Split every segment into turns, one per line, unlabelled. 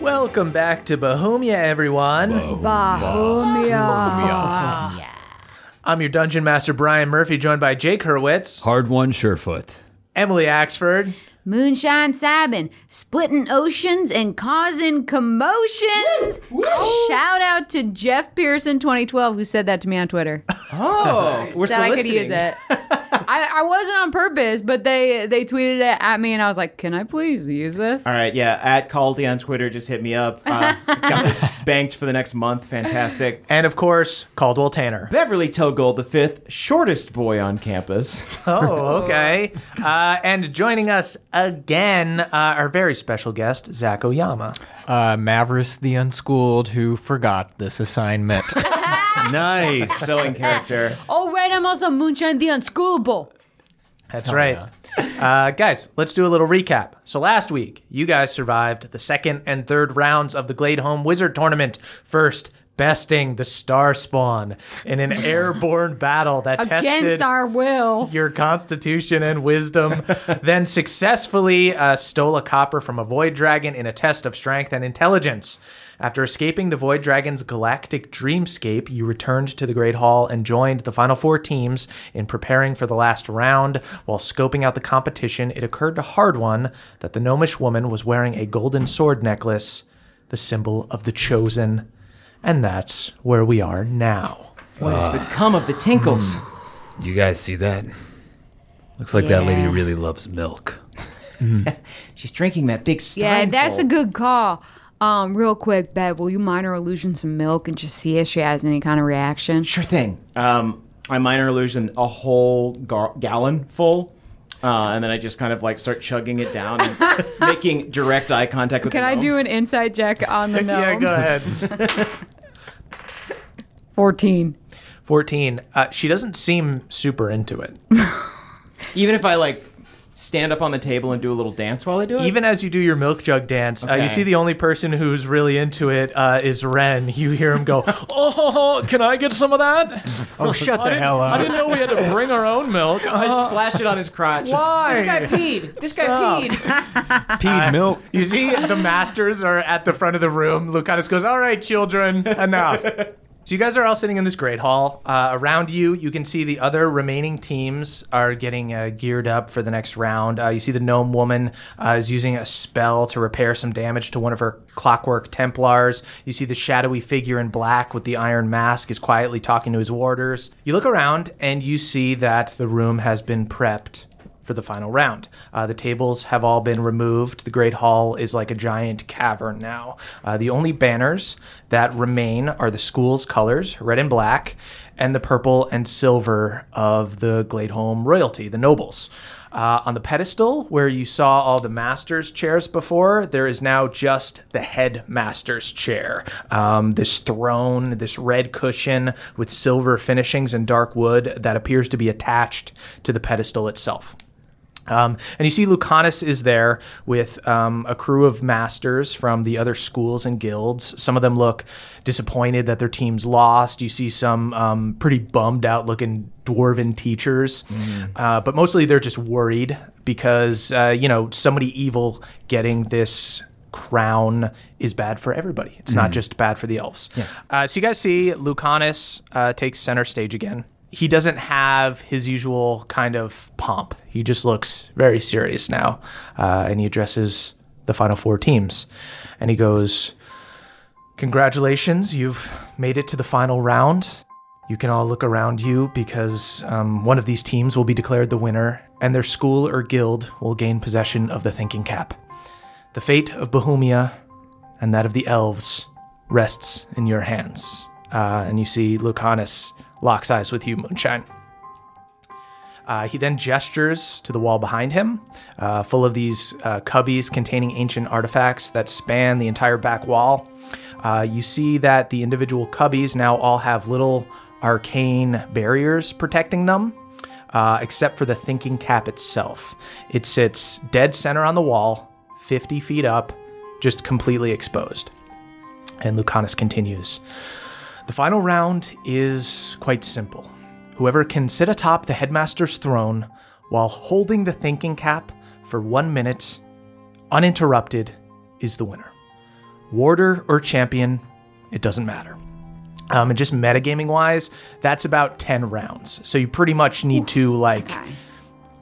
Welcome back to Bohemia, everyone.
Ah,
Bahomia.
I'm your dungeon master, Brian Murphy, joined by Jake Hurwitz,
Hard one, Surefoot.
Emily Axford,
Moonshine Sabin, splitting oceans and causing commotions. Shout out to Jeff Pearson 2012 who said that to me on Twitter.
oh, we're
said I could use it. I, I wasn't on purpose, but they they tweeted it at me and I was like, "Can I please use this?"
All right, yeah. At Caldy on Twitter, just hit me up. Uh, got this banked for the next month. Fantastic.
And of course, Caldwell Tanner.
Beverly Togold, the fifth shortest boy on campus.
Oh, okay. Uh, and joining us again, uh, our very special guest, Zach Oyama.
uh, Mavericks the Unschooled who forgot this assignment.
Nice.
So in character.
Oh, right, I'm also Moonshine the Unschoolable.
That's right. Uh, guys, let's do a little recap. So last week, you guys survived the second and third rounds of the Glade Home Wizard Tournament. First, besting the Star Spawn in an airborne battle that tested
Against our will.
your constitution and wisdom, then successfully uh, stole a copper from a void dragon in a test of strength and intelligence. After escaping the void dragon's galactic dreamscape, you returned to the Great Hall and joined the final four teams in preparing for the last round. While scoping out the competition, it occurred to Hard One that the gnomish woman was wearing a golden sword necklace, the symbol of the chosen. And that's where we are now.
What has become of the Tinkles?
You guys see that? Looks like that lady really loves milk.
She's drinking that big Steinfeld.
Yeah, that's a good call. Um, real quick, Bev, will you minor illusion some milk and just see if she has any kind of reaction?
sure thing. Um, I minor illusion a whole gar- gallon full. Uh, and then I just kind of like start chugging it down and making direct eye contact with
Can
the
I
gnome.
do an insight check on the gnome?
ahead.
14.
14 uh, she doesn't seem super into it
Even if I like stand up on the table and do a little dance while I do it?
even as you do your milk jug dance uh, you
Okay.
see the only person who's really into it uh, is ren you hear him go oh can i get some of that
oh, shut the hell
i
up.
didn't know we had to bring our own milk
I splash it on his crotch.
why
peed. This guy peed.
Peed milk.
you see the masters are at the front of the room lucanus goes all right children enough So you guys are all sitting in this great hall. Uh, around you, you can see the other remaining teams are getting uh, geared up for the next round. Uh, you see the gnome woman uh, is using a spell to repair some damage to one of her clockwork Templars. You see the shadowy figure in black with the iron mask is quietly talking to his warders. You look around and you see that the room has been prepped for the final round. Uh, the tables have all been removed. The Great Hall is like a giant cavern now. Uh, the only banners that remain are the school's colors, red and black, and the purple and silver of the Gladeholm royalty, the nobles. Uh, Uh, on the pedestal where you saw all the master's chairs before, there is now just the headmaster's chair. Um, this throne, this red cushion with silver finishings and dark wood that appears to be attached to the pedestal itself. Um, and you see Lucanus is there with um, a crew of masters from the other schools and guilds. Some of them look disappointed that their team's lost. You see some um, pretty bummed out looking dwarven teachers. Uh, but mostly they're just worried because, uh, you know, somebody evil getting this crown is bad for everybody. It's not just bad for the elves. Uh, so you guys see Lucanus uh, takes center stage again. He doesn't have his usual kind of pomp. He just looks very serious now, uh, and he addresses the final four teams, and he goes, "Congratulations, you've made it to the final round. You can all look around you because um, one of these teams will be declared the winner, and their school or guild will gain possession of the thinking cap." The fate of Bohemia and that of the elves rests in your hands. Uh, and you see Lucanus locks eyes with you, Moonshine. Uh, he then gestures to the wall behind him, uh, full of these uh, cubbies containing ancient artifacts that span the entire back wall. Uh, you see that the individual cubbies now all have little arcane barriers protecting them, uh, except for the thinking cap itself. It sits dead center on the wall, 50 feet up, just completely exposed. And Lucanus continues. The final round is quite simple. Whoever can sit atop the headmaster's throne while holding the thinking cap for one minute, uninterrupted, is the winner. Warder or champion, it doesn't matter. Um, and just metagaming wise, that's about 10 rounds. So you pretty much need to, like,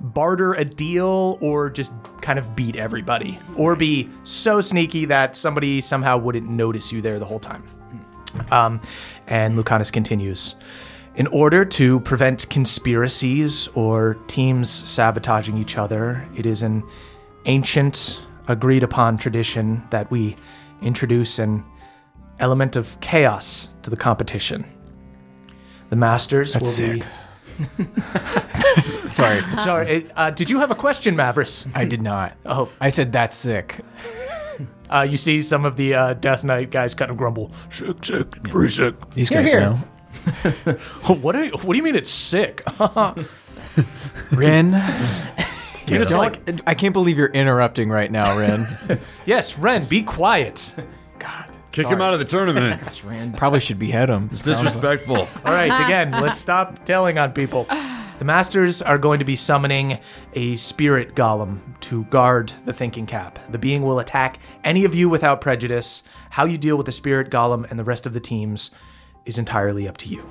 barter a deal or just kind of beat everybody or be so sneaky that somebody somehow wouldn't notice you there the whole time. Um, and Lucanus continues. In order to prevent conspiracies or teams sabotaging each other, it is an ancient, agreed upon tradition that we introduce an element of chaos to the competition. The masters will be.
Sorry,
Sorry, uh, did you have a question, Mavris?
I did not.
Oh.
I said that's sick.
Uh, you see some of the uh, Death Knight guys kind of grumble. Sick, sick, pretty sick.
These
Here,
guys
here.
know.
what, do you, what do you mean it's sick?
Ren,
Dude, it's like,
I can't believe you're interrupting right now, Ren.
yes, Ren, be quiet.
Kick him out of the tournament.
Probably should behead him.
It's disrespectful.
All right, again, let's stop telling on people. The masters are going to be summoning a spirit golem to guard the thinking cap. The being will attack any of you without prejudice. How you deal with the spirit golem and the rest of the teams is entirely up to you.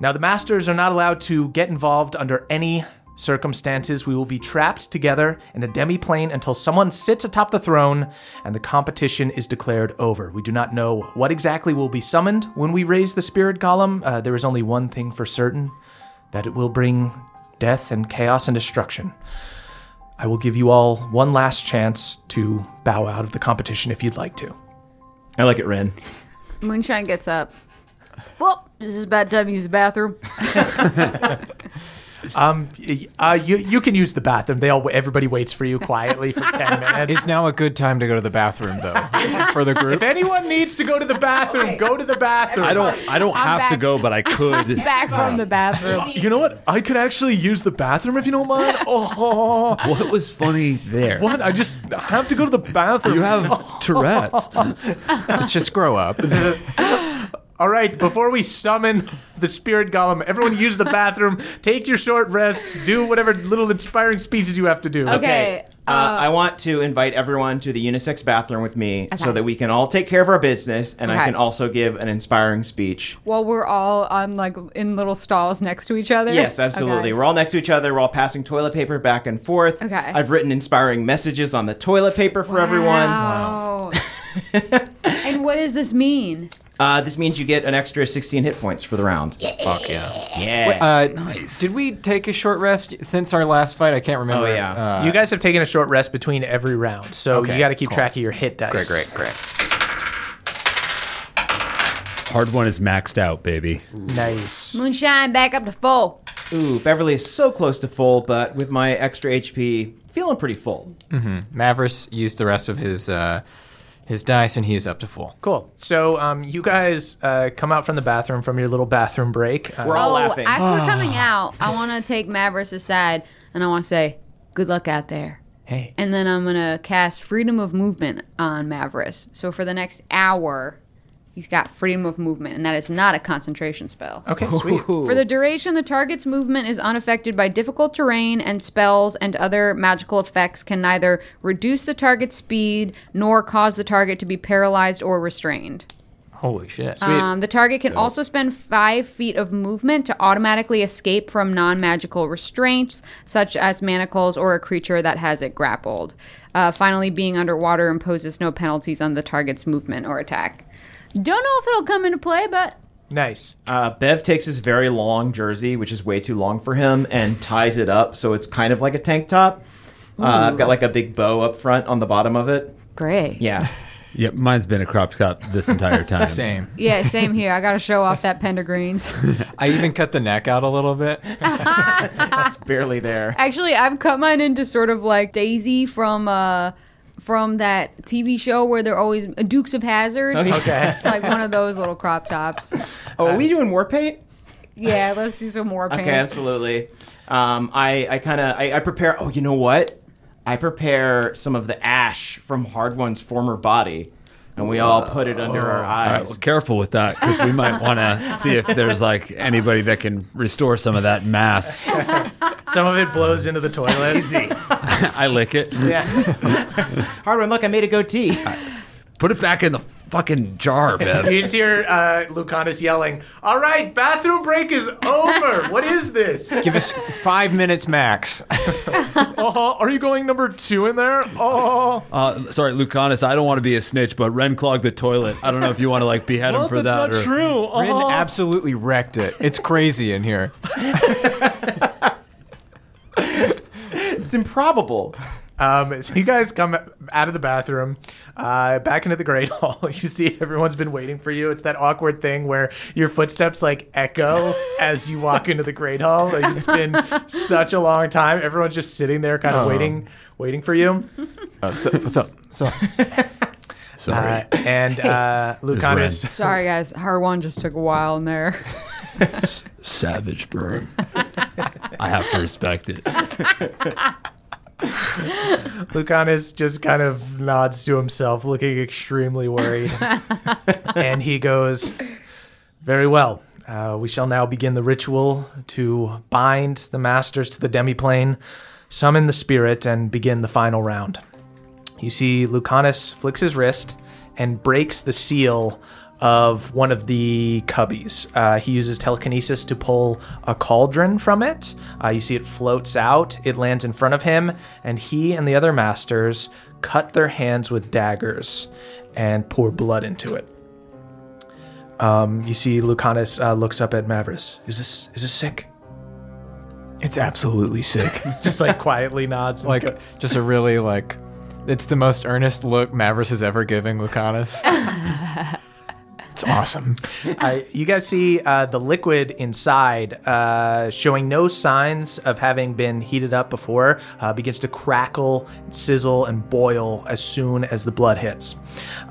Now, the masters are not allowed to get involved under any circumstances. We will be trapped together in a demi-plane until someone sits atop the throne and the competition is declared over. We do not know what exactly will be summoned when we raise the spirit golem. Uh, there is only one thing for certain that it will bring death and chaos and destruction. I will give you all one last chance to bow out of the competition if you'd like to.
I like it, Ren.
Moonshine gets up. Well, this is about time to use the bathroom.
Uh, you you can use the bathroom. They all everybody waits for you quietly for ten minutes.
It's now a good time to go to the bathroom, though, for the group.
If anyone needs to go to the bathroom, go to the bathroom.
I don't. I don't have to
back.
go, but I could.
Back from the bathroom.
You know what? I could actually use the bathroom if you don't mind. Oh,
What was funny there?
what? I just have to go to the bathroom.
You have Tourette's.
Let's just grow up.
All right, before we summon the spirit golem, everyone use the bathroom. Take your short rests. Do whatever little inspiring speeches you have to do.
Okay.
Uh, I want to invite everyone to the unisex bathroom with me
Okay.
so that we can all take care of our business and
Okay.
I can also give an inspiring speech.
While we're all on like in little stalls next to each other.
Yes, absolutely.
Okay.
We're all next to each other. We're all passing toilet paper back and forth.
Okay.
I've written inspiring messages on the toilet paper for everyone.
Wow. and what does this mean?
Uh, this means you get an extra 16 hit points for the round. Yeah.
Fuck yeah.
Yeah.
Uh, Did we take a short rest since our last fight? I can't remember.
Oh, yeah.
Uh,
You guys have taken a short rest between every round, so
Okay,
you got to keep
cool.
track of your hit dice.
great, great, great.
Hard one is maxed out, baby.
Nice.
Moonshine back up to full.
Ooh, Beverly is so close to full, but with my extra HP, feeling pretty full.
Mavris used the rest of his uh, his dice, and he is up to full.
Cool. So um, you guys uh, come out from the bathroom from your little bathroom break. Uh,
We're all
oh,
laughing.
as we're coming out, I want to take Mavericks aside and I want to say, "Good luck out there."
Hey.
And then I'm gonna cast Freedom of Movement on Mavericks. So for the next hour, he's got Freedom of Movement, and that is not a concentration spell.
okay, sweet.
For the duration, the target's movement is unaffected by difficult terrain, and spells and other magical effects can neither reduce the target's speed nor cause the target to be paralyzed or restrained.
Holy shit.
Uh,
Um, the target can also spend five feet of movement to automatically escape from non magical restraints, such as manacles or a creature that has it grappled. Uh, finally, being underwater imposes no penalties on the target's movement or attack. Don't know if it'll come into play, but
Nice.
Uh, Bev takes his very long jersey, which is way too long for him, and ties it up so it's kind of like a tank top. Uh, I've got like a big bow up front on the bottom of it.
great.
Yeah.
Yep, mine's been a crop top this entire time.
Same.
Yeah, same here. I got to show off that Pendergreens.
I even cut the neck out a little bit.
It's barely there.
Actually, I've cut mine into sort of like Daisy from uh from that TV show where they're always Dukes of Hazard.
Okay.
like one of those little crop tops.
Oh, are we doing war paint?
Yeah, let's do some more paint.
Okay, absolutely. Um, I, I kind of I, I prepare. Oh, you know what? I prepare some of the ash from Hard One's former body, and we all put it under our
All right,
eyes.
well, careful with that because we might want to see if there's like anybody that can restore some of that mass.
Some of it blows into the toilet. Easy.
I lick it,
Hard One, look, I made a goatee.
put it back in the fucking jar, Bev.
You just hear uh, Lucanus yelling, All right, bathroom break is over. What is this?
Give us five minutes max.
Uh-huh. Are you going number two in there? Oh.
Uh, sorry, Lucanus, I don't want to be a snitch, but Ren clogged the toilet. I don't know if you want to like behead him for that. or-
Oh, true. Uh-huh.
Rin absolutely wrecked it. It's crazy in here.
it's improbable.
Um, so you guys come out of the bathroom, uh, back into the great hall. You see everyone's been waiting for you. It's that awkward thing where your footsteps like echo as you walk into the great hall. Like, it's been such a long time. Everyone's just sitting there, kind of waiting, waiting for you.
Uh, so, what's up? So,
Sorry.
Uh, and uh, Lucanus,
Sorry guys, Harwan just took a while in there.
Savage burn. I have to respect it.
Lucanus just kind of nods to himself, looking extremely worried. and he goes, Very well. Uh, we shall now begin the ritual to bind the masters to the demiplane, summon the spirit, and begin the final round. You see, Lucanus flicks his wrist and breaks the seal of one of the cubbies. Uh, he uses telekinesis to pull a cauldron from it. Uh, you see, it floats out, it lands in front of him, and he and the other masters cut their hands with daggers and pour blood into it. Um, you see, Lucanus uh, looks up at Mavris. Is this is this sick?
it's absolutely sick.
Just like quietly nods. and go-
like, just a really, like, it's the most earnest look Mavericks has ever given Lucanus. it's awesome.
Uh, you guys see uh, the liquid inside, uh, showing no signs of having been heated up before, uh, begins to crackle, sizzle, and boil as soon as the blood hits.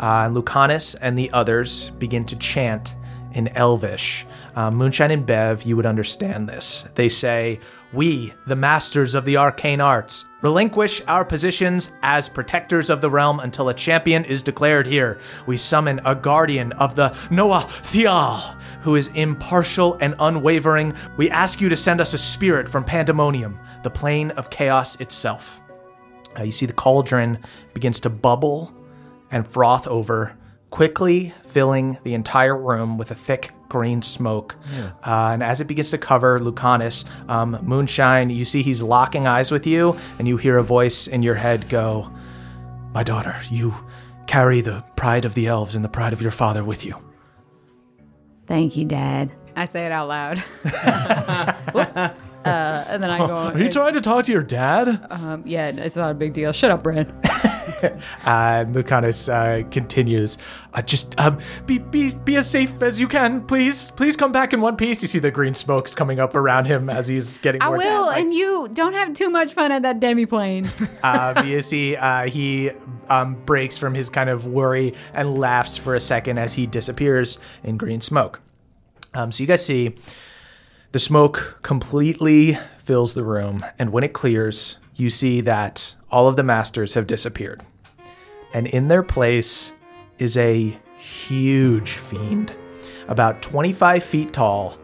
Uh, and Lucanus and the others begin to chant in Elvish. Uh, Moonshine and Bev, you would understand this. They say, We, the masters of the arcane arts, relinquish our positions as protectors of the realm until a champion is declared here. We summon a guardian of the Noah Thial, who is impartial and unwavering. We ask you to send us a spirit from Pandemonium, the plane of chaos itself. Uh, you see the cauldron begins to bubble and froth over, quickly filling the entire room with a thick green smoke. Uh, and as it begins to cover Lucanus, um, Moonshine, you see he's locking eyes with you, and you hear a voice in your head go, My daughter, you carry the pride of the elves and the pride of your father with you.
Thank you, Dad. I say it out loud. Whoop.
Oh,
uh, and then I go on.
to talk to your dad?
um, yeah, it's not a big deal. Shut up, Brad.
Uh, Lucanus uh, continues, uh, just um, be, be, be as safe as you can, please. Please come back in one piece. You see the green smokes coming up around him as he's getting
I
more
will, and you don't have too much fun at that demi plane.
uh, BSC, uh, he um, breaks from his kind of worry and laughs for a second as he disappears in green smoke. Um, so you guys see the smoke completely fills the room, and when it clears, you see that all of the masters have disappeared. And in their place is a huge fiend, about 25 feet tall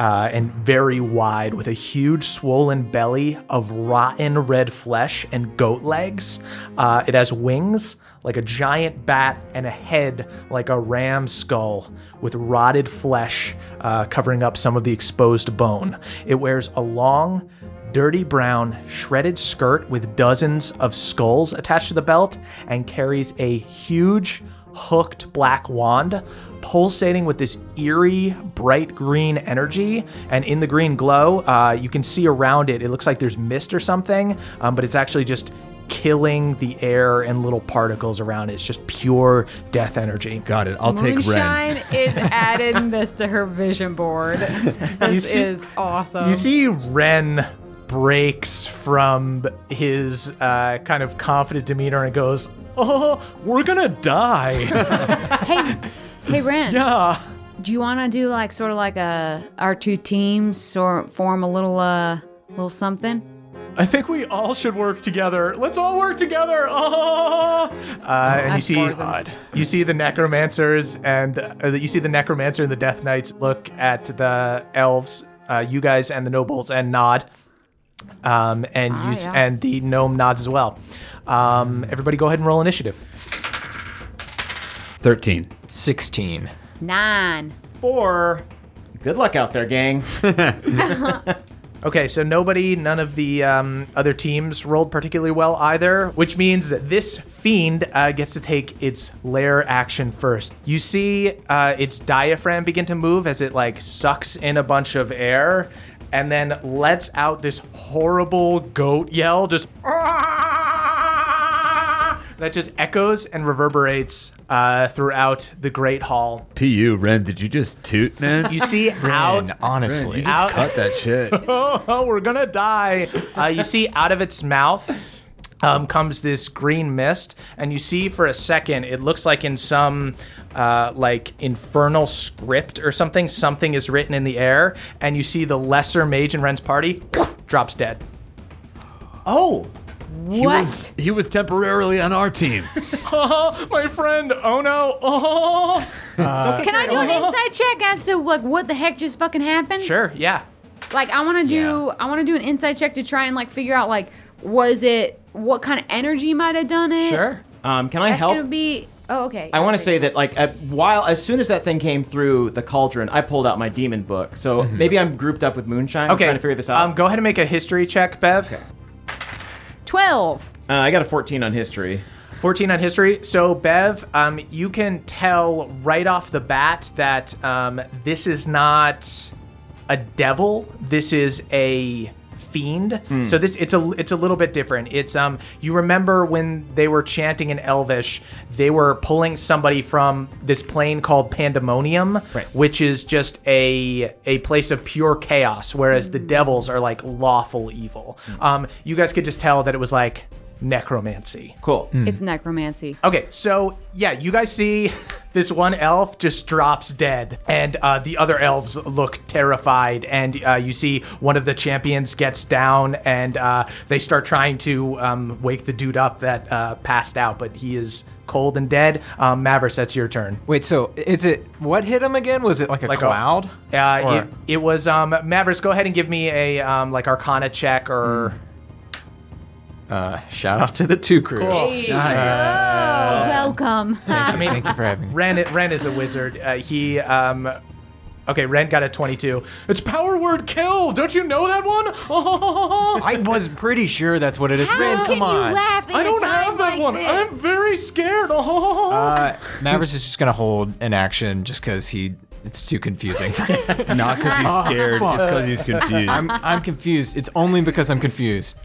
uh, and very wide, with a huge swollen belly of rotten red flesh and goat legs. Uh, it has wings like a giant bat and a head like a ram skull, with rotted flesh uh, covering up some of the exposed bone. It wears a long, dirty brown, shredded skirt with dozens of skulls attached to the belt and carries a huge, hooked black wand pulsating with this eerie bright green energy and in the green glow uh, you can see around it it looks like there's mist or something um, but it's actually just killing the air and little particles around it it's just pure death energy
Got it. I'll take Ren.
Moonshine is adding this to her vision board. This
see-
is awesome.
You see Ren breaks from his uh, kind of confident demeanor and goes, Oh, we're gonna die.
hey, hey, Ren.
yeah.
Do you want to do like sort of like a our two teams or form a little uh little something?
I think we all should work together. Let's all work together. Oh. Uh, and you see, you see the necromancers and uh, you see the necromancer and the death knights look at the elves, uh, you guys and the nobles, and nod. Um, and you
Ah,
s-
yeah.
and the gnome nods as well. Um, everybody, go ahead and roll initiative.
13.
16.
Nine.
Four. Good luck out there, gang.
Okay, so nobody, none of the um, other teams rolled particularly well either, which means that this fiend uh, gets to take its lair action first. You see uh, its diaphragm begin to move as it like sucks in a bunch of air and then lets out this horrible goat yell, just "Ah!" that just echoes and reverberates uh, throughout the Great Hall.
PU, Ren, did you just toot, man?
You see out
And
Ren, you
honestly,
just cut that shit.
oh, we're gonna die. Uh, you see, out of its mouth um, comes this green mist, and you see for a second, it looks like in some uh, like infernal script or something, something is written in the air, and you see the lesser mage in Ren's party drops dead. Oh,
He was, he was temporarily on our team.
my friend! Oh no! Oh,
Can I do an inside check as to like what the heck just fucking happened?
sure, yeah.
Like I want to do I want to do an inside check to try and like figure out like was it what kind of energy might have done it?
Sure.
Um, can I
That's
help?
gonna be. Oh, okay.
I want to say that, like, at, while as soon as that thing came through the cauldron, I pulled out my demon book. So maybe I'm grouped up with Moonshine. I'm
Okay,
trying to figure this out.
Um, go ahead and make a history check, Bev.
twelve.
uh, I got a 14 on history.
14 on history. So, Bev, um, you can tell right off the bat that um, this is not a devil. This is a fiend. So this it's a it's a little bit different. It's um you remember when they were chanting in Elvish, they were pulling somebody from this plane called Pandemonium,
Right.
which is just a a place of pure chaos, whereas the devils are like lawful evil. Um, you guys could just tell that it was like necromancy.
Cool.
It's necromancy.
Okay, so yeah, you guys see this one elf just drops dead, and uh, the other elves look terrified. And uh, you see one of the champions gets down, and uh, they start trying to um, wake the dude up that uh, passed out, but he is cold and dead. Um, Mavericks, that's your turn.
Wait, so is it what hit him again? Was it like a
Like a-
cloud?
Uh,
Or-
it, it was um, Mavericks. Go ahead and give me a um, like Arcana check or.
uh, shout out to the two crew.
Uh,
Welcome.
I mean, thank you for having me.
Ren, Ren is a wizard. Uh, he, um, okay, Ren got a 22. It's power word kill. Don't you know that one?
I was pretty sure that's what it is.
How
Ren,
can
come on.
you laugh? at
I
a
don't
time
have that
like
one.
this?
I'm very scared.
Uh, Mavericks is just gonna hold an action just because he it's too confusing. Oh,
Not because he's scared, it's because he's confused.
I'm I'm confused. It's only because I'm confused.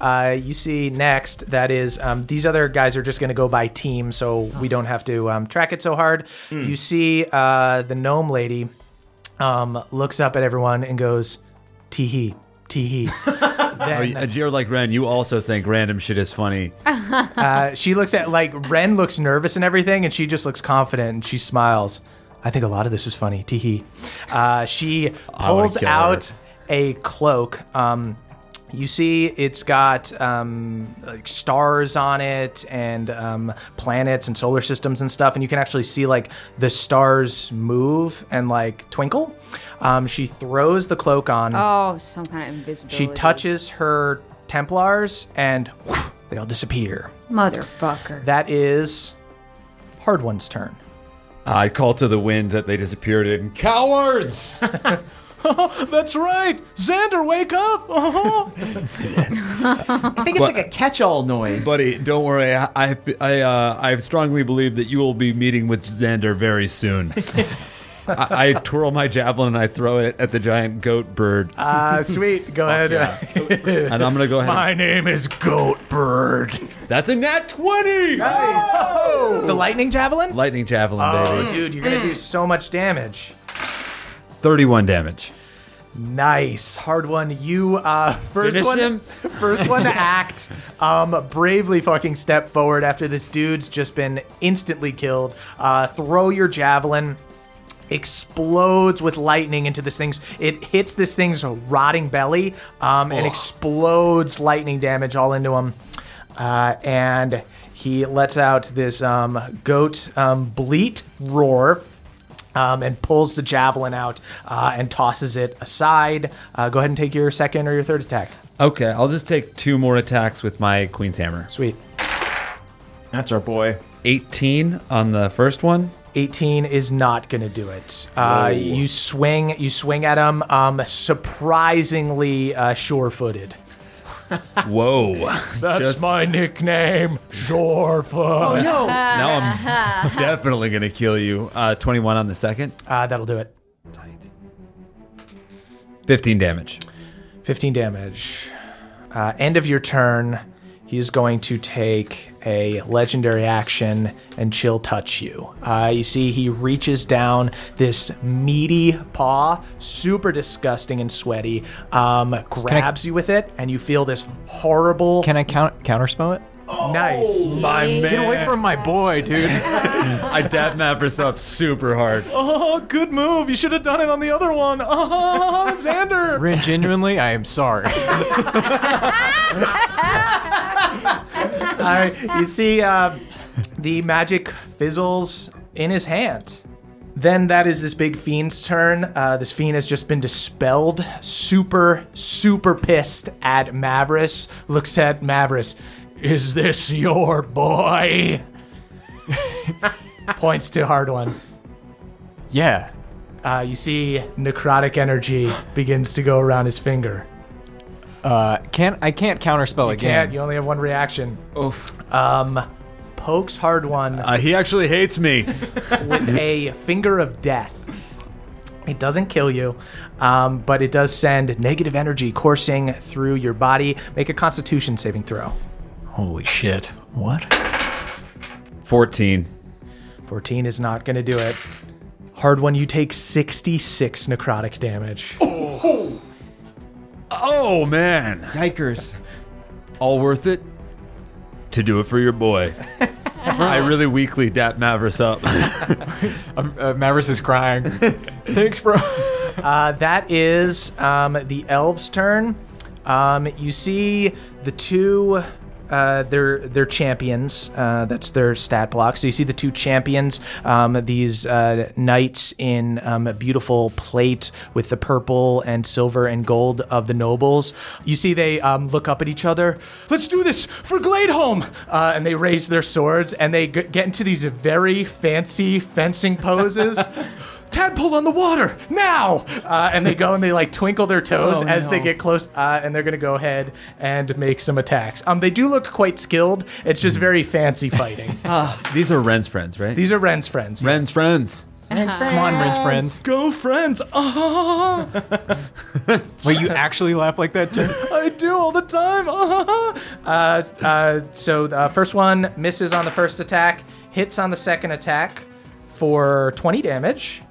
Uh, you see next that is um, these other guys are just going to go by team, so we don't have to um, track it so hard. You see uh, the gnome lady um, looks up at everyone and goes, "Tee hee, tee hee."
Oh,
Then,
y- You're like Ren. You also think random shit is funny.
Uh, she looks at like Ren looks nervous and everything, and she just looks confident and she smiles. I think a lot of this is funny. Tee hee. Uh, she
wanna
pulls
kill her.
out a cloak. Um, you see, it's got um, like stars on it and um, planets and solar systems and stuff, and you can actually see like the stars move and like twinkle. Um, she throws the cloak on.
Oh, some kind of invisibility.
she touches her Templars, and whew, they all disappear.
Motherfucker.
That is Hard One's turn.
I call to the wind that they disappeared in. Cowards!
That's right! Xander, wake up!
I think it's like a catch-all noise.
Buddy, don't worry. I I I, uh, I strongly believe that you will be meeting with Xander very soon. I, I twirl my javelin and I throw it at the giant goat bird,
Ah, sweet. Go ahead.
and I'm gonna go ahead. and-
name is Goat Bird.
That's a nat twenty.
The lightning javelin?
Lightning javelin,
Oh,
baby.
dude, you're gonna do so much damage.
Um. Thirty-one damage.
Nice, hard one. You uh, first
Finish
one,
him?
first one to act. Um, bravely fucking step forward after this dude's just been instantly killed. Uh, throw your javelin. Explodes with lightning into this thing's. It hits this thing's rotting belly um, and explodes lightning damage all into him. Uh, and he lets out this um, goat um, bleat roar um, and pulls the javelin out uh, and tosses it aside. Uh, go ahead and take your second or your third attack.
Okay, I'll just take two more attacks with my queen's hammer.
Sweet.
That's our boy.
Eighteen on the first one.
18 is not gonna do it. Uh, you swing, you swing at him, um, surprisingly uh, sure-footed.
Whoa! That's
my nickname, Surefoot.
No,
Now
Uh-huh.
I'm definitely gonna kill you. Uh, Twenty-one on the second.
Uh, that'll do it.
Fifteen damage.
15 damage. Uh, end of your turn. He's going to take a legendary action and chill touch you. Uh, you see, he reaches down this meaty paw, super disgusting and sweaty, um, grabs you with it, and you feel this horrible. Oh,
Can I count counterspell it?
nice.
My man.
Get away from my boy, dude.
I dab Mavericks up super hard.
Oh, good move. You should have done it on the other one. Oh, Xander.
Ren, genuinely, I am sorry.
All right, you see um, the magic fizzles in his hand. Then that is this big fiend's turn. Uh, this fiend has just been dispelled. Super, super pissed at Mavris. Looks at Mavris. Is this your boy? Points to hard one.
yeah.
Uh, you see necrotic energy begins to go around his finger.
Uh, can't I can't counterspell again?
Can't. You only have one reaction. Oof. Um, pokes hard one.
Uh, he actually hates me.
with a finger of death. It doesn't kill you, um, but it does send negative energy coursing through your body. Make a constitution saving throw.
Holy shit! What?
14.
14 is not going to do it. Hard one, you take 66 necrotic damage.
Oh, man.
yikers!
All worth it to do it for your boy. I really weakly dap Mavericks up.
Uh, Mavericks is crying. Thanks, bro.
Uh, that is um, the elves' turn. Um, you see the two. Uh, their their champions. Uh, that's their stat block. So you see the two champions, um, these uh, knights in um, a beautiful plate with the purple and silver and gold of the nobles. You see they um, look up at each other. Let's do this for Gladeholm! Uh, and they raise their swords and they g- get into these very fancy fencing poses. tadpole on the water now uh, and they go and they like twinkle their toes as they get close uh, and they're gonna go ahead and make some attacks um they do look quite skilled it's just very fancy fighting
These are Ren's friends, right?
these are ren's friends
Ren's friends.
Come on, Ren's friends.
go friends uh-huh.
Wait, you actually laugh like that too?
i I do all the time. uh, uh, so the first one misses on the first attack, hits on the second attack for 20 damage.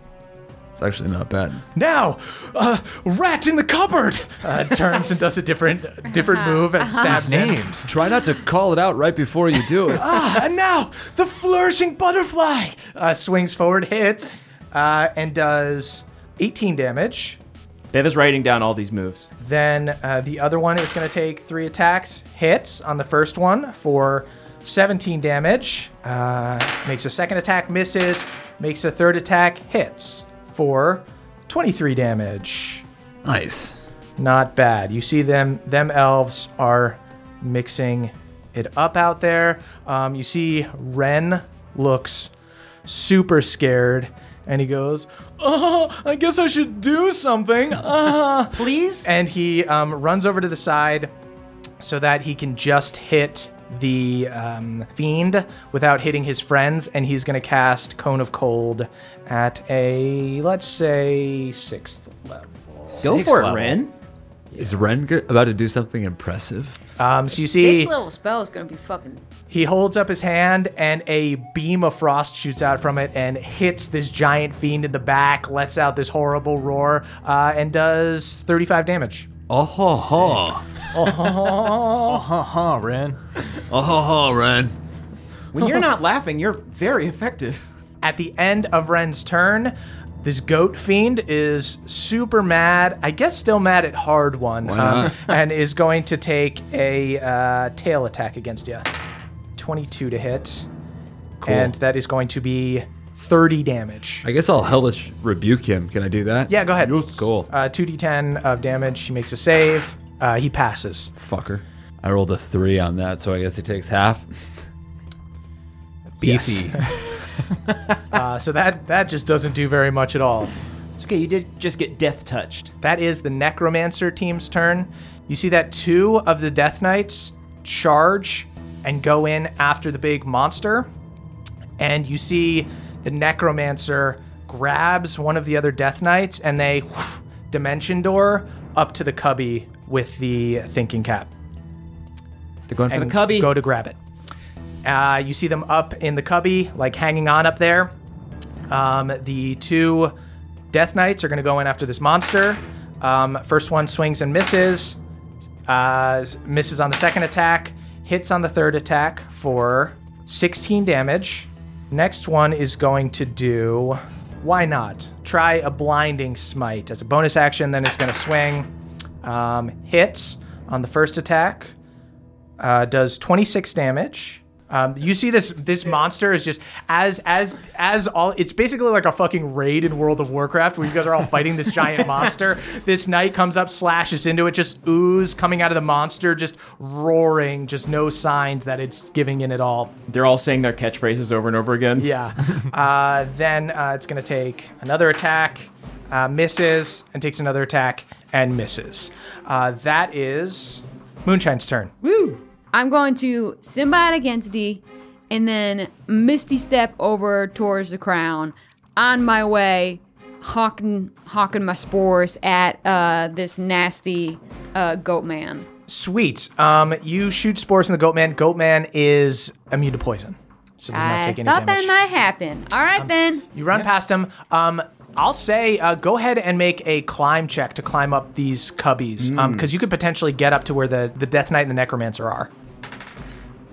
It's actually not bad.
Now, uh, rat in the cupboard uh, turns and does a different different move and stabs him.
Names.
Try not to call it out right before you do it.
Ah, and now the flourishing butterfly uh, swings forward, hits, uh, and does 18 damage.
Bev is writing down all these moves.
Then uh, the other one is going to take three attacks, hits on the first one for 17 damage. Uh, makes a second attack, misses. Makes a third attack, hits for 23 damage.
Nice.
Not bad. You see them. Them elves are mixing it up out there. Um, you see Ren looks super scared, and he goes, "Oh, I guess I should do something." Uh,
Please?
and he um, runs over to the side so that he can just hit the um, fiend without hitting his friends, and he's going to cast Cone of Cold at a let's say sixth level.
Go
Sixth
for it,
level.
Ren.
Is Ren go- about to do something impressive?
Um, so you
This
see,
little spell is gonna be fucking.
he holds up his hand, and a beam of frost shoots out from it and hits this giant fiend in the back, lets out this horrible roar, uh, and does 35 damage.
Oh ho ho.
Uh huh, Ren.
Oh ho ho, Ren.
When you're not laughing, you're very effective.
At the end of Ren's turn, this goat fiend is super mad. I guess still mad at Hard One, um, and is going to take a uh, tail attack against you. Twenty-two to hit, and that is going to be thirty damage.
I guess I'll hellish rebuke him. Can I do that?
Yeah, go ahead.
Cool.
Uh, 2d10 of damage. He makes a save. Uh, he passes.
Fucker. I rolled a three on that, so I guess it takes half.
Beefy. Uh, so that that just doesn't do very much at all.
It's okay. You did just get death touched.
That is the Necromancer team's turn. You see that two of the Death Knights charge and go in after the big monster. And you see the Necromancer grabs one of the other Death Knights and they whoosh, dimension door up to the cubby with the thinking cap.
They're going for
and
the cubby.
go to grab it. Uh, you see them up in the cubby, like hanging on up there. Um, the two Death Knights are going to go in after this monster. Um, first one swings and misses, uh, misses on the second attack, hits on the third attack for 16 damage. Next one is going to do. Why not? Try a blinding smite as a bonus action, then it's going to swing. Um, hits on the first attack uh, does 26 damage. Um, you see this this monster is just as as as all it's basically like a fucking raid in World of Warcraft where you guys are all fighting this giant monster. This knight comes up, slashes into it, just ooze coming out of the monster, just roaring, just no signs that it's giving in at all.
They're all saying their catchphrases over and over again.
Yeah. uh, then uh, it's going to take another attack, uh, misses, and takes another attack and misses. Uh, that is Moonshine's turn.
I'm going to symbiotic entity, and then misty step over towards the crown. On my way, hawking hawking my spores at uh, this nasty uh, goat man.
Sweet. Um, you shoot spores in the goat man. Goat man is immune to poison, so does not
I
take any
thought
damage.
that might happen. All right then.
you run past him. Um, I'll say, uh, go ahead and make a climb check to climb up these cubbies, because
Mm.
you could potentially get up to where the the Death Knight and the Necromancer are.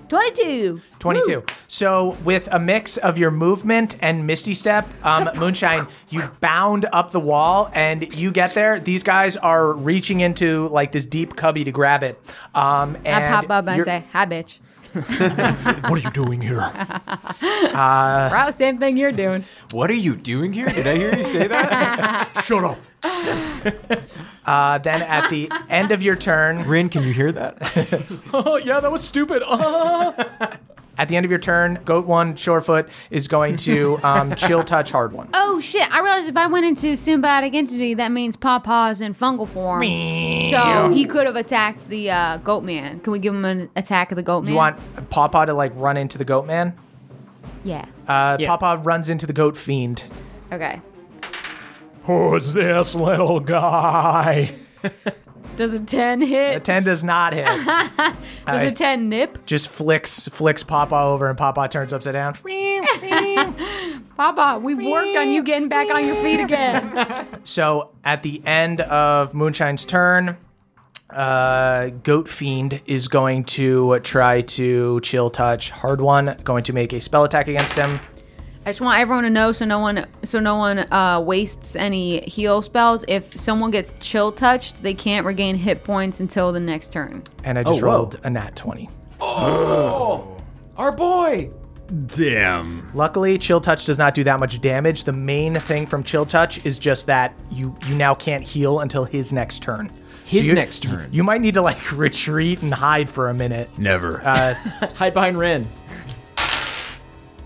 22.
22. So, with a mix of your movement and Misty Step, um, Moonshine, you bound up the wall and you get there. These guys are reaching into like this deep cubby to grab it. Um, and
I pop up and I
you're-
say, "Hi, bitch."
What are you doing here?
Uh.
Probably same thing you're doing.
What are you doing here? Did I hear you say that? Shut up.
uh, then at the end of your turn,
Ren, can you hear that?
oh yeah, that was stupid. Ah. At the end of your turn, Goat One Shorefoot is going to um, chill touch Hard One.
Oh shit! I realized if I went into symbiotic entity, that means Pawpaw's in fungal form. So he could have attacked the uh, goat man. Can we give him an attack of the goat man?
You want Pawpaw to like run into the Goat Man?
Yeah.
Uh,
Yeah.
Pawpaw runs into the Goat Fiend.
okay.
Who's this little guy?
Does a 10 hit?
A 10 does not hit. Does
Does a 10 nip?
Just flicks flicks Papa over, and Papa turns upside down.
Papa, we worked on you getting back on your feet again.
So at the end of Moonshine's turn, uh, Goat Fiend is going to try to chill touch hard one, going to make a spell attack against him.
I just want everyone to know so no one so no one uh, wastes any heal spells. If someone gets chill touched, they can't regain hit points until the next turn.
And I just
Oh, whoa.
rolled a nat 20.
Our boy.
Damn.
Luckily, Chill Touch does not do that much damage. The main thing from Chill Touch is just that you you now can't heal until his next turn.
His
you-
next turn.
You might need to like retreat and hide for a minute. Uh,
Never.
Hide behind Ren.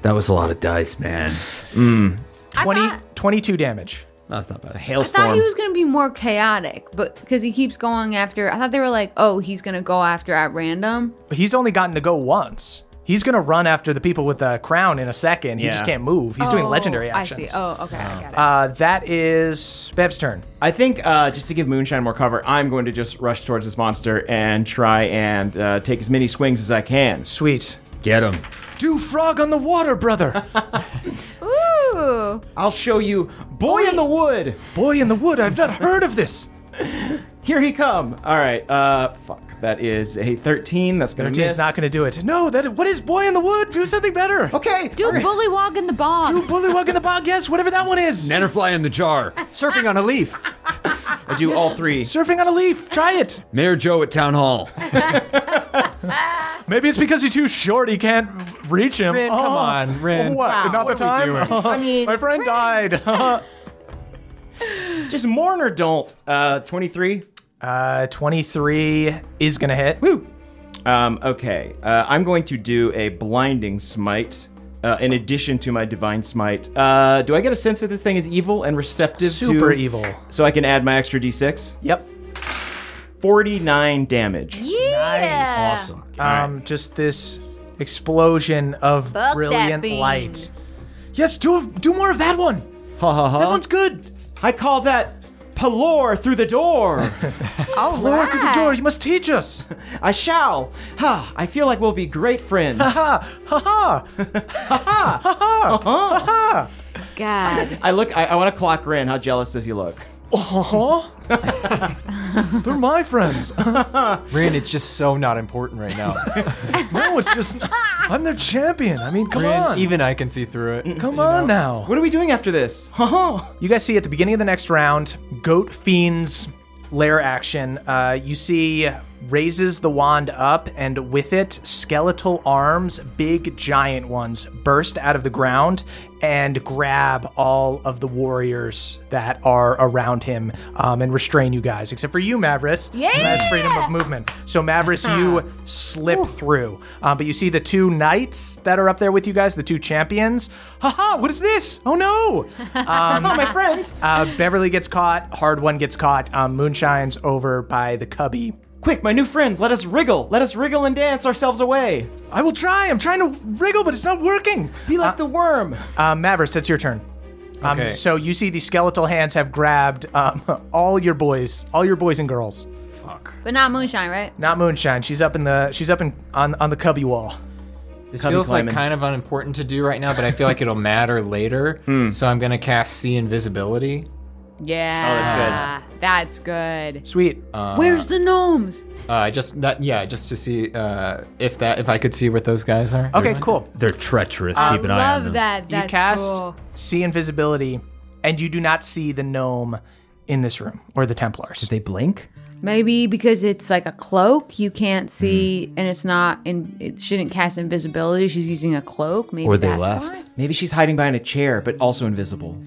that was a lot of dice, man.
20,
I thought,
22 damage.
That's not bad.
I thought
Hailstorm.
he was going to be more chaotic, but because he keeps going after, I thought they were like, oh, he's going to go after at random.
He's only gotten to go once. He's gonna run after the people with the crown in a second. He
Yeah.
just can't move. He's doing legendary
Oh,
actions.
I see. Oh, okay, I got it.
Uh, that is Bev's turn.
I think uh, just to give Moonshine more cover, I'm going to just rush towards this monster and try and uh, take as many swings as I can.
Sweet.
Get him.
Do frog on the water, brother.
Ooh.
I'll show you, boy in the wood.
Boy in the wood, I've not heard of this.
Here he come. All right. Uh, fuck. That is a 13. That's gonna
13
miss.
is not gonna do it. No, that what is boy in the wood? Do something better.
okay.
Do bullywog in the bog.
Bullywug in the bog, yes, whatever that one is.
Nannerfly in the jar.
Surfing on a leaf.
I do all three.
Surfing on a leaf, try it.
Mayor Joe at town hall.
Maybe it's because he's too short, he can't reach him. Oh.
Rin, come on, Rin.
What?
Wow.
Not the
What are
time?
we
I mean,
My friend died.
just mourn or don't. Uh, 23.
uh, 23 is gonna hit.
Woo. Um, okay. Uh, I'm going to do a blinding smite. Uh, in addition to my divine smite, uh, do I get a sense that this thing is evil and receptive
Super
to
evil.
So I can add my extra d6.
Yep.
49 damage.
yeah.
Um, just this explosion of
Fuck that
brilliant
beam.
light. Yes, do do more of that one.
Ha ha
That
ha.
one's good.
I call that Palor through the door.
All
Lower through the
right.
door. You must teach us.
I shall. Ha, I feel like we'll be great friends.
ha ha ha
God.
I look I, I want to clock Ren. How jealous does he look?
ha. Uh-huh. They're my friends.
Rin, it's just so not important right now.
No, it's just I'm their champion. I mean, come
Rin,
on,
even I can see through it.
come on now.
What are we doing after this? Haha.
You guys see at the beginning of the next round, Goat Fiend's lair action. Uh, you see raises the wand up, and with it, skeletal arms, big giant ones, burst out of the ground and grab all of the warriors that are around him um, and restrain you guys, except for you, Mavris. Yeah. That's freedom of movement. So, Mavris, you slip through. Um, but you see the two knights that are up there with you guys, the two champions. Haha, what is this? Oh no! Um, my friend. Uh, Beverly gets caught. Hard one gets caught. Um, Moonshine's over by the cubby.
Quick, my new friends, let us wriggle. Let us wriggle and dance ourselves away.
I will try. I'm trying to wriggle, but it's not working.
Be like the worm.
Uh, Mavericks, it's your turn. Um,
Okay.
So you see these skeletal hands have grabbed um, all your boys, all your boys and girls.
But not moonshine, right?
Not Moonshine. She's up in the. She's up in on on the cubby wall.
This
Cubby
feels
climbing.
like kind of unimportant to do right now, but I feel like it'll matter later. So I'm gonna cast see invisibility.
Oh,
Yeah. Oh, that's good. That's good.
Sweet.
Where's the gnomes?
Uh, just that, yeah, just to see uh, if that if I could see what those guys are.
okay, cool.
They're treacherous. Keep an eye on
Love
them.
that. That's
you cast
cool.
see invisibility, and you do not see the gnome in this room or the Templars.
They blink?
Maybe because it's like a cloak, you can't see, and it's not, and it shouldn't cast invisibility. She's using a cloak. Maybe
Or they
that's
left.
why?
Maybe she's hiding behind a chair, but also invisible.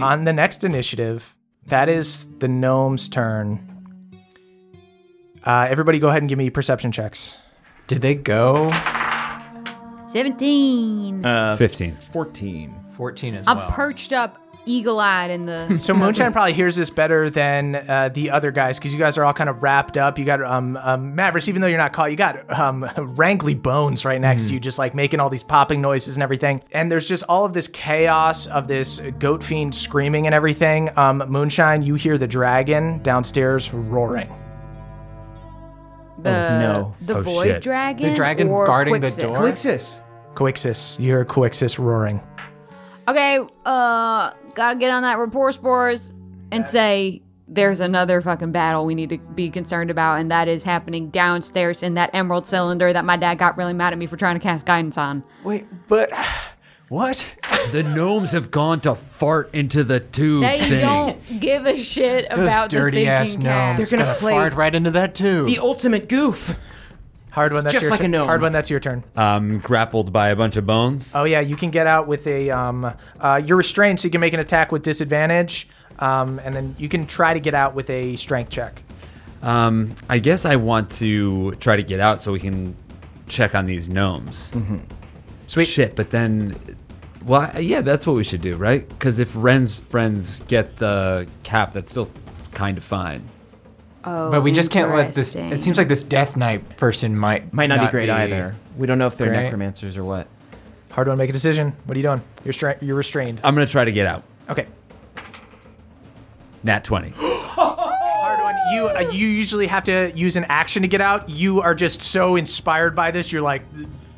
on the next initiative, that is the gnome's turn. Uh, everybody, go ahead and give me perception checks.
Did they go?
Seventeen.
Uh,
15.
14.
Fourteen as
I'm
well.
perched up, eagle-eyed in the.
So Moonshine probably hears this better than uh, the other guys because you guys are all kind of wrapped up. You got um, um Mavericks, even though you're not caught, you got um rankly bones right next to you, just like making all these popping noises and everything. And there's just all of this chaos of this goat fiend screaming and everything. Um, Moonshine, you hear the dragon downstairs roaring.
the
no.
the
Oh,
void
shit.
dragon,
The dragon
or
guarding the
Quixis?
door?
Quixis. Coixis. You hear Coixis roaring.
Okay, uh, gotta get on that rapport spores and say there's another fucking battle we need to be concerned about, and that is happening downstairs in that emerald cylinder that my dad got really mad at me for trying to cast guidance on.
Wait, but what?
The gnomes have gone to fart into the tube
They
thing.
don't give a shit about the thinking cat.
They're gonna play
fart right into that too.
The ultimate goof.
Hard one. That's
just
your
like
tu-
a gnome.
Hard one. That's your turn.
Um, grappled by a bunch of bones.
Oh yeah, you can get out with a. Um, uh, you're restrained, so you can make an attack with disadvantage, um, and then you can try to get out with a strength check.
Um, I guess I want to try to get out so we can check on these gnomes.
Sweet.
Shit, but then, well, I- yeah, that's what we should do, right? Because if Ren's friends get the cap, that's still kind of fine.
Oh,
But we just can't let this. It
interesting.
seems like this Death Knight person might
Might not, be great either. We don't know if they're
great.
necromancers or what.
Hard one. Make a decision. What are you doing? You're stra- you're restrained.
I'm gonna try to get out.
Okay.
Nat twenty.
Hard one. You uh, you usually have to use an action to get out. You are just so inspired by this. You're like,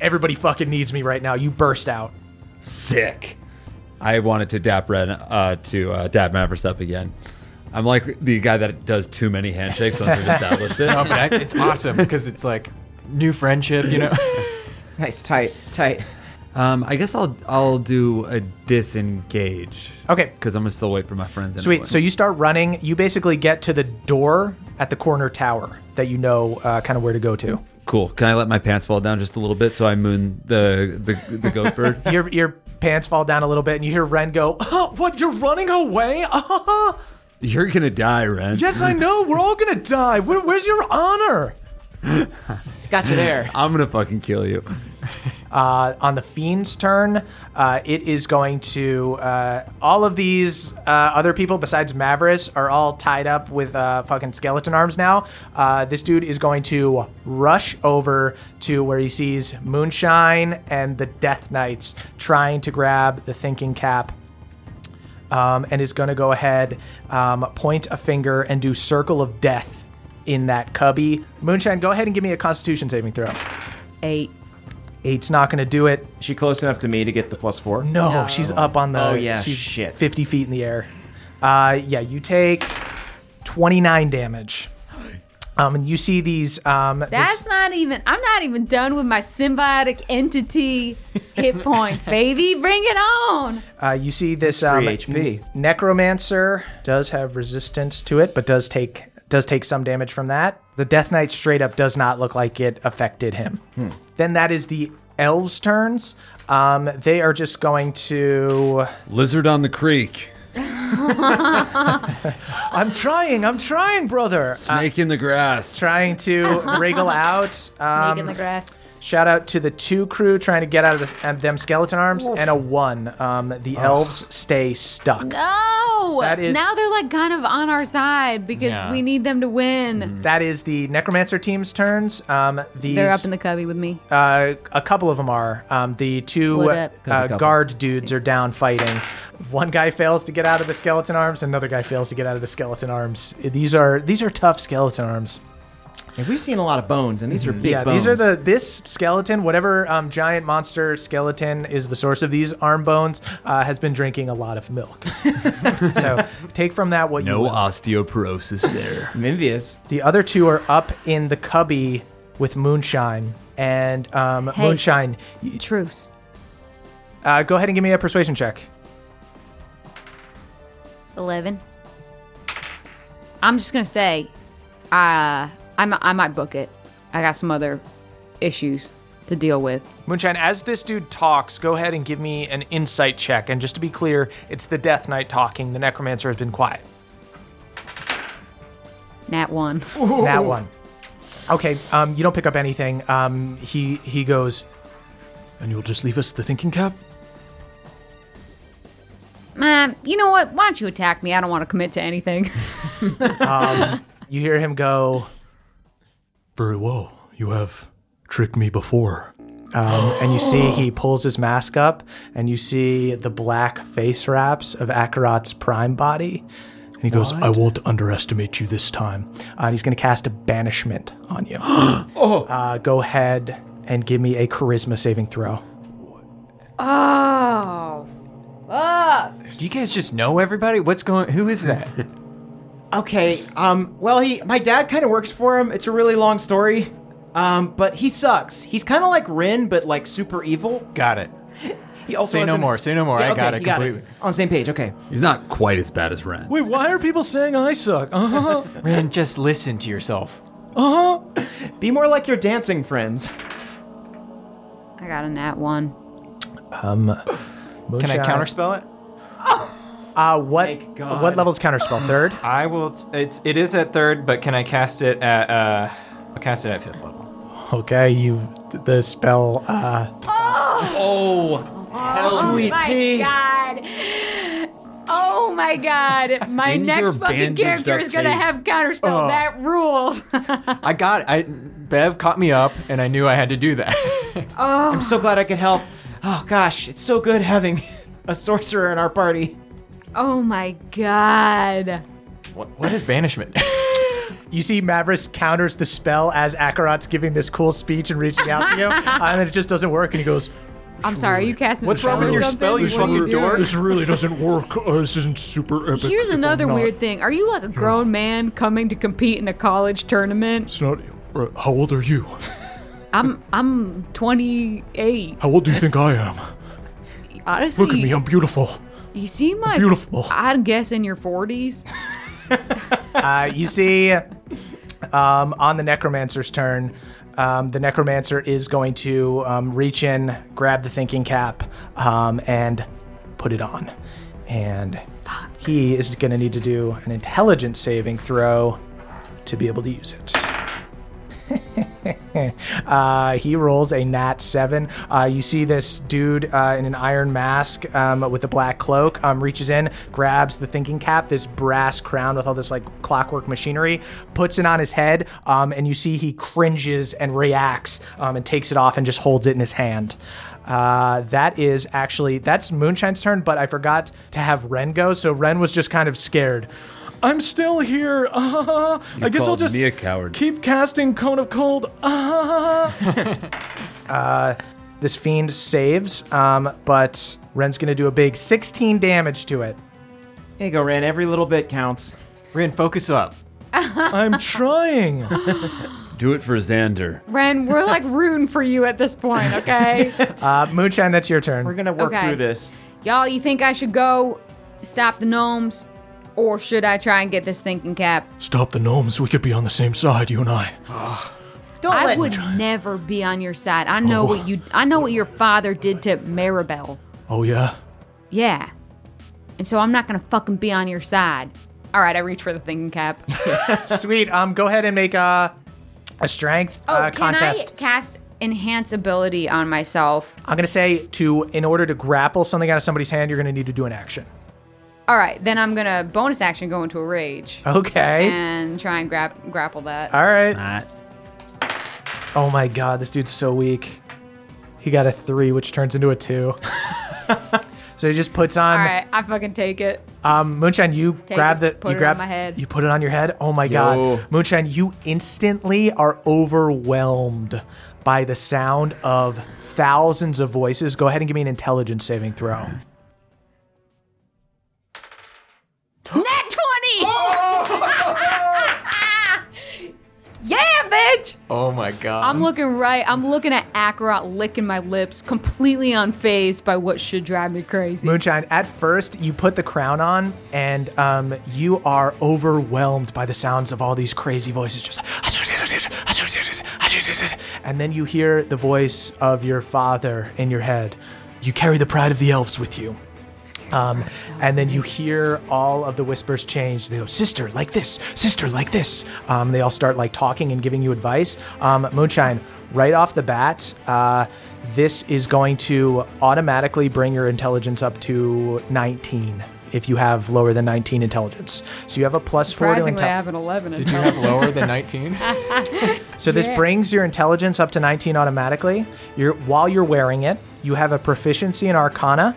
everybody fucking needs me right now. You burst out.
Sick. I wanted to dap Ren uh, to uh, dap Mavericks up again. I'm like the guy that does too many handshakes once we've established it.
No, but I, it's awesome because it's like new friendship, you know.
Nice, tight, tight.
Um, I guess I'll I'll do a disengage.
Okay.
Because I'm gonna still wait for my friends.
Sweet. So you start running. You basically get to the door at the corner tower that you know uh, kind of where to go to.
cool. Can I let my pants fall down just a little bit so I moon the the, the goat bird?
Your your pants fall down a little bit, and you hear Ren go, oh, "What? You're running away? Uh-huh.
You're gonna die, Ren.
Yes, I know. We're all gonna die. Where, where's your honor?"
It's got you there.
I'm gonna fucking kill you.
Uh, on the fiend's turn, uh, it is going to. Uh, all of these uh, other people besides Mavris are all tied up with uh, fucking skeleton arms now. Uh, this dude is going to rush over to where he sees Moonshine and the Death Knights trying to grab the thinking cap. Um, and is going to go ahead, um, point a finger, and do Circle of Death in that cubby. Moonshine, go ahead and give me a Constitution saving throw.
eight.
Eight's not going to do it.
Is she close enough to me to get the plus four?
No, she's up on the.
Oh, yeah,
she's
shit.
Fifty feet in the air. Uh, yeah, you take twenty-nine damage. Um, and you see these. Um, this-
That's not even. I'm not even done with my symbiotic entity hit points, baby. Bring it on.
uh, you see this. Um,
HP.
n- necromancer does have resistance to it, but does take does take some damage from that. The Death Knight straight up does not look like it affected him.
Hmm.
Then that is the elves' turns. Um, they are just going to.
Lizard on the creek,
I'm trying. I'm trying, brother. Uh,
snake in the grass.
trying to wriggle out.
Snake
Um,
in the grass.
Shout out to the two crew trying to get out of this, and them skeleton arms and a one. Um, the elves stay stuck.
No.
That is-
now they're like kind of on our side because
Yeah.
we need them to win.
That is the necromancer team's turns. Um, these
They're up in the cubby with me.
uh, a couple of them are. Um, the two
What up?
uh,
Couple.
guard dudes are down fighting. One guy fails to get out of the skeleton arms. Another guy fails to get out of the skeleton arms. These are these are tough skeleton arms.
And we've seen a lot of bones, and
Mm-hmm.
these are big
yeah,
bones.
these are the this skeleton, whatever um, giant monster skeleton is the source of these arm bones, uh, has been drinking a lot of milk. so take from that what you
No
will.
osteoporosis there.
I'm envious.
The other two are up in the cubby with Moonshine and um,
Hey.
Moonshine.
Truce.
Uh, go ahead and give me a persuasion check.
Eleven. I'm just gonna say, uh, I mi- I might book it. I got some other issues to deal with.
Moonshine, as this dude talks, go ahead and give me an insight check. And just to be clear, it's the Death Knight talking. The Necromancer has been quiet.
Nat one.
That one. Okay, um, you don't pick up anything. Um, he he goes, and you'll just leave us the thinking cap.
Man, you know what? Why don't you attack me? I don't want to commit to anything.
You hear him go,
Very well. You have tricked me before.
um, and you see he pulls his mask up, and you see the black face wraps of Akarat's prime body, and
he goes,
What?
I won't underestimate you this time.
Uh, and he's going to cast a banishment on you. oh. uh, go ahead and give me a charisma saving throw.
Oh, fuck.
Do you guys just know everybody? What's going? Who is that?
Okay. Um. Well, he, my dad, kind of works for him. It's a really long story. Um. But he sucks. He's kind of like Rin, but like super evil.
got it.
He also
Say no
has an-
more. Say no more.
Yeah,
I got
okay,
it
you
completely.
On the same page. Okay.
He's not quite as bad as Ren.
Wait, why are people saying I suck? Uh huh.
Ren, just listen to yourself.
Uh huh.
Be more like your dancing friends.
I got a nat one.
Um,
Can I
Moonshine-
counterspell it?
Uh, what,
God.
what level is counterspell? Third?
I will. It's it is at third, but can I cast it at uh, I'll cast it at fifth level.
Okay, you. The spell. Uh,
Oh my god. Oh my god. My
In your
next fucking
bandaged
character
up
is gonna
face.
have counterspell. That rules.
I got it. I Bev caught me up, and I knew I had to do that.
I'm so glad I could help. Oh gosh, it's so good having a sorcerer in our party.
oh my god.
what is banishment?
you see, Mavris counters the spell as Akarat's giving this cool speech and reaching out to you, and then it just doesn't work, and he goes,
I'm sorry, you casting
What's wrong with your spell, you
fucking dork?
This really doesn't work. Uh, this isn't super epic.
Here's
if I'm
another
not-
weird thing. Are you like a grown man coming to compete in a college tournament?
It's not. uh, How old are you?
I'm I'm 28.
How old do you think I am?
Honestly,
Look at me. I'm beautiful.
you seem like
Beautiful.
I'm guessing your 40s.
Uh, you see, um, on the necromancer's turn, um, the necromancer is going to um, reach in, grab the thinking cap, um, and put it on. And he is going to need to do an intelligence saving throw to be able to use it. Uh, he rolls a nat seven. Uh, you see this dude uh, in an iron mask um, with a black cloak um, reaches in, grabs the thinking cap, this brass crown with all this like clockwork machinery, puts it on his head, um, and you see he cringes and reacts um, and takes it off and just holds it in his hand. Uh, that is actually that's Moonshine's turn, but I forgot to have Ren go, so Ren was just kind of scared.
I'm still here. Uh, I guess I'll
called
just
me a coward.
keep casting Cone of Cold. Uh,
Uh, This fiend saves, um, but Ren's gonna do a big 16 damage to it.
There you go, Ren. Every little bit counts.
Ren, focus up.
I'm trying.
Uh,
Do it for Xander.
Ren, we're like rooting for you at this point, okay?
Uh, Moonshine, that's your turn.
We're gonna work
Okay.
through this.
Y'all, you think I should go stop the gnomes? Or should I try and get this thinking cap?
Stop the gnomes. We could be on the same side, you and I.
Don't
I
let
would never be on your side. I know
Oh.
what you I know what your father did to Maribel.
Oh yeah.
Yeah. And so I'm not gonna fucking be on your side. Alright, I reach for the thinking cap.
Uh, Sweet. Um, go ahead and make a a strength
Oh,
uh,
can
contest.
I cast enhance ability on myself?
I'm gonna say to in order to grapple something out of somebody's hand, you're gonna need to do an action.
Alright, then I'm gonna bonus action go into a rage.
Okay.
And try and grab grapple that.
All right. Oh my god, this dude's so weak. He got a three, which turns into a two. so he just puts on.
Alright, I fucking take it.
Um, Moonshine, you
Take
grab the
it, put
you
it
grab
on my head.
you put it on your head. Oh my
Yo.
god, Moonshine, you instantly are overwhelmed by the sound of thousands of voices. Go ahead and give me an intelligence saving throw.
Nat 20! yeah, bitch!
Oh my god.
I'm looking right. I'm looking at Akarat licking my lips, completely unfazed by what should drive me crazy.
Moonshine, at first, you put the crown on, and um, you are overwhelmed by the sounds of all these crazy voices. Just and then you hear the voice of your father in your head. You carry the pride of the elves with you. Um, and then you hear all of the whispers change. They go, "Sister, like this. Sister, like this." Um, they all start like talking and giving you advice. Um, Moonshine, right off the bat, uh, this is going to automatically bring your intelligence up to 19 if you have lower than 19 intelligence. So you have a plus four to
Surprisingly, I
intelligence.
have an 11
Did you have lower than 19?
So this
Yeah.
brings your intelligence up to 19 automatically. You're while you're wearing it, you have a proficiency in Arcana.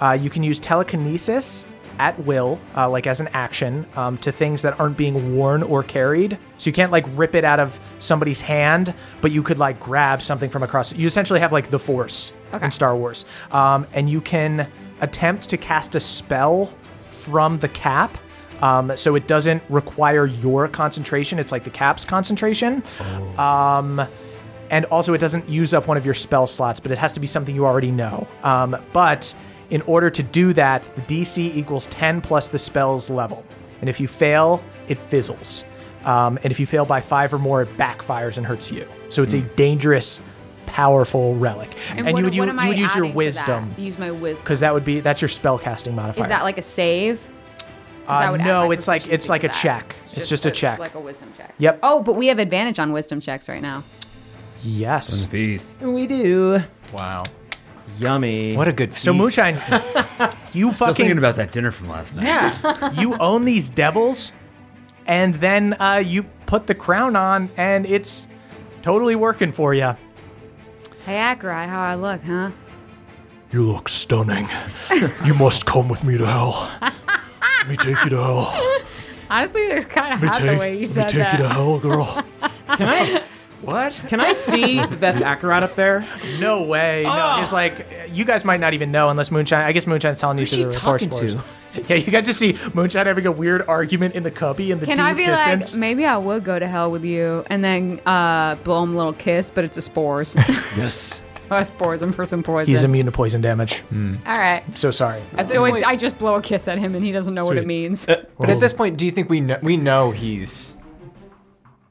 Uh, you can use telekinesis at will, uh, like as an action, um, to things that aren't being worn or carried. So you can't like rip it out of somebody's hand, but you could like grab something from across. You essentially have like the Force in Star Wars, um, and you can attempt to cast a spell from the cap. Um, so it doesn't require your concentration. It's like the cap's concentration. Um, and also, it doesn't use up one of your spell slots, but it has to be something you already know. Um, but in order to do that, the DC equals 10 plus the spell's level. And if you fail, it fizzles. Um, and if you fail by five or more, it backfires and hurts you. So it's a dangerous, powerful relic.
Hmm. And, what,
you would, u-
what am
you
I
would use
adding
your
to that?
wisdom
Use my wisdom.
because that would be that's your spellcasting modifier.
Is that like a save? 'Cause that
uh,
would add
no,
my
it's like it's like a check. It's, just, a, check.
Like a wisdom check.
Yep.
Oh, but we have advantage on wisdom checks right now.
Yes.
We do.
Wow.
Yummy.
What a good
So
feast.
moonshine, you
Still thinking
fucking
about that dinner from last night.
yeah, you own these devils, and then uh, you put the crown on, and it's totally working for you.
Hey, Ackroyd, how I look, huh?
You look stunning. you must come with me to hell. Let me take you to hell.
Honestly, it's kind of
Let me
hot
take,
the way you
let
said
me
that.
take you to
Oh,
hell, girl.
Can I?
What?
Can I see that that's Akarat up there?
No way.
Oh.
No, it's like you guys might not even know unless Moonshine. I guess Moonshine's telling you
Who's
through
she
the horse
talking
floors.
to?
Yeah, you guys just see Moonshine having a weird argument in the cubby in the
Can
deep
I be
distance.
like, maybe I would go to hell with you, and then uh, blow him a little kiss, but it's a spores.
Yes.
so I spores him for some poison.
He's immune to poison damage.
Hmm.
All right.
So sorry.
so it's, I just blow a kiss at him, and he doesn't know what it means.
But at this point, do you think we know, we know he's?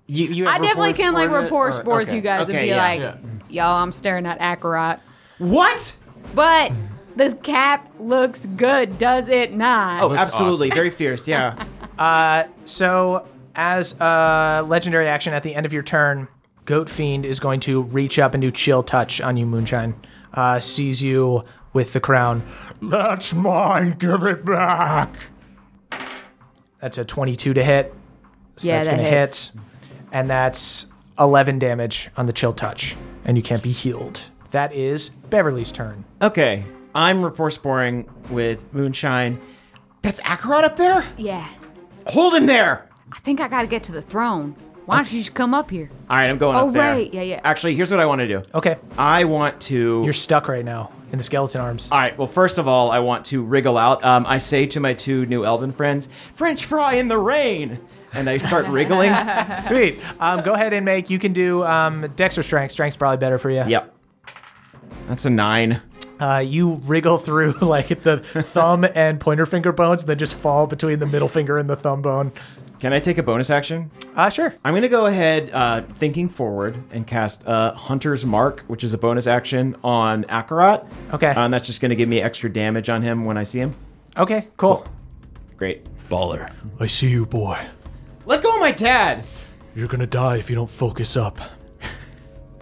You, you
I
have
definitely
reports
can like
on it,
report
or-
spores
okay.
you guys and
Okay,
be
yeah.
like,
Yeah.
y'all, I'm staring at Akarat.
What?
But the cap looks good, does it not?
Oh, absolutely. Very fierce. Yeah.
So, as a legendary action at the end of your turn, Goat Fiend is going to reach up and do chill touch on you, Moonshine. Uh, sees you with the crown.
That's mine. Give it back.
That's a 22 to hit. So
Yeah,
that's
that
going to
hits.
hit. And that's 11 damage on the chill touch. And you can't be healed. That is Beverly's turn.
Okay. I'm rapport sporing with Moonshine. That's Akarat up there?
Yeah.
Hold him there.
I think I gotta get to the throne. Why don't you just come up here?
All right, I'm going
Oh,
up there.
right. Yeah, yeah.
Actually, here's what I want to do.
Okay.
I want to.
You're stuck right now in the skeleton arms.
All right. Well, first of all, I want to wriggle out. Um, I say to my two new elven friends, "French fry in the rain," and I start wriggling.
Sweet. Um, go ahead and make. You can do um, Dex or Strength. Strength's probably better for you.
Yep. That's a nine.
Uh, you wriggle through like the thumb and pointer finger bones, and then just fall between the middle finger and the thumb bone.
Can I take a bonus action?
Uh, sure.
I'm going to go ahead, uh, thinking forward, and cast uh, Hunter's Mark, which is a bonus action on Akarat.
Okay.
Uh, and that's just going to give me extra damage on him when I see him.
Okay, cool.
Great.
Baller.
I see you, boy.
Let go of my dad.
You're gonna die if you don't focus up.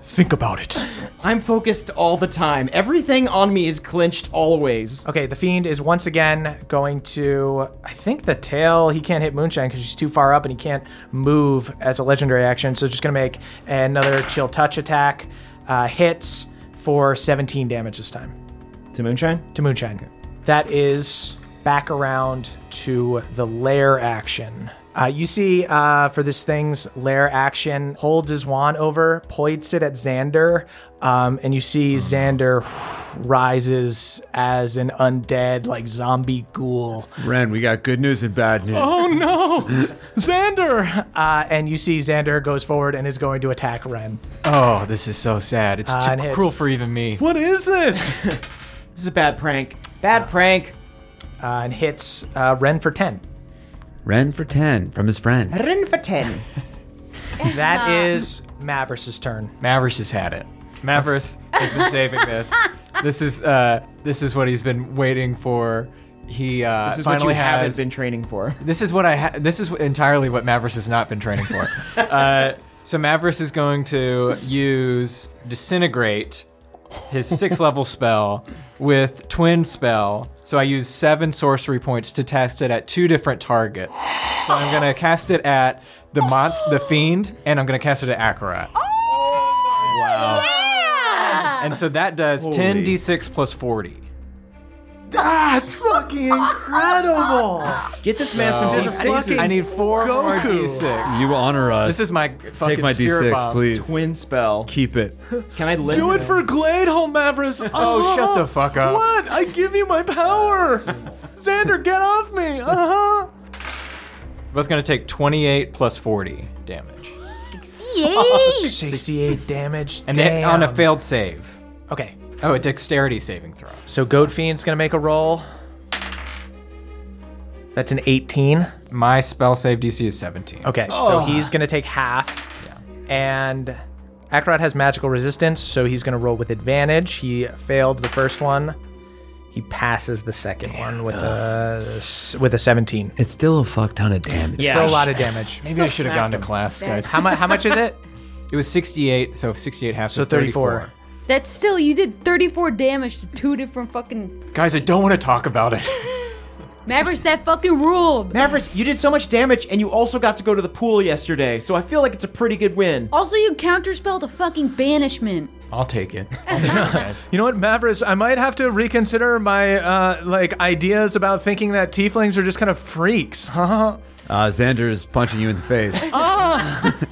Think about it.
I'm focused all the time. Everything on me is clenched always.
Okay, the fiend is once again going to. I think the tail. He can't hit Moonshine because she's too far up, and he can't move as a legendary action. So just gonna make another chill touch attack. Uh, hits for 17 damage this time
To Moonshine?
to Moonshine. That is back around to the lair action. Uh, you see, uh, for this thing's lair action, holds his wand over, points it at Xander, um, and you see Xander rises as an undead, like zombie ghoul.
Ren, we got good news and bad news.
Oh no, Xander! Uh, and you see Xander goes forward and is going to attack Ren.
Oh, this is so sad. Uh, It's
and
too
hits.
cruel for even me.
What is this? uh,
This Oh. is a bad prank. Bad prank.
and hits uh, Ren for 10.
Ren for 10 from his friend.
Rin for 10.
That is Mavericks' turn.
Mavericks has had it. Mavericks has been saving this. This is uh, this is what he's been waiting for. He uh,
This is what
finally
you haven't
has.
been training for.
this is what I. Ha- this is entirely what Mavericks has not been training for. uh, so Mavericks is going to use disintegrate, his sixth level spell with twin spell. So I use seven sorcery points to cast it at two different targets. So I'm gonna cast it at the monst, the fiend, and I'm gonna cast it at Akarat.
Wow.
And so that does 10d6 plus 40.
That's fucking incredible.
Get this man some
I need-
D6s.
I need four more D6.
You honor us.
This is
Uh,
my
Take
fucking
my D6,
spirit bomb.
please.
Twin spell.
Keep it.
Can I live?
Do it for Glade, Mavericks.
Oh, shut the fuck up.
What? I give you my power. Xander, get off me. Uh huh.
Both gonna take 28 plus 40 damage.
68 damage.
And then on a
Damn.
failed save.
Okay.
Oh, a dexterity saving throw.
So Goat Fiend's gonna make a roll. That's an 18.
My spell save DC is 17.
Okay,
Oh.
so he's gonna take half. And Akrod has magical resistance, so he's gonna roll with advantage. He failed the first one. He passes the second one with a s- with a 17.
It's still a fuck ton of damage.
Still a lot of damage.
Maybe I should have gone to class, guys.
How much? How much is it?
It was 68, so if 68 half,
So 34.
That's still you did 34 damage to two different fucking
Guys, I don't want to talk about it.
Mavericks. That fucking ruled.
Mavericks, you did so much damage, and you also got to go to the pool yesterday, so I feel like it's a pretty good win.
Also, you counterspelled a fucking banishment.
I'll take it.
Oh, You know what, Mavericks? I might have to reconsider my uh, like ideas about thinking that tieflings are just kind of freaks, huh?
Uh, Xander is punching you in the face.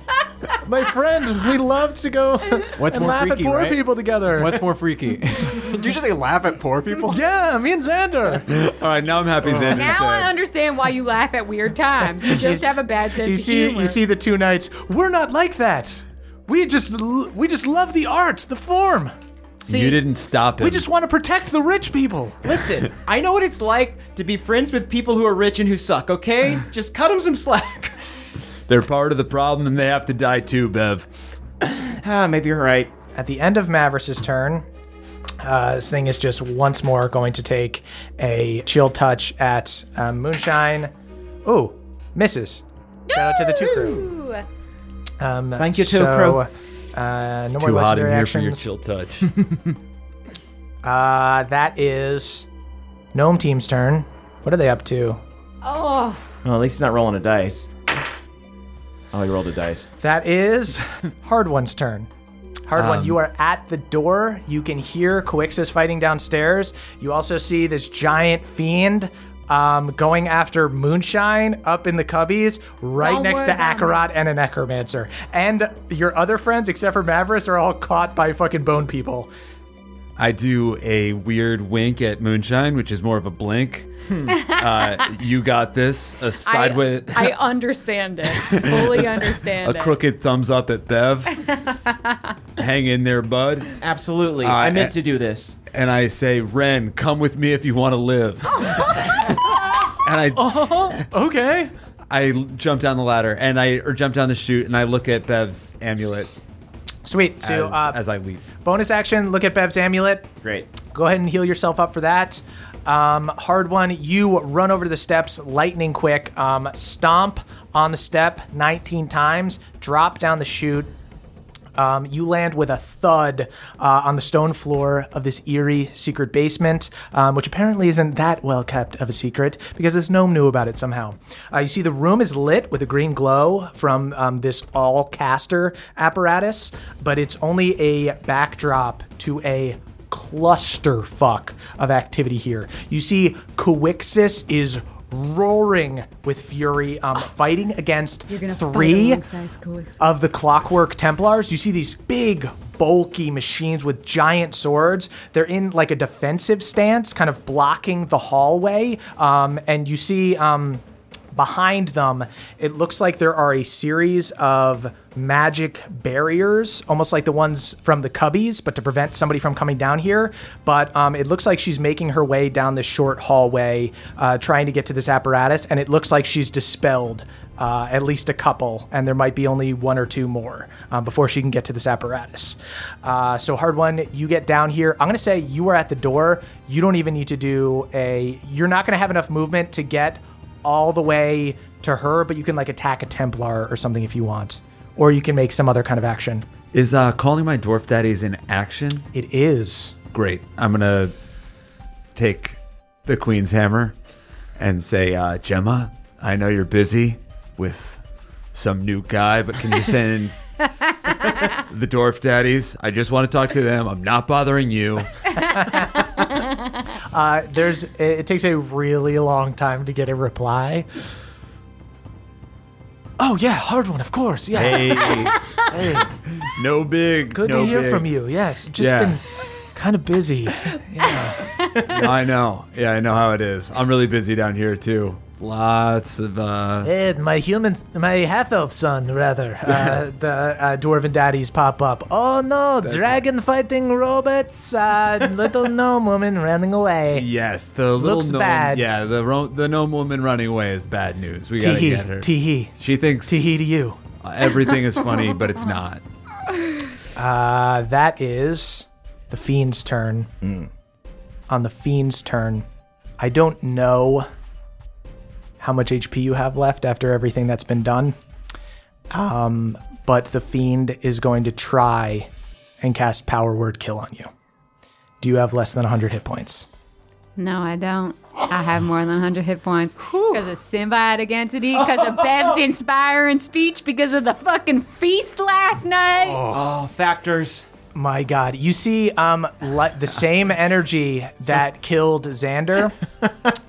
My friend, we love to go
What's
and
more
laugh
freaky,
at poor
right?
people together.
What's more freaky? Do you just say laugh at poor people?
yeah, me and Xander.
All right, now I'm happy Xander's
Now
dead.
I understand why you laugh at weird times. You just have a bad sense
you
of
see
humor.
you see the two knights we're not like that we just l- we just love the art the form
you didn't stop him.
we just want to protect the rich people
Listen, I know what it's like to be friends with people who are rich and who suck, okay? Just cut them some slack.
They're part of the problem and they have to die too, Bev.
ah, maybe you're right.
at the end of Maverick's turn uh, this thing is just once more going to take a chill touch at um, moonshine oh misses shout out to the two crew
Ooh.
um,
Thank you, Two
so,
Crew.
uh, no more
Too hot in
legendary
here for your
actions.
chill touch.
uh, that is gnome team's turn what are they up to
Oh,
Well, at least he's not rolling a dice. Oh, he rolled a dice.
That is Hard One's turn. Hard One, you are at the door. You can hear Coixis fighting downstairs. You also see this giant fiend um, going after Moonshine up in the cubbies, right
Don't
next
worry
to
about me.
Akarot and a Necromancer. And your other friends, except for Mavericks, are all caught by fucking bone people.
I do a weird wink at Moonshine, which is more of a blink. uh, you got this. A
Hmm. I,
sideways,
I understand it. Fully understand
a
it.
crooked thumbs up at Bev. Hang in there, bud.
Absolutely.
Uh,
I meant
eh.
to do this.
And I say, Ren, come with me if you want to live. and I,
Okay.
I jump down the ladder and I or jump down the chute and I look at Bev's amulet
Sweet. So,
as,
uh,
as I leap.
bonus action look at Bev's amulet.
Great.
Go ahead and heal yourself up for that. Um, hard one. You run over the steps lightning quick. Um, stomp on the step 19 times. Drop down the chute. Um, you land with a thud uh, on the stone floor of this eerie secret basement, um, which apparently isn't that well kept of a secret because this gnome knew about it somehow. Uh, you see, the room is lit with a green glow from um, this all caster apparatus, but it's only a backdrop to a clusterfuck of activity here. You see, Coixis is roaring with fury, um, fighting against three of the clockwork Templars. You see these big, bulky machines with giant swords. They're in like a defensive stance, kind of blocking the hallway. Um, and you see um, behind them, it looks like there are a series of magic barriers, almost like the ones from the cubbies, but to prevent somebody from coming down here. But um, it looks like she's making her way down this short hallway, uh, trying to get to this apparatus, and it looks like she's dispelled uh, at least a couple, and there might be only one or two more um, before she can get to this apparatus. Uh, so, hard one, you get down here. I'm going to say you are at the door. You don't even need to do a. You're not going to have enough movement to get all the way to her, but you can like attack a Templar or something if you want, or you can make some other kind of action.
Is uh, calling my dwarf daddies in action?
It is.
Great. I'm gonna take the queen's hammer and say, uh, Gemma, I know you're busy with some new guy, but can you send the dwarf daddies? I just want to talk to them. I'm not bothering you.
Uh, there's. It, it takes a really long time to get a reply. Oh yeah, hard one, of course. Yeah.
Hey.
Hey.
No big.
Good
no
to hear
big.
from you. Yes, just
Yeah.
been kind of busy.
No, I know. Yeah, I know how it is. I'm really busy down here too. Lots of uh
And my human, my half elf son, rather, uh, the uh, dwarven daddies pop up. Oh no,
That's
dragon fighting robots, uh, little gnome woman running away.
Yes, the little
Looks
gnome.
bad.
Yeah, the ro- the gnome woman running away is bad news. We gotta
Tee-hee,
get her.
tee-hee.
She thinks
tee to you.
everything is funny, but it's not.
Uh, that is the fiend's turn. On the fiend's turn, I don't know how much HP you have left after everything that's been done. Um, but the fiend is going to try and cast Power Word Kill on you. Do you have less than 100 hit points?
No, I don't. I have more than 100 hit points because of symbiotic entity, because of Bev's inspiring speech, because of the fucking feast last night.
Oh, factors. My God, you see, um, li- the same energy that killed Xander,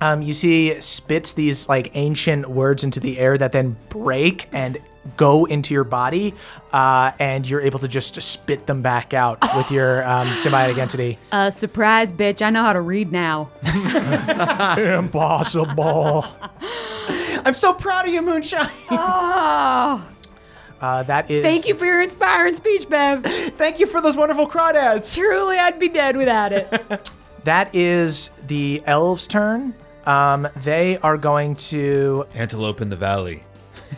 um, you see spits these like ancient words into the air that then break and go into your body, uh, and you're able to just spit them back out with your um, symbiotic entity.
Uh, surprise, bitch! I know how to read now.
Impossible.
I'm so proud of you, Moonshine.
Oh,
Uh, that is.
thank you for your inspiring speech, Bev.
thank you for those wonderful crawdads.
Truly, I'd be dead without it.
That is the elves' turn. Um, they are going to
Antelope in the valley.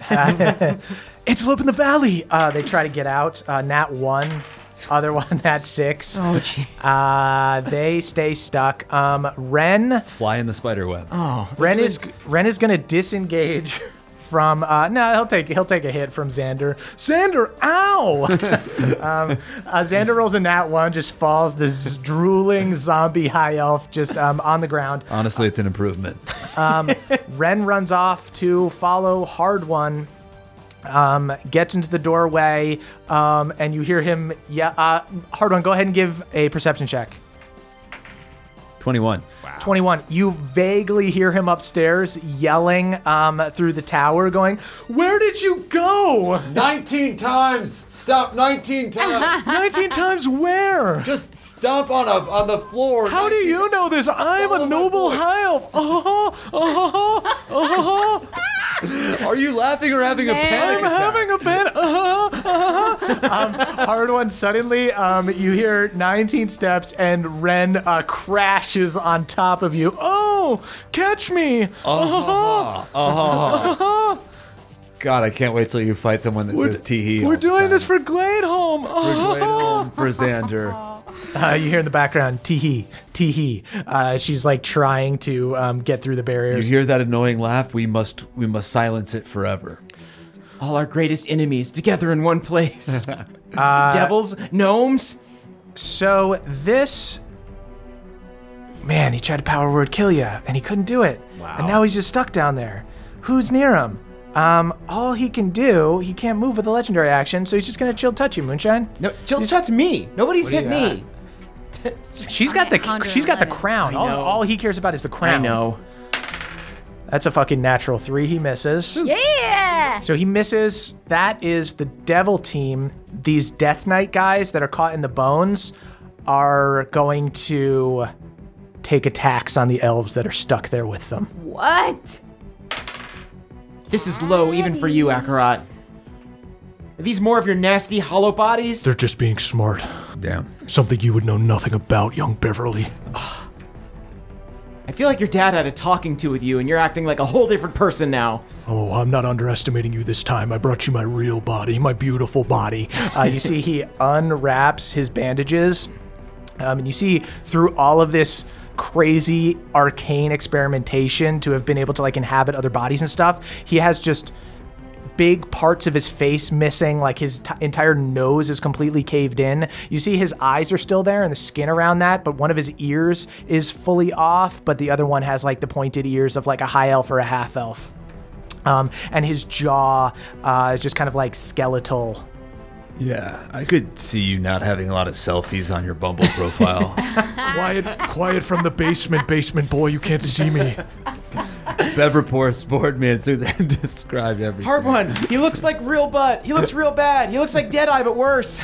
Antelope in the Valley. Uh, they try to get out. Uh, nat one, other one nat six.
Oh, jeez.
Uh, they stay stuck. Um, Ren.
Fly in the spider web.
Oh, Ren is Ren is gonna disengage from. Uh, no, he'll take he'll take a hit from Xander. Xander, ow! um, uh, Xander rolls a nat one, just falls. This just drooling zombie high elf just um, on the ground.
Honestly, it's an improvement.
Um, Ren runs off to follow Hard One. Um, gets into the doorway, um, and you hear him. Yeah, uh, Hard One, go ahead and give a perception check.
Twenty-one.
21. You vaguely hear him upstairs yelling um, through the tower, going, Where did you go?
19 times. Stop 19 times.
19 times where?
Just stomp on a on the floor.
How do you know this? I'm a noble high elf.
Uh-huh,
Oh, oh, oh, oh.
Are you laughing or having a panic
I'm
attack?
having a panic. Uh-huh, uh-huh. um, hard one. Suddenly, um, you hear 19 steps, and Ren uh, crashes on top of you. Oh, catch me!
Oh.
Uh-huh.
Uh-huh.
Uh-huh.
God, I can't wait till you fight someone that says tee
We're doing this for Glade Home.
for Xander.
Uh, you hear in the background, tee hee, tee hee. Uh, she's like trying to um, get through the
You
barriers.
hear that annoying laugh? We must we must silence it forever.
All our greatest enemies together in one place. Devils, gnomes.
So this man, he tried to power word kill you, and he couldn't do it.
Wow.
And now he's just stuck down there. Who's near him? Um, all he can do, he can't move with a legendary action, so he's just gonna chill touch you, Moonshine.
No, chill touch me. Nobody's
What do
hit
you
me.
She's got the she's got the crown.
I
All,
know.
all he cares about is the crown.
I know.
That's a fucking natural three. He misses.
yeah.
So he misses. That is the devil team. These Death Knight guys that are caught in the bones are going to take attacks on the elves that are stuck there with them.
What?
This is low even for you, Akarat. Are these more of your nasty hollow bodies?
They're just being smart.
Damn.
Something you would know nothing about, young Beverly.
I feel like your dad had a talking to with you, and you're acting like a whole different person now.
Oh, I'm not underestimating you this time. I brought you my real body, my beautiful body.
Uh, you see, he unwraps his bandages, um, and you see through all of this crazy arcane experimentation to have been able to like inhabit other bodies and stuff. He has just big parts of his face missing, like his t- entire nose is completely caved in. You see his eyes are still there and the skin around that, but one of his ears is fully off, but the other one has like the pointed ears of like a high elf or a half elf. Um, and his jaw uh, is just kind of like skeletal
Yeah, I could see you not having a lot of selfies on your Bumble profile.
Quiet, quiet from the basement, basement boy. You can't see me.
Bev reports board man, so that described everything.
Part one. He looks like real butt. He looks real bad. He looks like Deadeye, but worse.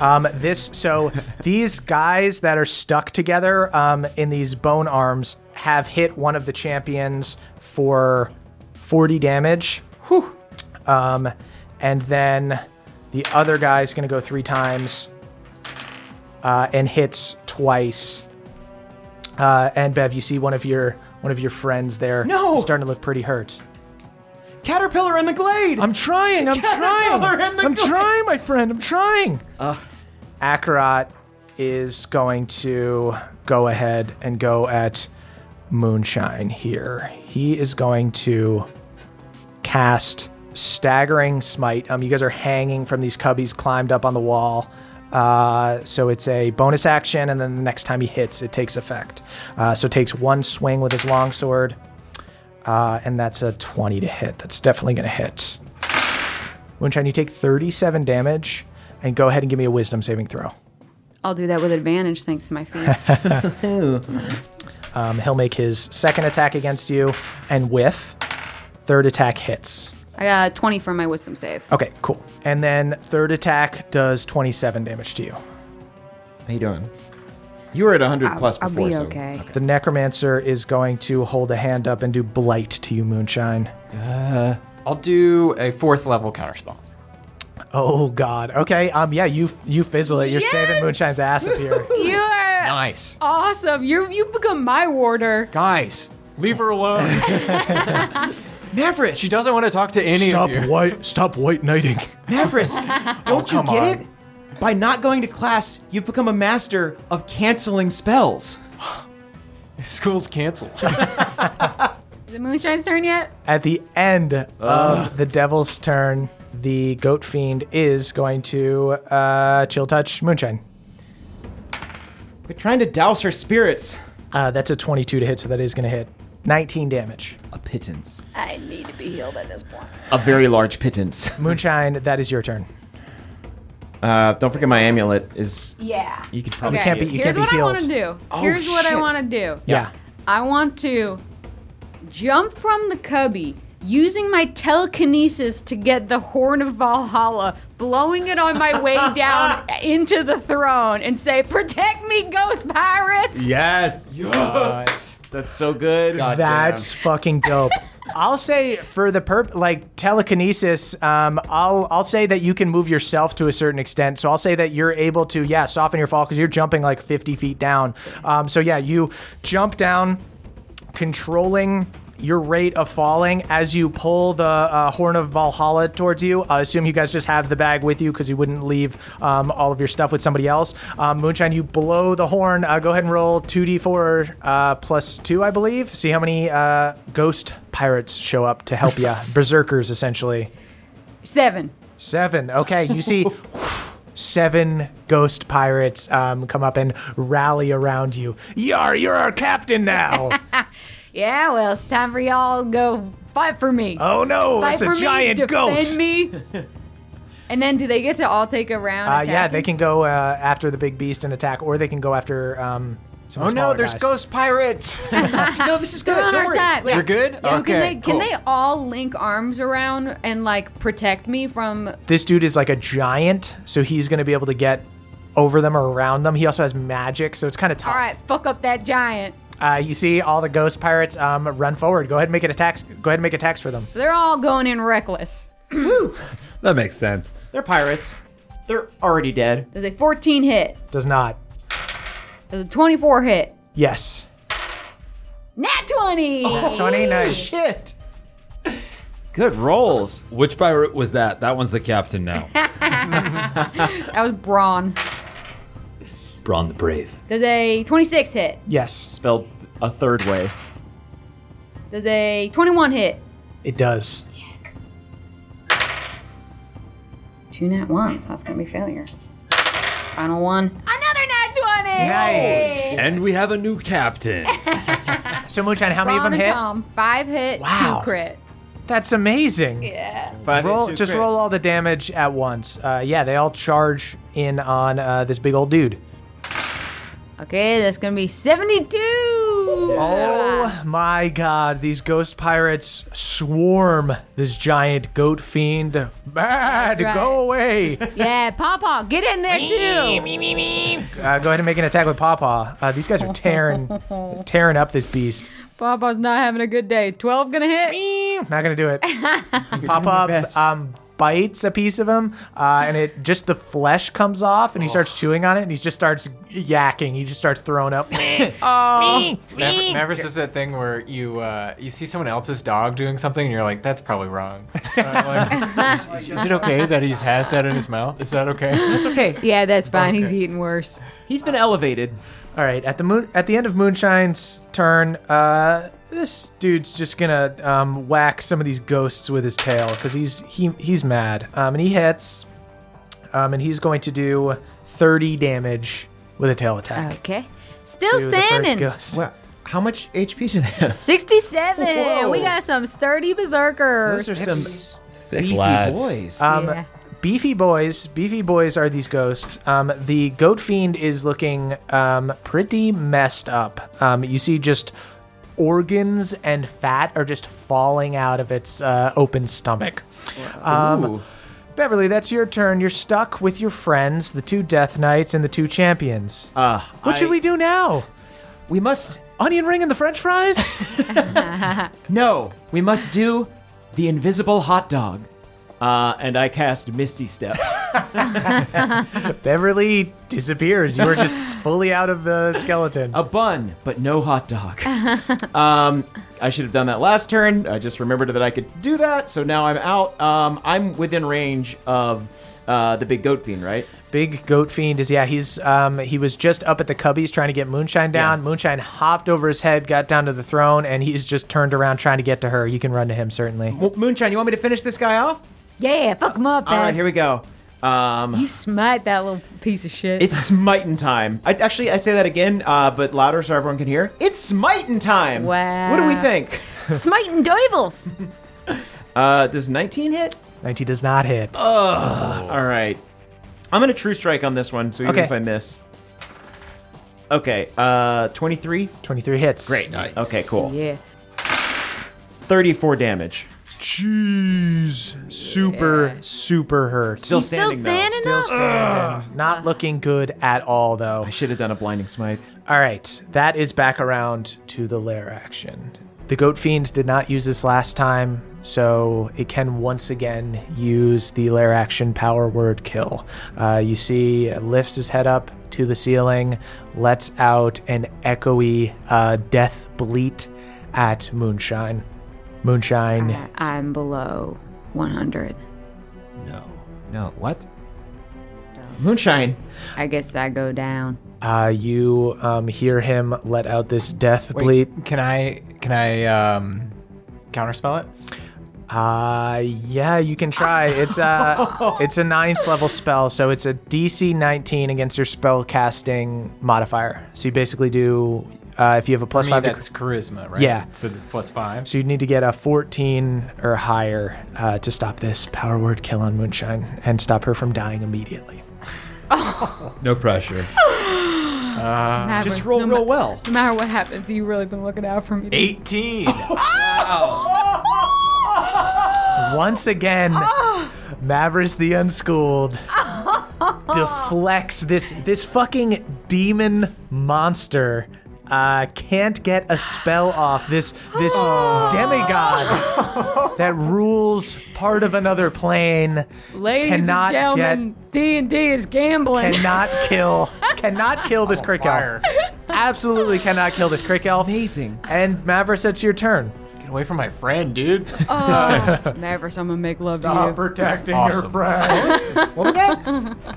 Um, this so these guys that are stuck together um, in these bone arms have hit one of the champions for 40 damage. Whew. Um, and then the other guy's going to go three times uh, and hits twice. Uh, and Bev, you see one of your one of your friends there.
No!
starting to look pretty hurt.
Caterpillar in the glade.
I'm trying. I'm
Caterpillar
trying.
in the
I'm
glade.
trying, my friend. I'm trying.
Akarat is going to go ahead and go at Moonshine here. He is going to cast Staggering Smite. Um, you guys are hanging from these cubbies climbed up on the wall. Uh, so it's a bonus action, and then the next time he hits, it takes effect. Uh, so takes one swing with his longsword, uh, and that's a 20 to hit. That's definitely going to hit. Moonshine, you take 37 damage and go ahead and give me a wisdom saving throw.
I'll do that with advantage thanks to my feast.
Um, he'll make his second attack against you and whiff. Third attack hits.
I got a 20 for my wisdom save.
Okay, cool. And then third attack does 27 damage to you.
How you doing? You were at 100 plus
I'll
before,
be
so-
okay.
The necromancer is going to hold a hand up and do blight to you, Moonshine.
Uh, I'll do a fourth level counterspell.
Oh God. Okay. Um. Yeah. You you fizzle it. You're saving Moonshine's ass up here.
You are
Nice.
Uh, awesome. You you become my warder.
Guys, leave her alone. Maverick. She doesn't want to talk to any
Stop
of you.
white. Stop white knighting.
Mavris, don't you
Oh, come
get
on.
it? By not going to class, you've become a master of canceling spells.
School's canceled.
Is it Moonshine's turn yet?
At the end of the devil's turn, the goat fiend is going to uh, chill touch Moonshine.
We're trying to douse her spirits.
Uh, that's a 22 to hit, so that is going to hit. 19 damage.
A pittance.
I need to be healed at this point.
A very large pittance.
Moonshine, that is your turn.
Uh, don't forget my amulet is.
Yeah.
You could probably
Okay,
can't be- you
Here's
can't be
what I want to
healed.
do. Here's what I
shit.
want to do.
Yeah.
I want to jump from the cubby using my telekinesis to get the horn of Valhalla, blowing it on my way down into the throne and say, "Protect me, ghost pirates!"
Yes.
That's so good.
That's fucking dope. I'll say for the perp like telekinesis, um, I'll I'll say that you can move yourself to a certain extent. So I'll say that you're able to yeah soften your fall because you're jumping like 50 feet down. Um, so yeah, you jump down, controlling your rate of falling as you pull the uh, horn of Valhalla towards you. I assume you guys just have the bag with you because you wouldn't leave um, all of your stuff with somebody else. Um, Moonshine, you blow the horn. Uh, go ahead and roll 2d4 uh, plus 2, I believe. See how many uh, ghost pirates show up to help you. Berserkers, essentially.
Seven.
Seven. Okay, you see seven ghost pirates um, come up and rally around you. Yar, you're our captain now.
Yeah. Well, it's time for y'all to go fight for me.
oh no,
fight
it's
for
a giant
me, defend
goat.
me. And then, do they get to all take a round?
Uh, yeah, they
attacking?
can go uh, after the big beast and attack, or they can go after. Um, some
Oh no,
smaller
there's
guys.
ghost pirates.
no, this is good.
They're on
Don't
our
worry.
side.
You're good?
Yeah,
Okay,
Can they,
cool.
can they all link arms around and like protect me from?
This dude is like a giant, so he's going to be able to get over them or around them. He also has magic, so it's kind of tough.
All right, fuck up that giant.
Uh, you see all the ghost pirates um, run forward. Go ahead and make an attacks. Go ahead and make attacks for them.
So they're all going in reckless.
That makes sense.
They're pirates. They're already dead.
Does a 14 hit?
Does not.
Does a 24 hit?
Yes.
Nat 20.
Twenty nice.
Shit. Good rolls.
Which pirate was that? That one's the captain now.
That was brawn.
Braun the Brave.
Does a 26 hit?
Yes,
Spelled a third way.
Does a 21 hit?
it does.
Two nat ones. That's gonna be failure. Final one. Another nat 20.
Nice.
And we have a new captain.
So Moonshine, how many of them
Brawn and
hit?
Tom. Five hit,
Wow.
two crit.
That's amazing.
Yeah.
Five and
roll,
two
just
crit.
roll all the damage at once. Uh, yeah, they all charge in on uh, this big old dude.
Okay, that's gonna be 72.
Oh my god, these ghost pirates swarm this giant goat fiend. Bad,
That's right.
go away.
Yeah, Pawpaw, get in there too.
Uh, go ahead and make an attack with Pawpaw. Uh, these guys are tearing, tearing up this beast.
Pawpaw's not having a good day. 12 gonna hit.
Not gonna do it. Pawpaw um, bites a piece of him, uh, and it just the flesh comes off, and he starts chewing on it, and he just starts yakking. He just starts throwing up.
Oh.
Maver- Mavericks is that thing where you uh, you see someone else's dog doing something and you're like, that's probably wrong. Like, is, is it okay that he has that in his mouth? Is that okay?
It's okay.
Yeah, that's fine. He's eating worse.
He's been elevated.
All right, at the moon, at the end of Moonshine's turn, uh, this dude's just gonna um, whack some of these ghosts with his tail because he's he he's mad, um, and he hits, um, and he's going to do thirty damage with a tail attack.
Okay. Oh. Still
to the first
standing.
ghost.
How much HP did that?
67.
Whoa.
We got some sturdy berserkers.
Those are some
Thick
beefy
lads.
boys.
Um,
Yeah.
Beefy boys, beefy boys are these ghosts. Um, the goat fiend is looking um, pretty messed up. Um, you see, just organs and fat are just falling out of its uh, open stomach. Um,
Ooh.
Beverly, that's your turn. You're stuck with your friends, the two Death Knights and the two champions.
Uh,
what
I-
should we do now?
We must.
Onion ring and the French fries?
No, we must do the invisible hot dog. Uh, and I cast Misty Step.
Beverly disappears. You are just fully out of the skeleton.
A bun, but no hot dog. um, I should have done that last turn. I just remembered that I could do that, so now I'm out. Um, I'm within range of uh, the big goat fiend, right?
Big goat fiend is yeah. He's um he was just up at the cubbies trying to get Moonshine down. Moonshine hopped over his head, got down to the throne, and he's just turned around trying to get to her. You can run to him certainly.
Mo- Moonshine, you want me to finish this guy off?
Yeah, fuck him up,
All right,
man.
here we go. Um,
Uh, you smite that little piece of shit.
it's smiting time. I actually I say that again, uh, but louder so everyone can hear. It's smiting time.
Wow.
What do we think?
smiting devils.
Uh, does 19 hit?
Nineteen does not hit.
All right. I'm gonna true strike on this one, so even
Okay.
if I miss. Okay, uh, 23.
Twenty three hits.
Great. Nice. Okay, cool.
Yeah.
34 damage.
Jeez, super super hurt.
Still
He's still
standing
standing
though.
up.
standing. Not looking good at all though.
I should have done a blinding smite.
All right, that is back around to the lair action. The Goat Fiend did not use this last time, so it can once again use the lair action power word kill. Uh, you see, it lifts his head up to the ceiling, lets out an echoey uh, death bleat at Moonshine. Moonshine,
I- I'm below 100.
No. No. What?
Moonshine.
I guess I go down.
uh, you um, hear him let out this death
Wait,
bleat.
Can I can I um, counterspell it?
Uh, yeah, you can try. It's a it's a ninth level spell, so it's a DC 19 against your spell casting modifier. So you basically do uh, if you have a plus
I mean,
five, to-
that's charisma, right?
Yeah.
So this plus five.
so you need to get a 14 or higher uh, to stop this power word kill on Moonshine and stop her from dying immediately.
No pressure.
Uh, Just roll real well.
No matter what happens, you really been looking out for me.
18.
Once again, Mavericks the Unschooled deflects this this fucking demon monster. Uh, can't get a spell off this this demigod that rules part of another plane
Ladies
cannot
and gentlemen, D and D is gambling.
cannot kill cannot kill this crick elf absolutely cannot kill this crick elf
Amazing.
and Mavericks it's your turn
Get away from my friend, dude.
oh, Mavericks, I'm gonna make love to you.
Uh, protecting
Awesome.
friend
What was that?
Uh,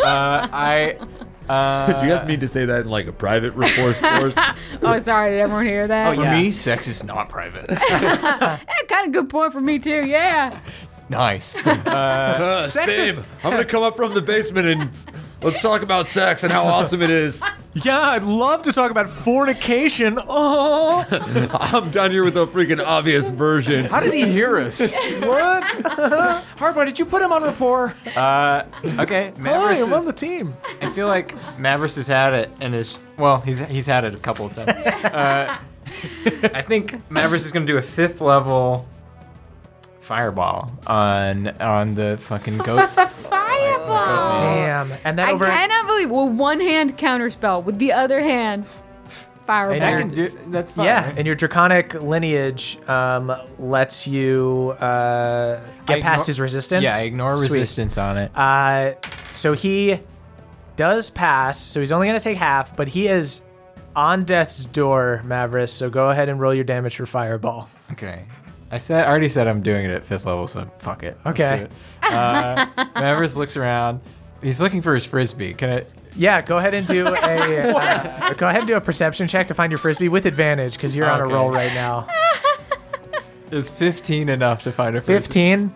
I
Do you guys mean to say that in like a private report course?
Oh, sorry, did everyone hear that?
Oh, yeah.
me, sex is not private.
Eh, kind of good point for me too. Yeah.
nice.
Uh, Same. I'm gonna come up from the basement and let's talk about sex and how awesome it is.
Yeah, I'd love to talk about fornication. Oh,
I'm down here with a freaking obvious version.
How did he hear us?
what? Hardboy, did you put him on rapport?
Uh, okay, Mavericks.
Hi, I'm on
is-
the team.
I feel like Mavericks has had it and is well, he's he's had it a couple of times. Uh, I think Mavericks is gonna do a fifth level fireball on on the fucking goat.
Fireball.
Damn. And that
I
over.
cannot believe well, one hand counterspell with the other hand fireball.
And I can
do that's fine.
Yeah, and your draconic lineage um, lets you uh, get
I
past
ignore-
his resistance.
Yeah, I ignore
Sweet.
resistance on it.
Uh, so he does pass. So he's only going to take half, but he is on death's door, Mavericks. So go ahead and roll your damage for fireball.
Okay. I said I already said I'm doing it at fifth level, so fuck it. Let's
Okay.
do it. Uh, Mavericks looks around. He's looking for his frisbee. Can I?
Yeah, go ahead and do a uh, go ahead and do a perception check to find your frisbee with advantage because you're on a
Okay.
roll right now.
Is 15 enough to find a frisbee?
Fifteen,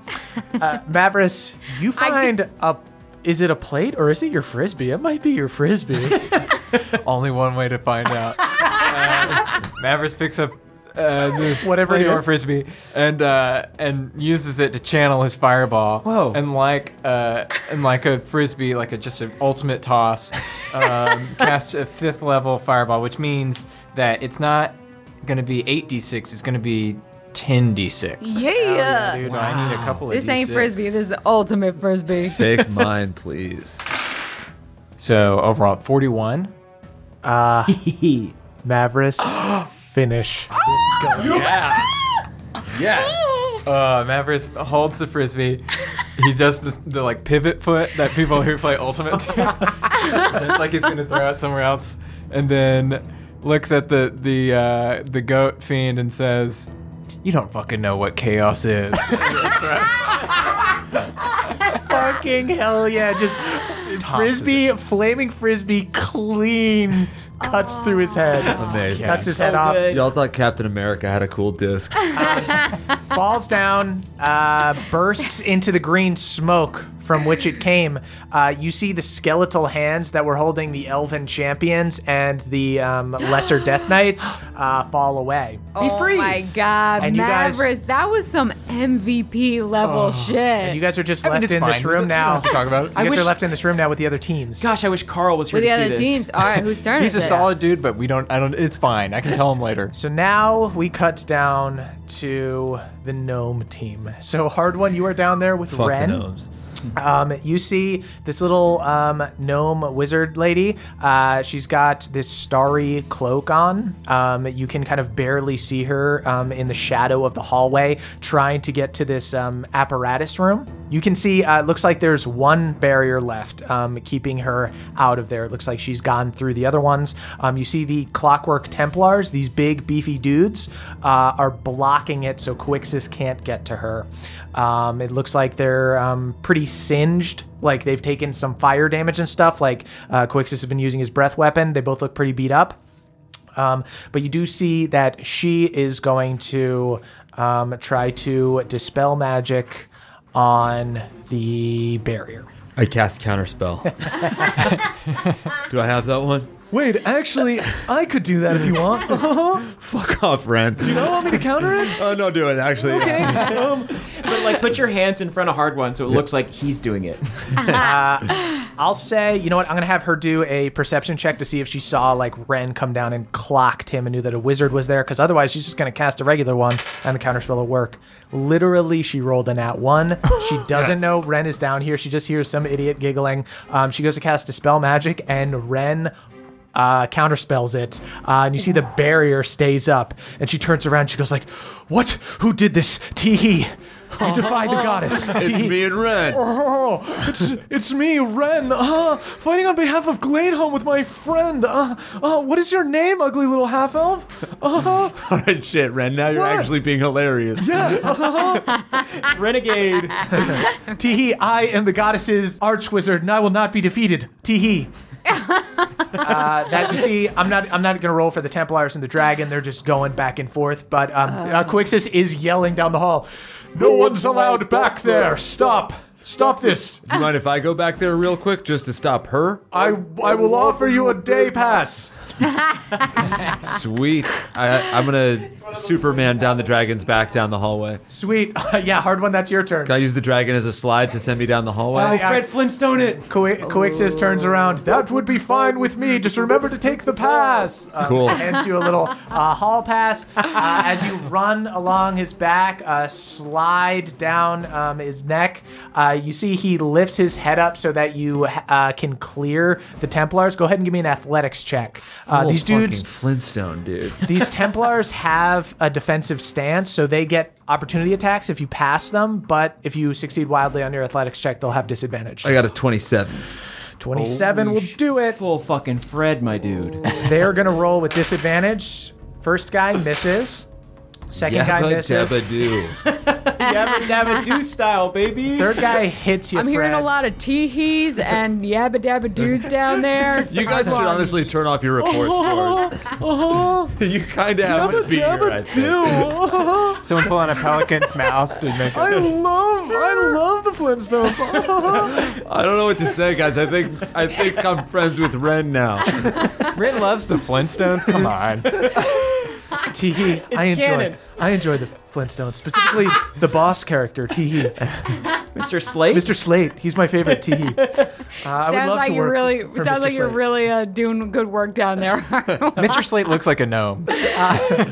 uh, Mavericks, you
I
find a is it a plate or is it your frisbee? It might be your frisbee.
Only one way to find out. uh, Mavericks picks up uh, this
Whatever it
plate or
is.
frisbee and uh, and uses it to channel his fireball.
Whoa.
And like uh, and like a frisbee, like a, just an ultimate toss, um, casts a fifth level fireball, which means that it's not going to be eight d six. It's going to be ten d six.
Yeah.
So I need a couple of
This ain't
D6.
frisbee. This is the ultimate frisbee.
Take mine, please.
So overall, forty-one.
Mavericks, finish.
Uh, Mavericks holds the frisbee. He does the, the like pivot foot that people who play Ultimate do. Pretends like he's gonna throw it somewhere else, and then looks at the the uh, the goat fiend and says, "You don't fucking know what chaos is."
Fucking hell yeah! Just frisbee, flaming frisbee, clean cuts through his head,
Amazing.
Oh, cuts his head off,
Y'all thought Captain America had a cool disc.
falls down, uh, bursts into the green smoke from which it came. Uh, you see the skeletal hands that were holding the elven champions and the um, lesser death knights uh, fall away.
oh my god,
And you guys- Oh,
Mavericks, that was some MVP level shit.
And you guys are just
I mean,
left
it's
in this
fine.
room
We don't
now.
have to talk about it.
You
I
guys are
wish-
left in this room now with the other teams.
Gosh, I wish Carl was here
With the
to see
other
this.
teams. All right, whose turn
he's a
is it?
solid dude, but we don't. I don't. It's fine. I can tell him later.
So now we cut down to the gnome team. So hard one, you are down there with
Fuck the
Ren.
gnomes.
Um, you see this little um, gnome wizard lady. Uh, she's got this starry cloak on. Um, you can kind of barely see her um, in the shadow of the hallway, trying to get to this um, apparatus room. You can see uh, it looks like there's one barrier left, um, keeping her out of there. It looks like she's gone through the other ones. Um, you see the clockwork Templars; these big beefy dudes uh, are blocking it, so Quixis can't get to her. Um, it looks like they're um, pretty singed, like they've taken some fire damage and stuff. Like uh, Quixis has been using his breath weapon. They both look pretty beat up. Um, but you do see that she is going to um, try to dispel magic on the barrier.
I cast counterspell. Do I have that one?
Wait, actually, I could do that if you want. Uh-huh.
Fuck off, Ren.
don't want me to counter it?
Oh no, do it actually.
But like, put your hands in front of hard one, so it looks like he's doing it.
I'll say, you know what? I'm gonna have her do a perception check to see if she saw like Ren come down and clocked him and knew that a wizard was there. Because otherwise, she's just gonna cast a regular one and the counterspell will work. Literally, she rolled an at one. She doesn't know Ren is down here. She just hears some idiot giggling. Um, she goes to cast dispel magic, and Ren uh, counterspells it, uh, and you see the barrier stays up. And she turns around. She goes like, "What? Who did this? Teehee! You defied the goddess."
It's
Teehee."
me and Ren.
Oh, it's it's me, Ren. Uh, fighting on behalf of Gladeholm with my friend. Uh, uh, what is your name, ugly little half elf? Uh,
All right, shit, Ren. Now you're
What?
actually being hilarious.
Renegade.
Teehee, I am the goddess's archwizard, and I will not be defeated. Teehee. uh, that you see, I'm not. I'm not gonna roll for the Templars and the dragon. They're just going back and forth. But um, uh, Quixis is yelling down the hall. No one's allowed back there. Stop.
Stop this.
Do you mind if I go back there real quick just to stop her?
I, I will offer you a day pass.
Sweet. I, I'm gonna Superman down the dragon's back down the hallway.
Sweet. yeah, hard one. That's your turn.
Can I use the dragon as a slide to send me down the hallway?
Oh, Flintstone it. Coixis turns around. That would be fine with me. Just remember to take the pass. Uh,
Cool.
Hands you a little uh, hall pass. Uh, as you run along his back, uh, slide down um, his neck, uh, you see he lifts his head up so that you uh, can clear the Templars. Go ahead and give me an athletics check. Uh,
Full
these dudes
fucking Flintstone dude.
these Templars have a defensive stance, so they get opportunity attacks if you pass them, but if you succeed wildly on your athletics check, they'll have disadvantage.
I got a 27.
27 will do it.
Full fucking Fred, my dude.
They're going to roll with disadvantage. First guy misses. Second guy
Yabba
misses.
dabba do.
Yabba dabba do style, baby.
Third guy hits you,
I'm hearing a
Fred.
lot of teehees and yabba dabba doos down there.
You guys should honestly turn off your record scores. you kind of have to be here. I think.
Someone pull on a pelican's mouth to make it.
love, I love the Flintstones.
I don't know what to say, guys. I think I think I'm friends with Ren now.
Rin loves the Flintstones. Come on.
Teehee, I enjoy.
canon.
I enjoy the Flintstones, specifically the boss character, Teehee.
Mr. Slate.
Mr. Slate, he's my favorite, Teehee. Uh, I would
sounds
love
like
to
you're
work
really
for
sounds
Mr.
like you're
Slate.
really uh, doing good work down there.
Mr. Slate looks like a gnome.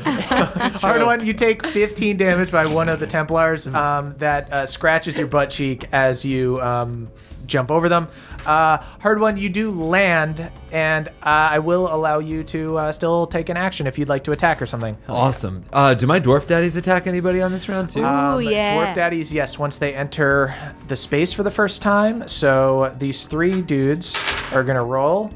Hard one. You take 15 damage by one of the Templars um, that uh, scratches your butt cheek as you um, jump over them. Uh, hard one. You do land, and uh, I will allow you to uh, still take an action if you'd like to attack or something.
Awesome. Uh, do my dwarf daddies attack anybody on this round too?
Um,
Ooh,
Dwarf daddies, yes. Once they enter the space for the first time, so these three dudes are gonna roll.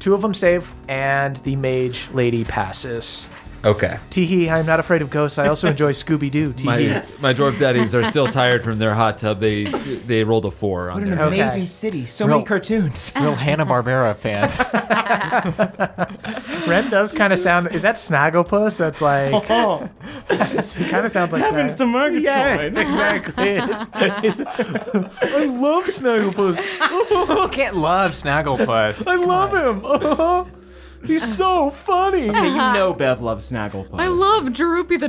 Two of them save, and the mage lady passes.
okay.
Teehee, I'm not afraid of ghosts. I also enjoy Scooby Doo. Teehee.
My my dwarf daddies are still tired from their hot tub. They they rolled a four on their.
Okay.
Amazing city. So
Real-
many cartoons.
Real Hanna Barbera fan.
Ren does kind of sound. Is that Snagglepuss? That's like.
Oh,
He kind of sounds like that.
Murgatroyd.
exactly. I love Snagglepuss.
Who can't love Snagglepuss?
I love him. He's so funny.
you know Bev loves Snagglepuss.
I love Droopy the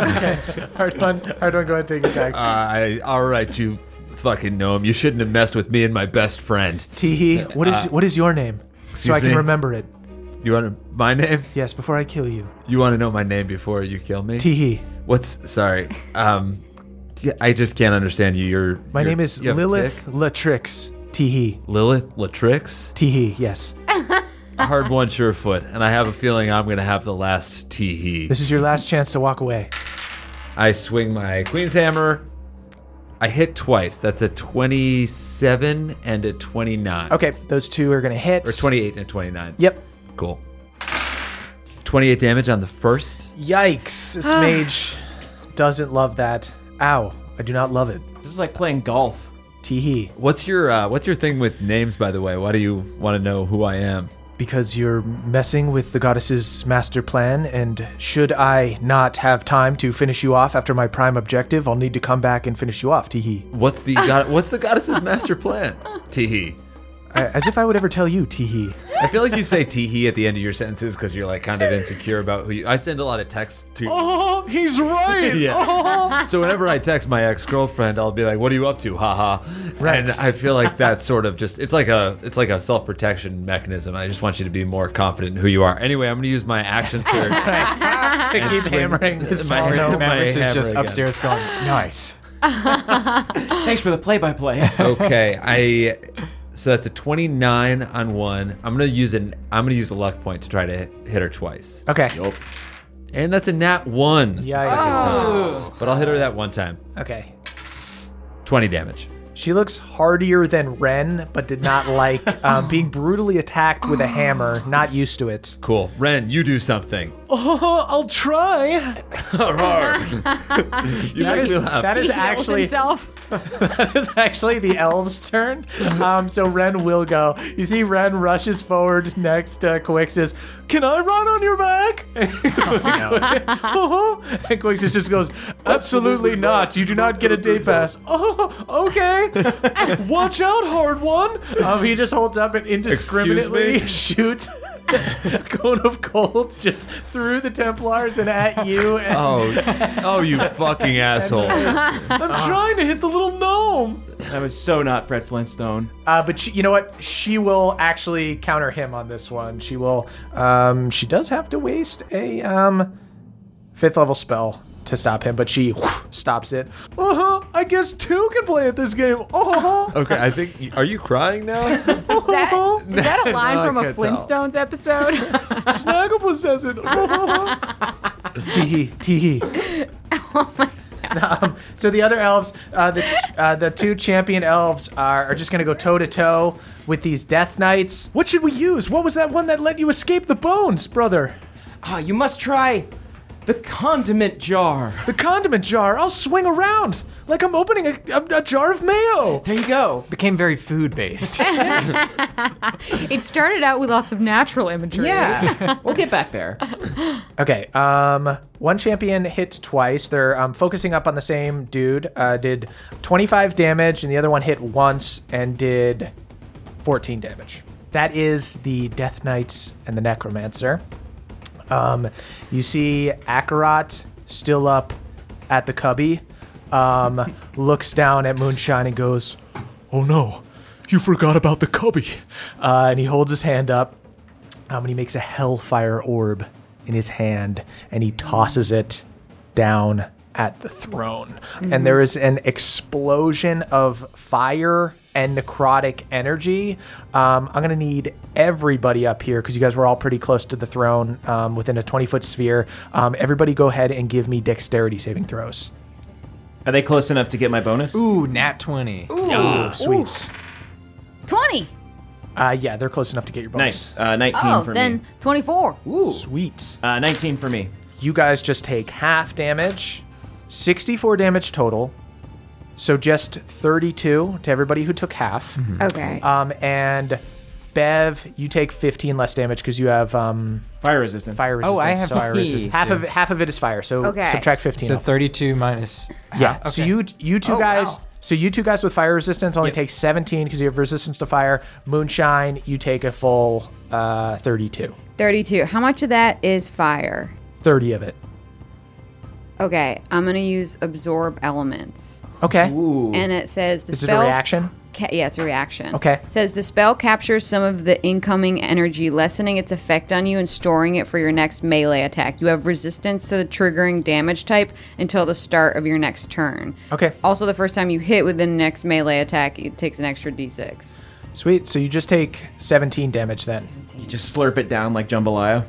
Hard one. Hard one. Go ahead, take your tax.
Uh, I, all right, you fucking gnome. You shouldn't have messed with me and my best friend.
Teehee, what is what is your name? So
uh, excuse
I can
me?
remember it.
You want to, my name?
Yes, before I kill you.
You want to know my name before you kill me?
Teehee.
What's sorry? Um, yeah, I just can't understand you. You're
My
you're-
name is
you have a
Lilith
tick?
Latrix. Teehee.
Lilith Latrix.
Teehee, yes.
Hard one, surefoot, and I have a feeling I'm gonna have the last tee hee.
This is your last chance to walk away.
I swing my queen's hammer. I hit twice. That's a 27 and a 29.
Okay, those two are gonna hit.
Or 28 and a 29.
Yep.
Cool. 28 damage on the first.
Yikes. This mage doesn't love that. Ow. I do not love it.
This is like playing golf.
Teehee.
What's your uh, what's your thing with names, by the way? Why do you want to know who I am?
Because you're messing with the goddess's master plan, and should I not have time to finish you off after my prime objective, I'll need to come back and finish you off, teehee.
What's the god- what's the goddess's master plan? Tee hee.
I- As if I would ever tell you, teehee.
I feel like you say tee hee at the end of your sentences because you're like kind of insecure about who you. I send a lot of texts to.
Oh, he's right! Oh.
Yeah. so whenever I text my ex girlfriend, I'll be like, "What are you up to?" Haha. Right. And I feel like that's sort of just it's like a it's like a self protection mechanism. I just want you to be more confident in who you are. Anyway, I'm going to use my action surge.
to keep
swing-
hammering this
my-
small gnome.
my
Mavericks is
hammer
just
again.
upstairs going, nice.
Thanks for the play-by-play.
okay. I so that's a 29 on one. I'm going to use an I'm going to use a luck point to try to hit hit her twice.
Okay.
And that's a nat one.
Yikes.
But I'll hit her that one time.
Okay.
20 damage.
She looks hardier than Ren, but did not like um, being brutally attacked with a hammer. Not used to it.
Cool. Ren, you do something.
Oh, I'll try.
you
That
make
is-
me laugh.
that is
He heals
actually
himself.
that is actually the elves' turn. Um, so Ren will go. You see, Ren rushes forward next to Quixis. Can I run on your back? Oh, and Quixis just goes, Absolutely not. You do not get a day pass. Oh, okay. Watch out, hard one. Um, he just holds up and indiscriminately
me?
shoots. a cone of cold just through the Templars and at you. And
Oh, oh, you fucking asshole!
I'm trying to hit the little gnome.
That was so not Fred Flintstone.
Uh, but she, you know what? She will actually counter him on this one. She will. Um, she does have to waste a um, fifth level spell to stop him, but she whew, stops it. Uh huh. I guess two can play at this game. Uh huh.
Okay, I think. Are you crying now?
Is that, is that a line
I
from a
can't tell.
Flintstones episode?
Snagglepuss says it. Uh-huh. teehee, teehee. Oh my god. Um, so the other elves, uh, the uh, the two champion elves are, are just gonna go toe to toe with these death knights. What should we use? What was that one that let you escape the bones, brother?
Ah, you must try the condiment jar.
The condiment jar. I'll swing around like I'm opening a, a, a jar of mayo.
There you go.
Became very food based.
it started out with lots of natural imagery.
Yeah, we'll get back there.
Okay. Um, one champion hit twice. They're um, focusing up on the same dude. Uh, did 25 damage, and the other one hit once and did 14 damage. That is the Death Knight and the Necromancer. Um, you see Akarot still up at the cubby. Um, looks down at Moonshine and goes,
Oh no, you forgot about the cubby.
uh, and he holds his hand up um, and he makes a hellfire orb in his hand and he tosses it down at the throne and there is an explosion of fire and necrotic energy um, i'm going to need everybody up here because you guys were all pretty close to the throne um, within a 20 foot sphere um, everybody go ahead and give me dexterity saving throws
Are they close enough to get my bonus?
Ooh, nat 20.
Ooh, sweets
Twenty.
uh, yeah they're close enough to get your bonus
Nice. Uh, 19
Oh,
for
then
me.
twenty-four.
sweet
Uh, 19 for me.
you guys just take half damage 64 damage total so just 32 to everybody who took half
Mm-hmm.
Okay.
um, and bev you take 15 less damage because you have um,
Fire resistance.
fire resistance
Oh, I have
so
fire resistance,
half
yeah.
of it, half of it is fire so
Okay.
subtract 15
So
off.
32 minus.
yeah so you you two
Oh,
guys
wow.
so you two guys with fire resistance only take 17 because you have resistance to fire moonshine you take a full uh, 32
Thirty-two. How much of that is fire?
30 of it
Okay, I'm gonna use absorb elements,
okay
Ooh.
and it says the
this is
spell.
a reaction
Ca- yeah, it's a reaction.
Okay.
Says the spell captures some of the incoming energy, lessening its effect on you and storing it for your next melee attack. You have resistance to the triggering damage type until the start of your next turn.
okay
Also, the first time you hit with the next melee attack, it takes an extra d6.
sweet so you just take 17 damage then
you just slurp it down like jambalaya.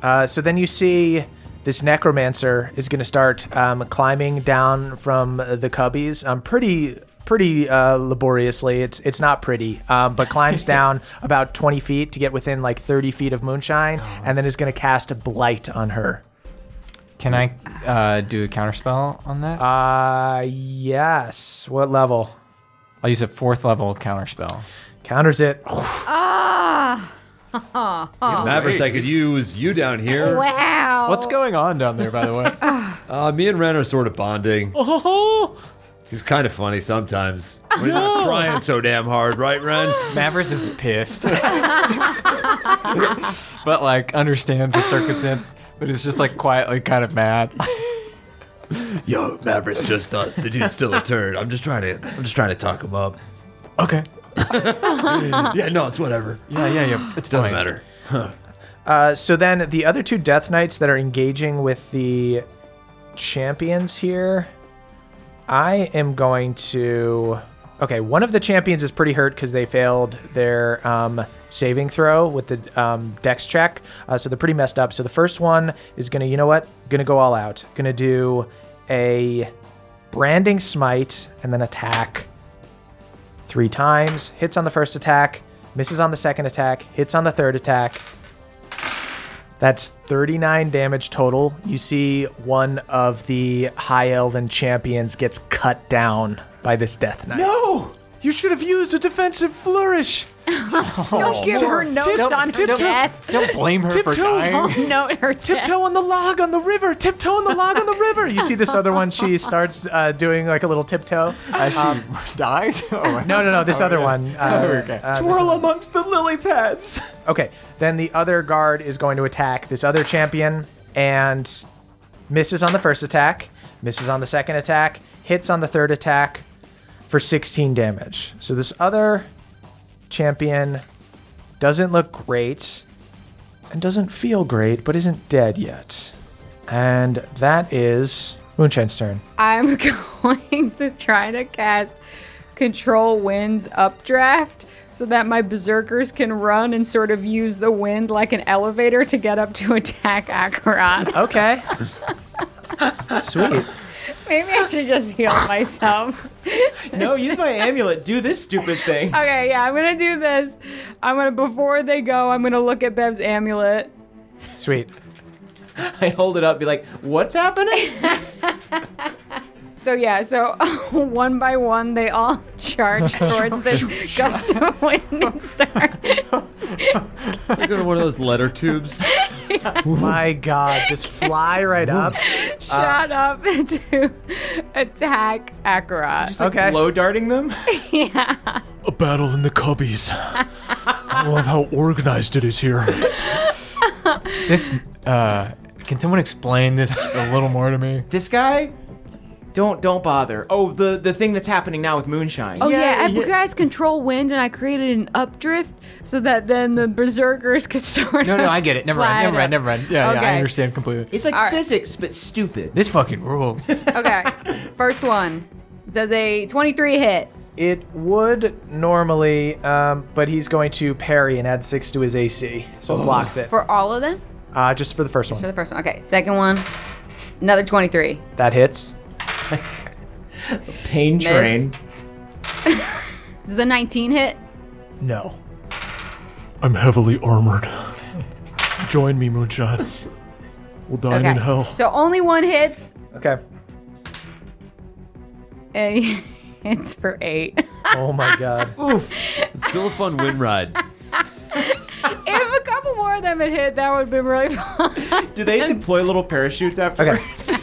Uh, so then you see this necromancer is going to start um, climbing down from the cubbies. Um, pretty pretty uh, laboriously. It's it's not pretty, um, but climbs down about twenty feet to get within like thirty feet of moonshine, and then is going to cast a blight on her.
Can I uh, do a counterspell on that?
Uh yes. What level?
I'll use a fourth level counterspell.
Counters it.
Ah!
Oh.
Mavericks, I could use you down here.
Wow!
What's going on down there, by the way?
Uh, me and Ren are sort of bonding.
Oh,
He's kind of funny sometimes. When he's not trying so damn hard, right, Ren?
Mavericks is pissed. but, like, understands the circumstance, but is just, like, quietly kind of mad.
Yo, Mavericks, just us. The dude's still a turd. I'm just trying to. I'm just trying to talk him up.
okay.
Yeah, no, it's whatever.
Yeah, yeah, yeah. It's
Doesn't
fine.
matter.
Uh, so then the other two Death Knights that are engaging with the champions here, I am going to. Okay, one of the champions is pretty hurt because they failed their um, saving throw with the um, dex check, uh, so they're pretty messed up. So the first one is gonna, you know what? Gonna go all out. Gonna do a branding smite and then attack three times. Hits on the first attack, misses on the second attack, hits on the third attack, That's 39 damage total. You see one of the high elven champions gets cut down by this death knight.
No! You should have used a defensive flourish.
Don't give her notes on her death. Don't note her death.
Tiptoe on the log on the river. Tiptoe on the log on the river. You see this other one? She starts uh, doing like a little tiptoe.
As she dies?
no, no, no. This
Oh,
other
yeah.
one.
Oh, okay.
uh, this
Twirl amongst the lily pads.
Okay, then the other guard is going to attack this other champion and misses on the first attack, misses on the second attack, hits on the third attack for 16 damage. So this other champion doesn't look great and doesn't feel great, but isn't dead yet. And that is Moonshine's turn.
I'm going to try to cast Control Winds Updraft so that my berserkers can run and sort of use the wind like an elevator to get up to attack Akarat.
Okay. Sweet.
Maybe I should just heal myself.
No, use my amulet. Do this stupid thing.
Okay, yeah, I'm gonna do this. I'm gonna before they go, I'm gonna look at Bev's amulet.
Sweet.
I hold it up, be like, what's happening?
So yeah, so one by one they all charge towards this gust of wind and start.
Uh,
You go to one of those letter tubes.
My god, just fly right up.
Shot up to attack Akarat.
okay.
Blow darting them?
yeah.
A battle in the cubbies. I love how organized it is here.
This, uh, can someone explain this a little more to me?
This guy? Don't don't bother. Oh, the the thing that's happening now with moonshine.
Oh yeah, I guys control wind, and I created an updrift so that then the berserkers could start.
No, no, I get it. Never mind.
Fly
Never
it
mind.
up.
Never mind. Yeah, yeah, I
Okay.
understand completely.
It's like
All right.
physics, but stupid.
This fucking rules.
okay, first one does a twenty-three hit.
It would normally, um, but he's going to parry and add six to his AC, so it blocks it.
For all of them?
Uh, just for the first
For
one.
the first one. Okay, second one, another 23.
That hits.
Pain
Miss.
train.
Does a 19 hit?
No.
I'm heavily armored. Join me, Moonshine. We'll dine
Okay.
in hell.
So only one hits,
Okay.
and he hits for eight.
Oh my god.
It's still a fun wind ride.
if a couple more of them had hit, that would have been really fun.
Do they deploy little parachutes afterwards?
Okay.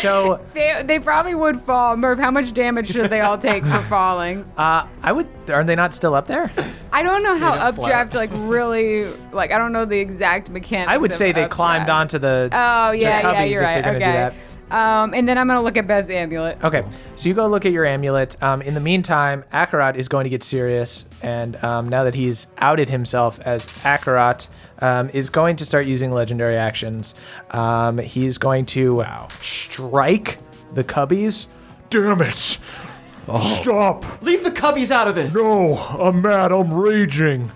So
They, they probably would fall. Merv, how much damage should they all take for falling?
uh, I would. Are they not still up there?
I don't know how
don't fly.
updraft like really like I don't know the exact mechanics.
I would
of
say they
updraft.
climbed onto the.
Oh yeah,
the cubbies
yeah, you're
if
right.
they're gonna
okay.
do
Um, and then I'm gonna look at Bev's amulet.
Okay. So you go look at your amulet. Um, in the meantime, Akarat is going to get serious, and um, now that he's outed himself as Akarat, um, is going to start using legendary actions. Um, he's going to strike the cubbies.
Damn it! Stop!
Leave the cubbies out of this.
No, I'm mad. I'm raging.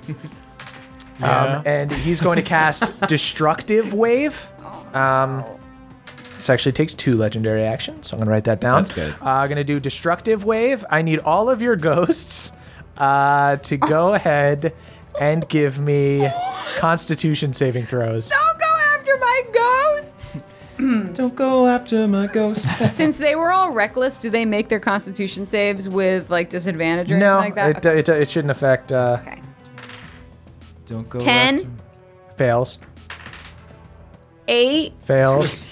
Um, and he's going to cast Destructive Wave. Um, this actually takes two legendary actions, so I'm going to write that down.
That's good.
Uh, I'm going to do Destructive Wave. I need all of your ghosts uh, to go ahead and give me Constitution saving throws.
Don't go after my ghost.
Don't go after my ghost.
Since they were all reckless, do they make their constitution saves with like disadvantage or anything
No,
like that?
it, it, it shouldn't affect uh,
okay.
Don't go.
10,
fails.
8,
Fails.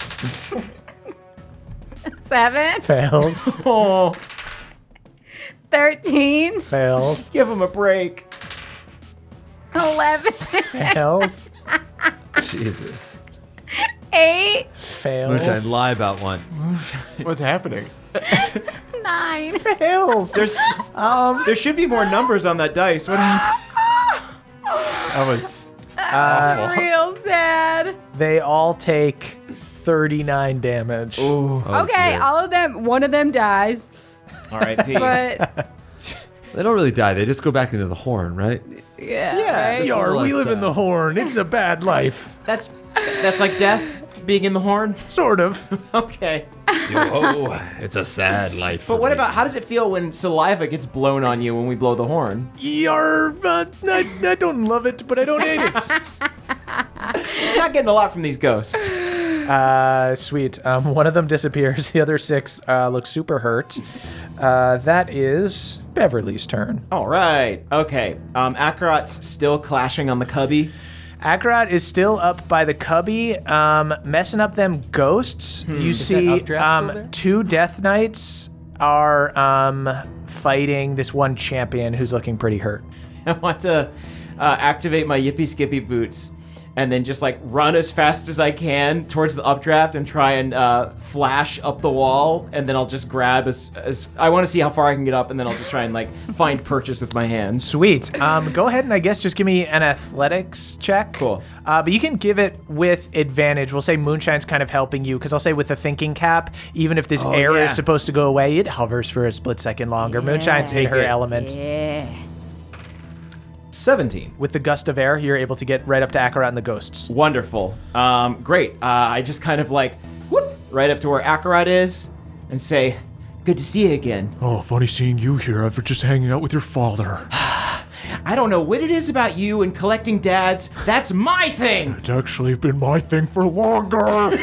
7,
fails.
Oh,
13,
Fails.
give him a break.
11,
Fails.
Jesus.
8,
Moonshine,
Fails.
lie about one.
What's happening?
9.
Fails.
There's um. There should be more numbers on that dice. What happened?
That was.
Uh,
Real sad.
they all take 39 damage.
Oh,
okay,
dear.
all of them, one of them dies,
All right, P.
but
They don't really die. They just go back into the horn, right?
yeah.
Yeah,
right?
Yar,
Well,
we
it's,
live in
uh,
the horn. It's a bad life.
That's that's like death being in the horn.
Sort of.
Okay.
oh, it's a sad life.
But what about how does it feel when saliva gets blown on you when we blow the horn?
Yar, uh, I, I don't love it, but I don't hate it.
not getting a lot from these ghosts.
Uh, sweet. Um, one of them disappears. The other six uh, look super hurt. Uh, that is Beverly's turn.
All right. Okay. Um, Akrot's still clashing on the cubby.
Akrot is still up by the cubby, um, messing up them ghosts. You
Hmm. Is that
see
updraft still there?
um, two Death Knights are um, fighting this one champion who's looking pretty hurt.
I want to uh, activate my Yippy Skippy boots and then just like run as fast as I can towards the updraft and try and uh, flash up the wall. And then I'll just grab as, as I want to see how far I can get up. And then I'll just try and like find purchase with my hands.
Sweet. Um, go ahead and I guess just give me an athletics check. Cool. Uh, but you can give it with advantage. We'll say moonshine's kind of helping you because I'll say with the thinking cap, even if this
Oh,
air
yeah.
is supposed to go away, it hovers for a split second longer. Moonshine's in
Take
her
it.
element.
Yeah.
17.
With the gust of air, you're able to get right up to Akarat and the ghosts.
Wonderful. Um, great. Uh, I just kind of like whoop right up to where Akarat is and say, Good to see you again.
Oh, funny seeing you here after just hanging out with your father.
I don't know what it is about you and collecting dads. That's my thing.
It's actually been my thing for longer.
well,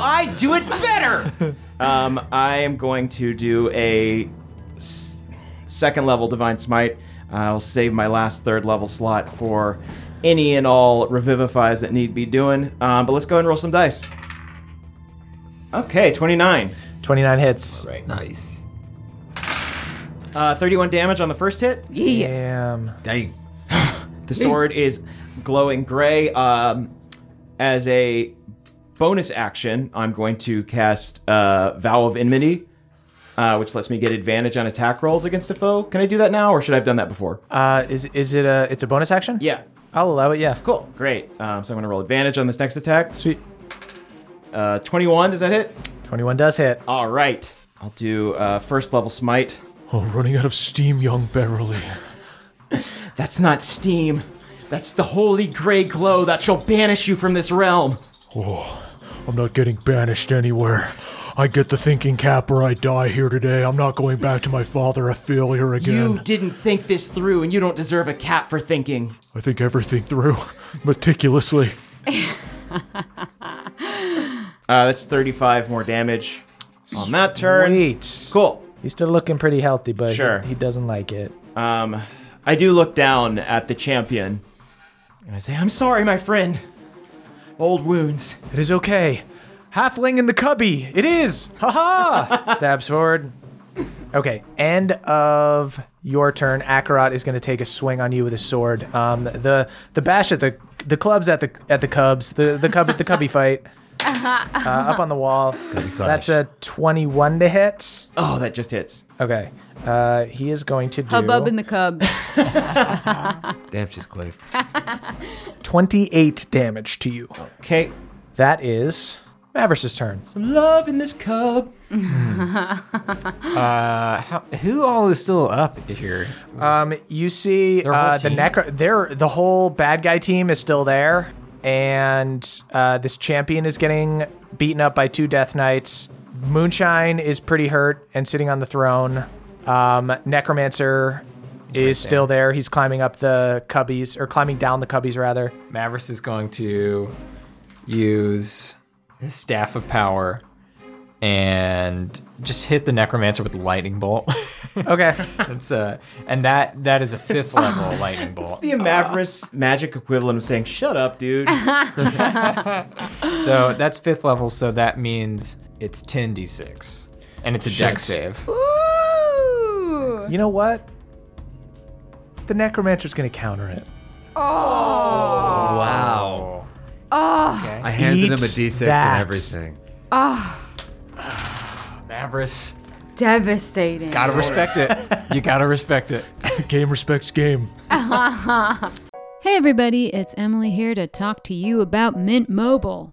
I do it better. Um, I am going to do a s- second level divine smite. I'll save my last third level slot for any and all revivifies that need be doing. Um, but let's go and roll some dice. Okay, twenty nine.
29 hits.
Nice. Uh, 31 damage on the first hit.
Yeah.
Damn.
Dang.
the sword is glowing gray. Um, as a bonus action, I'm going to cast uh, Vow of Enmity, uh, which lets me get advantage on attack rolls against a foe. Can I do that now, or should I have done that before?
Uh, is is it a it's a bonus action?
Yeah.
I'll allow it. Yeah.
Cool. Great. Um, so I'm going to roll advantage on this next attack.
Sweet.
Uh, 21, does that hit?
21 does hit.
All right. I'll do uh, first level smite.
Oh, running out of steam, young Beverly.
That's not steam. That's the holy gray glow that shall banish you from this realm.
Oh, I'm not getting banished anywhere. I get the thinking cap or I die here today. I'm not going back to my father a failure again.
You didn't think this through, and you don't deserve a cap for thinking.
I think everything through meticulously.
Uh, that's 35 more damage on that turn.
Sweet.
Cool.
He's still looking pretty healthy, but he-
Sure.
he, doesn't like it.
Um, I do look down at the champion, and I say, I'm sorry, my friend. Old wounds.
It is okay. Halfling in the cubby. It is. Ha ha. Stabs forward. Okay. End of your turn. Akarat is going to take a swing on you with his sword. Um, the the bash at the the clubs at the at the Cubs. The the cub the cubby fight. Uh, up on the wall. That's a 21 to hit.
Oh, that just hits.
Okay. Uh, he is going to do
Hubbub in the cub.
Damn, she's quick.
28 damage to you.
Okay.
That is Mavericks' turn.
Some love in this cub.
Uh, how, who all is still up here?
Um, you see
whole
uh, the
team?
necro. There, the whole bad guy team is still there, and uh, this champion is getting beaten up by two death knights. Moonshine is pretty hurt and sitting on the throne. Um, Necromancer is still there. He's climbing up the cubbies or climbing down the cubbies rather.
Mavericks is going to use his staff of power and just hit the necromancer with a lightning bolt.
Okay.
That's uh, and that that is a fifth level lightning bolt.
The Amavris magic equivalent of saying, Shut up, dude.
So that's fifth level. So that means it's ten d six, and it's a deck save.
Ooh.
you know what? The Necromancer's gonna counter it.
Wow.
Oh.
I handed
Eat
him a D6
that.
and everything.
Oh.
Mavericks,
Devastating.
gotta respect it. You gotta respect it.
game respects game.
Hey everybody, it's Emily here to talk to you about Mint Mobile.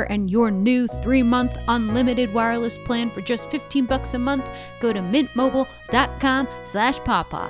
and your new three month unlimited wireless plan for just 15 bucks a month, go to mintmobile.com slash pawpaw.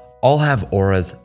all have auras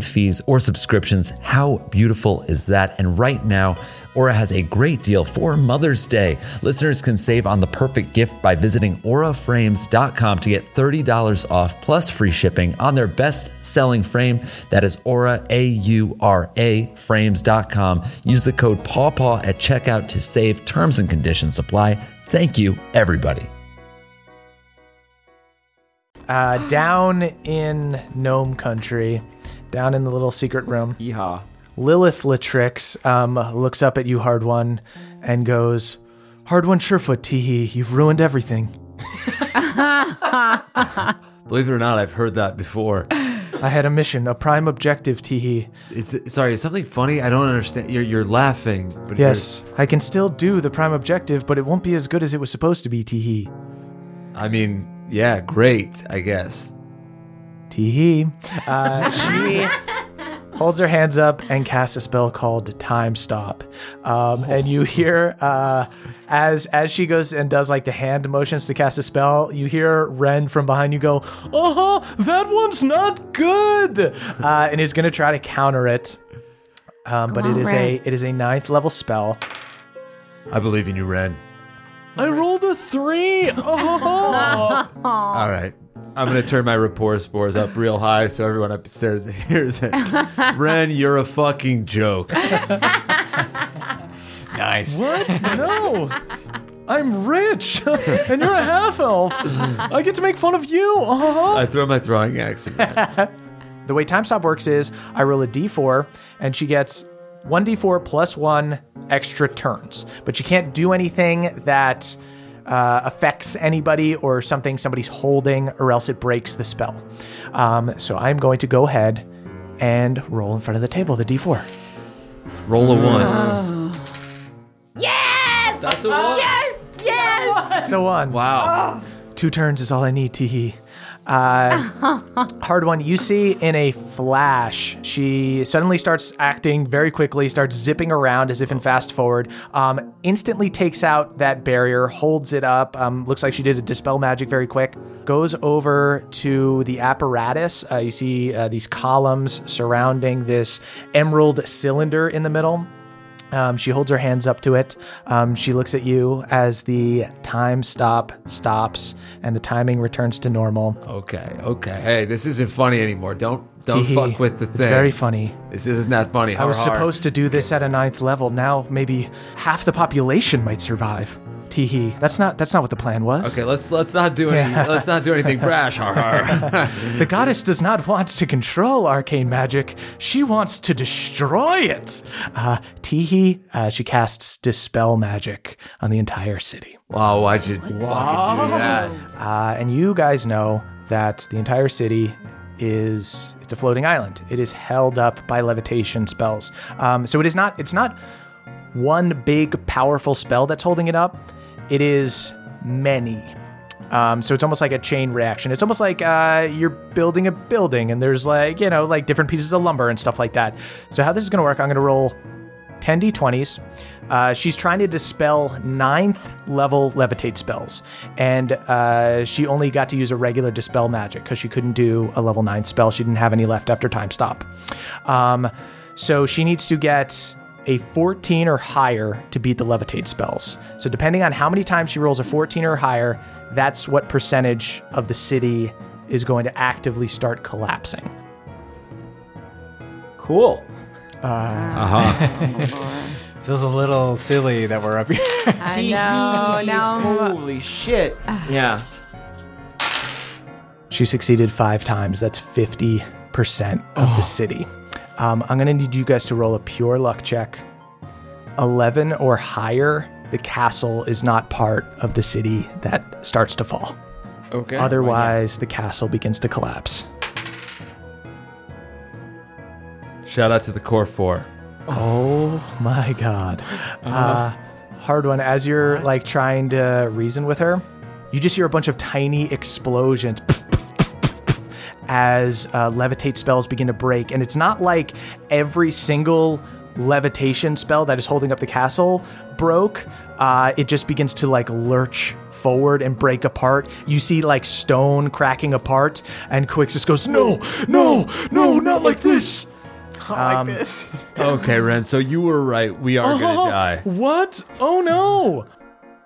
fees or subscriptions. How beautiful is that? And right now, Aura has a great deal for Mother's Day. Listeners can save on the perfect gift by visiting auraframes.com to get $30 off plus free shipping on their best selling frame. That is aura, A U R A, frames.com. Um, Use the code PAWPAW at checkout to save. Terms and conditions apply. Thank you, everybody.
uh, down in gnome country, down in the little secret room.
Yeehaw.
Lilith Latrix um, looks up at you, Hard One, and goes, Hard One Surefoot, teehee, you've ruined everything.
Believe it or not, I've heard that before.
I had a mission, a prime objective, teehee.
It's sorry, is something funny? I don't understand. You're you're laughing, but
Yes, I can still do the prime objective, but it won't be as good as it was supposed to be, teehee.
you're- I mean, yeah, great, I guess.
Teehee. Uh, she holds her hands up and casts a spell called Time Stop. Um, And you hear uh, as as she goes and does like the hand motions to cast a spell, you hear Ren from behind you go, "Uh huh, that one's not good," uh, and is going to try to counter it. Um, but
on,
it is
Ren.
a it is a ninth level spell.
I believe in you, Ren.
I rolled a three. Uh-huh.
All right. I'm going to turn my rapport spores up real high so everyone upstairs hears it. Ren, you're a fucking joke. nice.
What? No. I'm rich, and you're a half elf. I get to make fun of you. Uh-huh.
I throw my throwing axe.
The way time stop works is I roll a d4 and she gets 1d4 plus 1 extra turns. But she can't do anything that uh, affects anybody or something somebody's holding, or else it breaks the spell. Um, so I'm going to go ahead and roll in front of the table the d4.
Roll a
Uh,
one.
Yes!
That's a one.
Yes! Yes!
It's a one.
Wow.
Two turns is all I need, teehee. Uh, hard one. You see in a flash, she suddenly starts acting very quickly, starts zipping around as if in fast forward, um, instantly takes out that barrier, holds it up. Um, looks like she did a dispel magic very quick. Goes over to the apparatus. Uh, you see uh, these columns surrounding this emerald cylinder in the middle. Um, she holds her hands up to it. Um, she looks at you as the time stop stops and the timing returns to normal.
Okay, okay. Hey, this isn't funny anymore. Don't don't
Teehee.
fuck with the
It's
thing.
very funny.
This isn't that funny.
I was
Har har.
supposed to do this at a ninth level. Now maybe half the population might survive. Teehee. That's not that's not what the plan was.
Okay, let's let's not do any let's not do anything brash. Har, har.
the goddess does not want to control arcane magic. She wants to destroy it. Uh, Teehee, uh, she casts Dispel Magic on the entire city.
Wow, why'd you fucking do that?
Uh, and you guys know that the entire city is it's a floating island. It is held up by levitation spells. Um, so it is not it's not one big powerful spell that's holding it up. It is many. Um, so it's almost like a chain reaction. It's almost like uh, you're building a building, and there's like you know like different pieces of lumber and stuff like that. So how this is gonna work? I'm gonna roll 10 d20s. Uh, she's trying to dispel ninth level levitate spells, and uh, she only got to use a regular dispel magic because she couldn't do a level nine spell. She didn't have any left after time stop. Um, so she needs to get a 14 or higher to beat the levitate spells. So depending on how many times she rolls a 14 or higher, that's what percentage of the city is going to actively start collapsing. Cool.
Uh-huh. Feels a little silly that we're up here.
I know. Now I'm-
Holy shit.
Yeah. She succeeded five times. That's 50% of the city. Um, I'm going to need you guys to roll a pure luck check. 11 or higher, the castle is not part of the city that starts to fall.
Okay.
Otherwise, the castle begins to collapse.
Shout out to the core four.
Oh my god. Uh, hard one. As you're like trying to reason with her, you just hear a bunch of tiny explosions as uh, levitate spells begin to break. And it's not like every single levitation spell that is holding up the castle broke. Uh, it just begins to like lurch forward and break apart. You see like stone cracking apart, and Quix just goes, No, no, no, not like this.
Not like this. okay, Ren. So you were right. We are gonna die.
What? Oh no!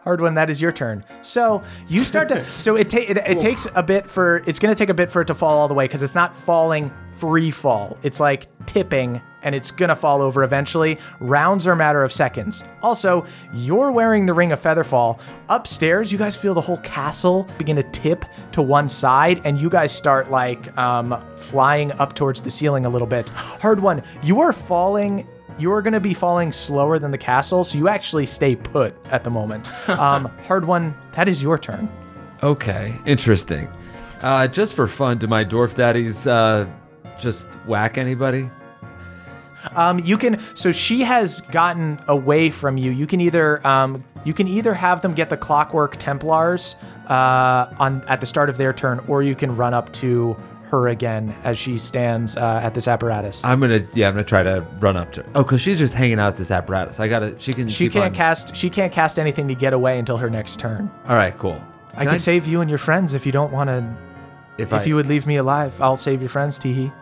Hard one. That is your turn. So you start to. So it ta- it, it takes a bit for. It's going to take a bit for it to fall all the way because it's not falling free fall. It's like tipping, and it's going to fall over eventually. Rounds are a matter of seconds. Also, you're wearing the ring of featherfall. Upstairs, you guys feel the whole castle begin to tip to one side, and you guys start like um, flying up towards the ceiling a little bit. Hard one. You are falling you are going to be falling slower than the castle, so you actually stay put at the moment. Um, hard one, that is your turn.
Okay, interesting. Uh, just for fun, do my dwarf daddies uh, just whack anybody?
Um, you can so she has gotten away from you. You can either um, you can either have them get the clockwork Templars uh, on at the start of their turn, or you can run up to her again as she stands uh, at this apparatus.
I'm gonna yeah, I'm gonna try to run up to her. Oh, cause she's just hanging out at this apparatus. I gotta she can
She
keep
can't
on-
cast she can't cast anything to get away until her next turn.
All right, cool.
I can save you and your friends if you don't want to.
If
If,
I-
you would leave me alive, I'll save your friends, Teehee.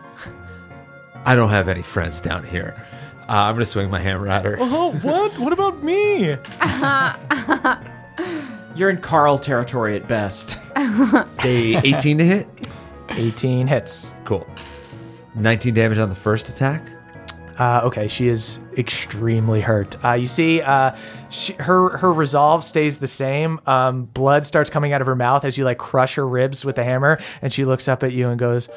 I don't have any friends down here. Uh, I'm gonna swing my hammer at her.
Oh, what? what about me?
You're in Carl territory at best.
Say 18 to hit.
18 hits.
Cool. 19 damage on the first attack.
Uh, okay, she is extremely hurt. Uh, you see, uh, she, her her resolve stays the same. Um, blood starts coming out of her mouth as you like crush her ribs with the hammer, and she looks up at you and goes,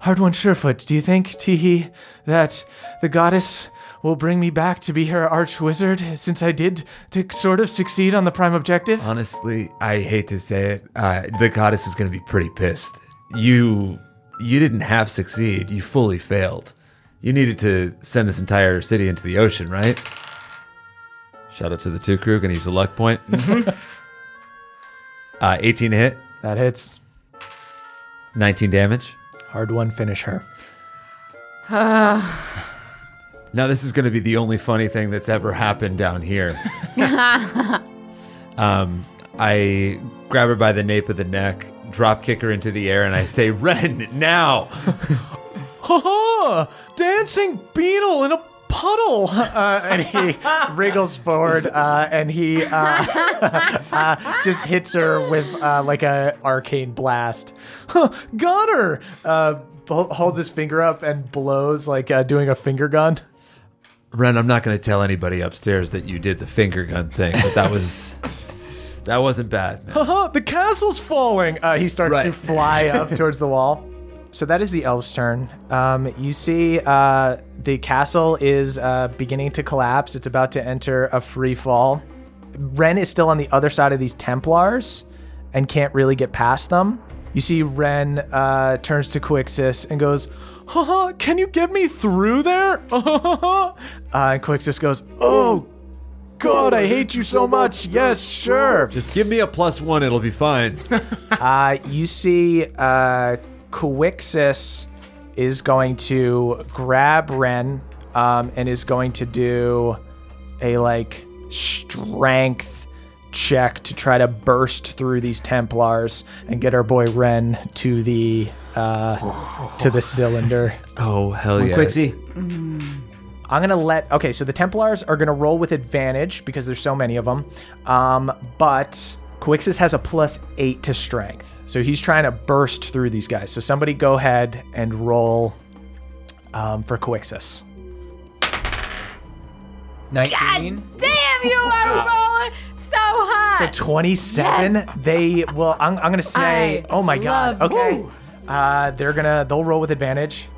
"Hard one, Surefoot. Do you think, Teehee, that the goddess will bring me back to be her arch wizard? Since I did to sort of succeed on the prime objective."
Honestly, I hate to say it. Uh, the goddess is gonna be pretty pissed. You you didn't half succeed. You fully failed. You needed to send this entire city into the ocean, right? Shout out to the two crew, and he's a luck point. uh, 18 to hit.
That hits.
19 damage.
Hard one, finish her.
Now this is going to be the only funny thing that's ever happened down here. Um, I grab her by the nape of the neck, drop kick her into the air, and I say, "Ren, now!"
Ha ha! Dancing beetle in a puddle! Uh, and he wriggles forward uh, and he uh, uh, just hits her with uh, like a arcane blast. Huh, got her! Uh, bol- holds his finger up and blows like uh, doing a finger gun.
Ren, I'm not going to tell anybody upstairs that you did the finger gun thing, but that was That wasn't bad. man.
Haha, the castle's falling. Uh, he starts to fly up towards the wall. So that is the elf's turn. Um, you see uh, the castle is uh, beginning to collapse. It's about to enter a free fall. Ren is still on the other side of these Templars and can't really get past them. You see Ren uh, turns to Quixis and goes, Haha, can you get me through there? uh, and Quixis goes, Oh, God, I hate you so much. Yes, sure.
Just give me a plus one, it'll be fine.
uh, you see, uh, Quixis is going to grab Ren um, and is going to do a like strength check to try to burst through these Templars and get our boy Ren to the uh, to the cylinder.
Oh hell
One yeah. Quixie. I'm gonna let. Okay, so the Templars are gonna roll with advantage because there's so many of them. Um, but Quixis has a plus eight to strength, so he's trying to burst through these guys. So somebody go ahead and roll um, for Quixis. 19.
Damn, you are rolling so high.
So 27. They will. I'm, I'm gonna say.
I
oh my god.
love-
Okay. Uh, they're gonna. They'll roll with advantage.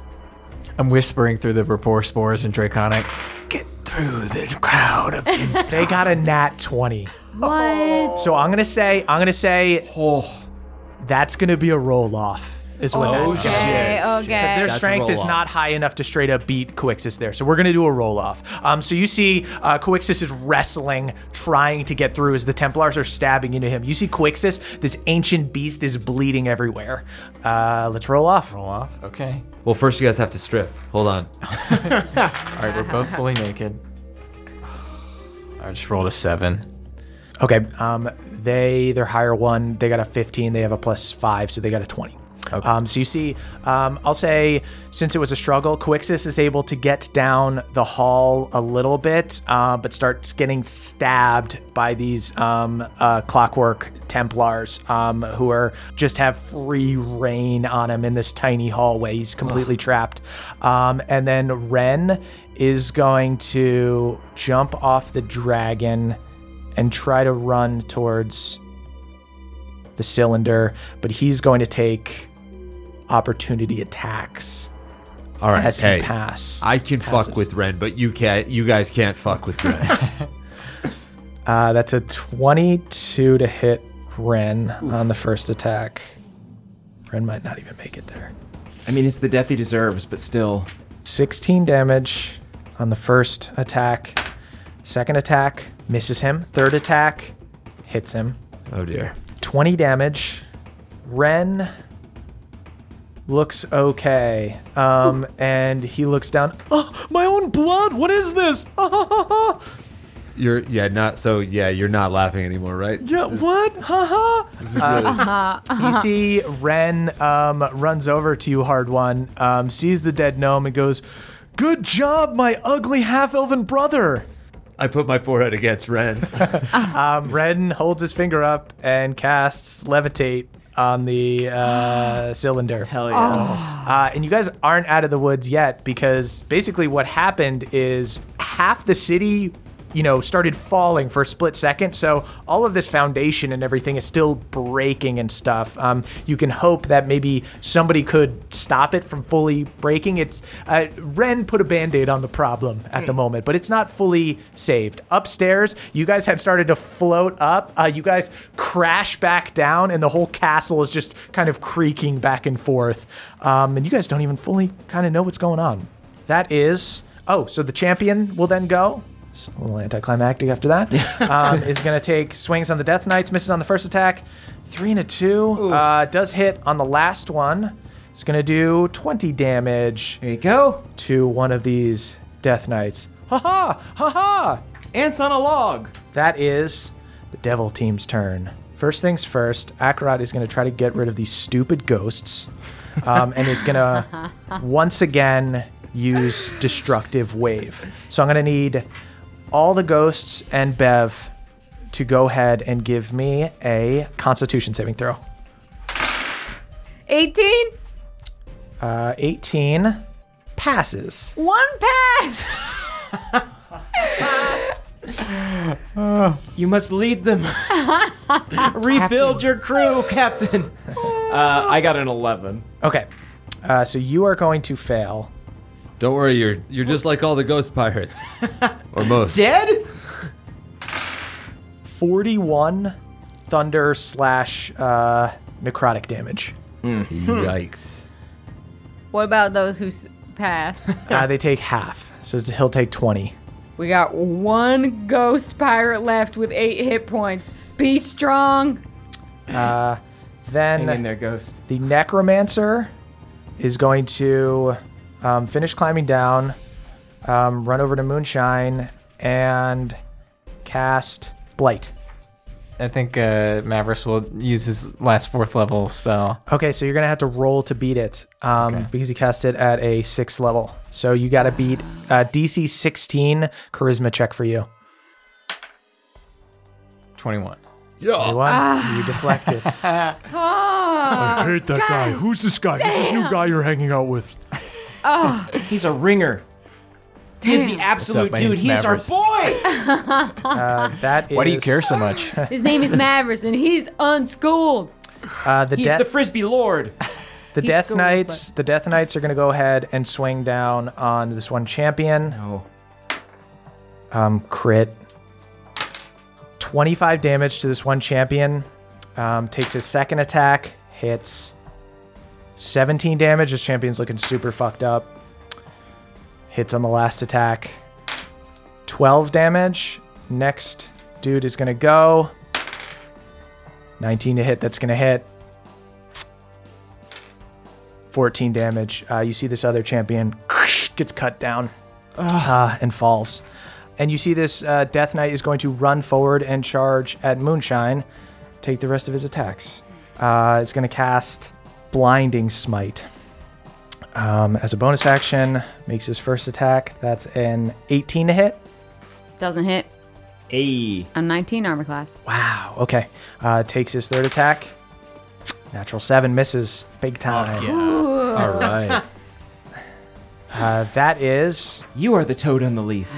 I'm whispering through the rapport spores and draconic. Get through the crowd of
they got a nat 20.
What?
So I'm gonna say, I'm gonna say, that's gonna be a roll off. Is what
Oh,
that's gonna be.
Okay, shit. okay.
Because their
That's a
strength is
roll-off.
not high enough to straight up beat Quixis there. So we're gonna do a roll off. Um, so you see, uh, Quixis is wrestling, trying to get through as the Templars are stabbing into him. You see, Quixis, this ancient beast, is bleeding everywhere. Uh, let's roll off. Roll off.
Okay.
Well, first you guys have to strip. Hold on.
All right, we're both fully naked. I just rolled a seven.
Okay. Um, they their higher one. They got a fifteen. They have a plus five, so they got a twenty. Um, so you see, um, I'll say since it was a struggle, Quixis is able to get down the hall a little bit, uh, but starts getting stabbed by these um, uh, clockwork Templars um, who are just have free reign on him in this tiny hallway. He's completely trapped. Um, and then Ren is going to jump off the dragon and try to run towards the cylinder, but he's going to take opportunity attacks.
All right.
As he
hey,
pass-
I can
passes.
fuck with Ren, but you can't. You guys can't fuck with Ren.
Uh, that's a 22 to hit Ren on the first attack. Ren might not even make it there.
I mean, it's the death he deserves, but still.
16 damage on the first attack. Second attack misses him. Third attack hits him.
Oh dear.
20 damage. Ren looks okay. Um, and he looks down. Oh, my own blood. What is this? Ah,
You're yeah not so yeah you're not laughing anymore, right?
yeah, what? Ha ha.
This is really-
You see, Ren um, runs over to you, Hard One, um, sees the dead gnome, and goes, Good job, my ugly half elven brother.
I put my forehead against Ren.
um, Ren holds his finger up and casts Levitate on the uh, cylinder. Hell
yeah.
Uh, and you guys aren't out of the woods yet because basically what happened is half the city. You know, started falling for a split second. So, all of this foundation and everything is still breaking and stuff. Um, you can hope that maybe somebody could stop it from fully breaking. It's uh, Ren put a band aid on the problem at the
Hmm.
moment moment, but it's not fully saved. Upstairs, you guys had started to float up. Uh, you guys crash back down, and the whole castle is just kind of creaking back and forth. Um, and you guys don't even fully kind of know what's going on. That is. Oh, so the champion will then go. It's a little anticlimactic after that. um, is going to take swings on the Death Knights, misses on the first attack. Three and a two. Uh, does hit on the last one. It's going to do 20 damage. There you go. To one of these Death Knights. Ha ha! Ha ha! Ants on a log! That is the Devil Team's turn. First things first, Akarat is going to try to get rid of these stupid ghosts um, and is going to once again use Destructive Wave. So I'm going to need all the ghosts and Bev to go ahead and give me a Constitution saving throw.
18?
Uh, 18 passes.
One pass.
you must lead them. Rebuild your crew, Captain. Uh, I got an 11.
Okay. Uh, so you are going to fail.
Don't worry, you're you're just like all the ghost pirates, or most.
Dead? 41 thunder slash uh, necrotic damage.
Yikes.
What about those who s- passed?
Uh, they take half, so it's- he'll take 20.
we got one ghost pirate left with eight hit points. Be strong.
Uh, then
Hang in there, ghost.
the necromancer is going to um, finish climbing down, um, run over to Moonshine, and cast Blight.
I think uh, Mavericks will use his last fourth level spell.
Okay, so you're gonna have to roll to beat it um, because he cast it at a sixth level. So you gotta beat uh, DC 16 charisma check for you.
21.
Yeah.
You deflect it.
Ah,
I hate that guy. Who's this guy? Who's this new
damn.
guy you're hanging out with?
Oh,
He's a ringer. He's the absolute
My
dude.
name's
He's our
Mavericks.
boy.
Uh, that is.
Why do you care so much?
his name is Mavericks, and he's unschooled.
Uh, the
He's
death,
the frisbee lord.
the
He's
Death
cool,
Knights. The Death Knights are gonna go ahead and swing down on this one champion.
No.
Um, crit. 25 damage to this one champion. Um, takes his second attack. Hits. 17 damage. This champion's looking super fucked up. Hits on the last attack. 12 damage. Next dude is gonna go. 19 to hit. That's gonna hit. 14 damage. Uh, you see this other champion gets cut down uh, and falls. And you see this uh, Death Knight is going to run forward and charge at Moonshine, take the rest of his attacks. Uh, it's going to cast Blinding Smite. Um, as a bonus action, makes his first attack. That's an 18 to hit.
Doesn't hit.
A.
I'm 19 armor class.
Wow. Okay. Uh, takes his third attack. Natural seven misses. Big time.
Ooh.
All right.
Uh, that is.
You are the toad on the leaf.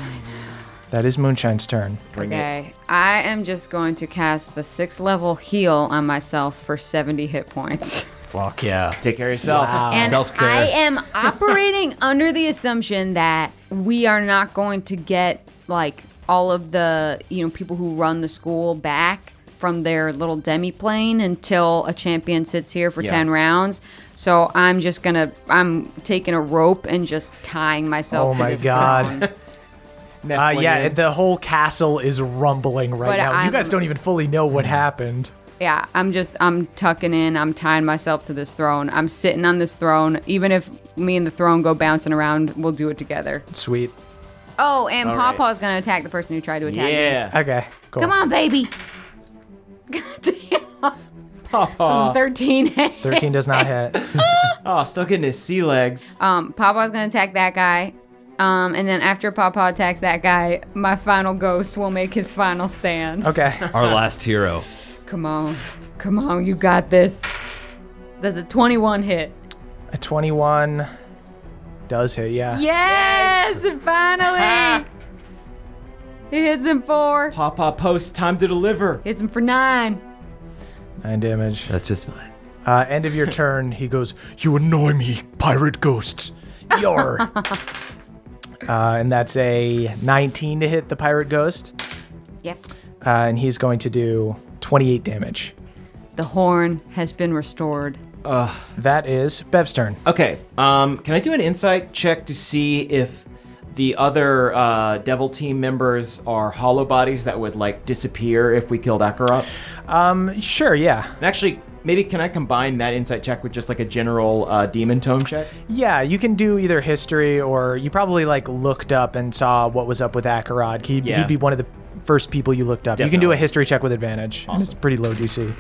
That is Moonshine's turn. Uh,
Bring
Okay, I am just going to cast the sixth level heal on myself for 70 hit points.
Fuck yeah.
Take care of yourself.
And I am operating under the assumption that we are not going to get like all of the you know people who run the school back from their little demi plane until a champion sits here for
Yeah.
10 rounds. So I'm just going to I'm taking a rope and just tying myself
Oh
to
my
this
god. Uh,
Nestling
yeah,
in.
the whole castle is rumbling right
But
now. You
I'm-
guys don't even fully know what happened.
Yeah, I'm just I'm tucking in. I'm tying myself to this throne. I'm sitting on this throne. Even if me and the throne go bouncing around, we'll do it together.
Sweet.
Oh, and
All right.
Pawpaw's gonna attack the person who tried to attack me.
Okay. Cool.
Come on, baby.
Aw.
13 hit.
13 does not hit.
oh, still getting his sea legs.
Um, Pawpaw's gonna attack that guy. Um, and then after Pawpaw attacks that guy, my final ghost will make his final stand.
Okay.
Our last hero.
Come on. Come on, you got this. Does a 21 hit?
A 21 does hit. Yeah.
Yes, finally. he hits him for
Papa post time to deliver.
Hits him for nine.
Nine damage.
That's just fine.
Uh, end of your turn. He goes, "You annoy me, pirate ghosts." Your. uh, and that's a 19 to hit the pirate ghost.
Yeah.
Uh, and he's going to do 28 damage.
The horn has been restored.
Ugh.
That is Bev's turn.
Okay. Um, can I do an insight check to see if the other uh, devil team members are hollow bodies that would like disappear if we killed Akarot?
Um, sure. Yeah.
Actually, maybe can I combine that insight check with just like a general uh, demon tome check?
Yeah, you can do either history or you probably like looked up and saw what was up with Akarad. He'd,
Yeah.
he'd be one of the first people you looked up. You can do a history check with advantage. and It's
Awesome.
pretty low DC.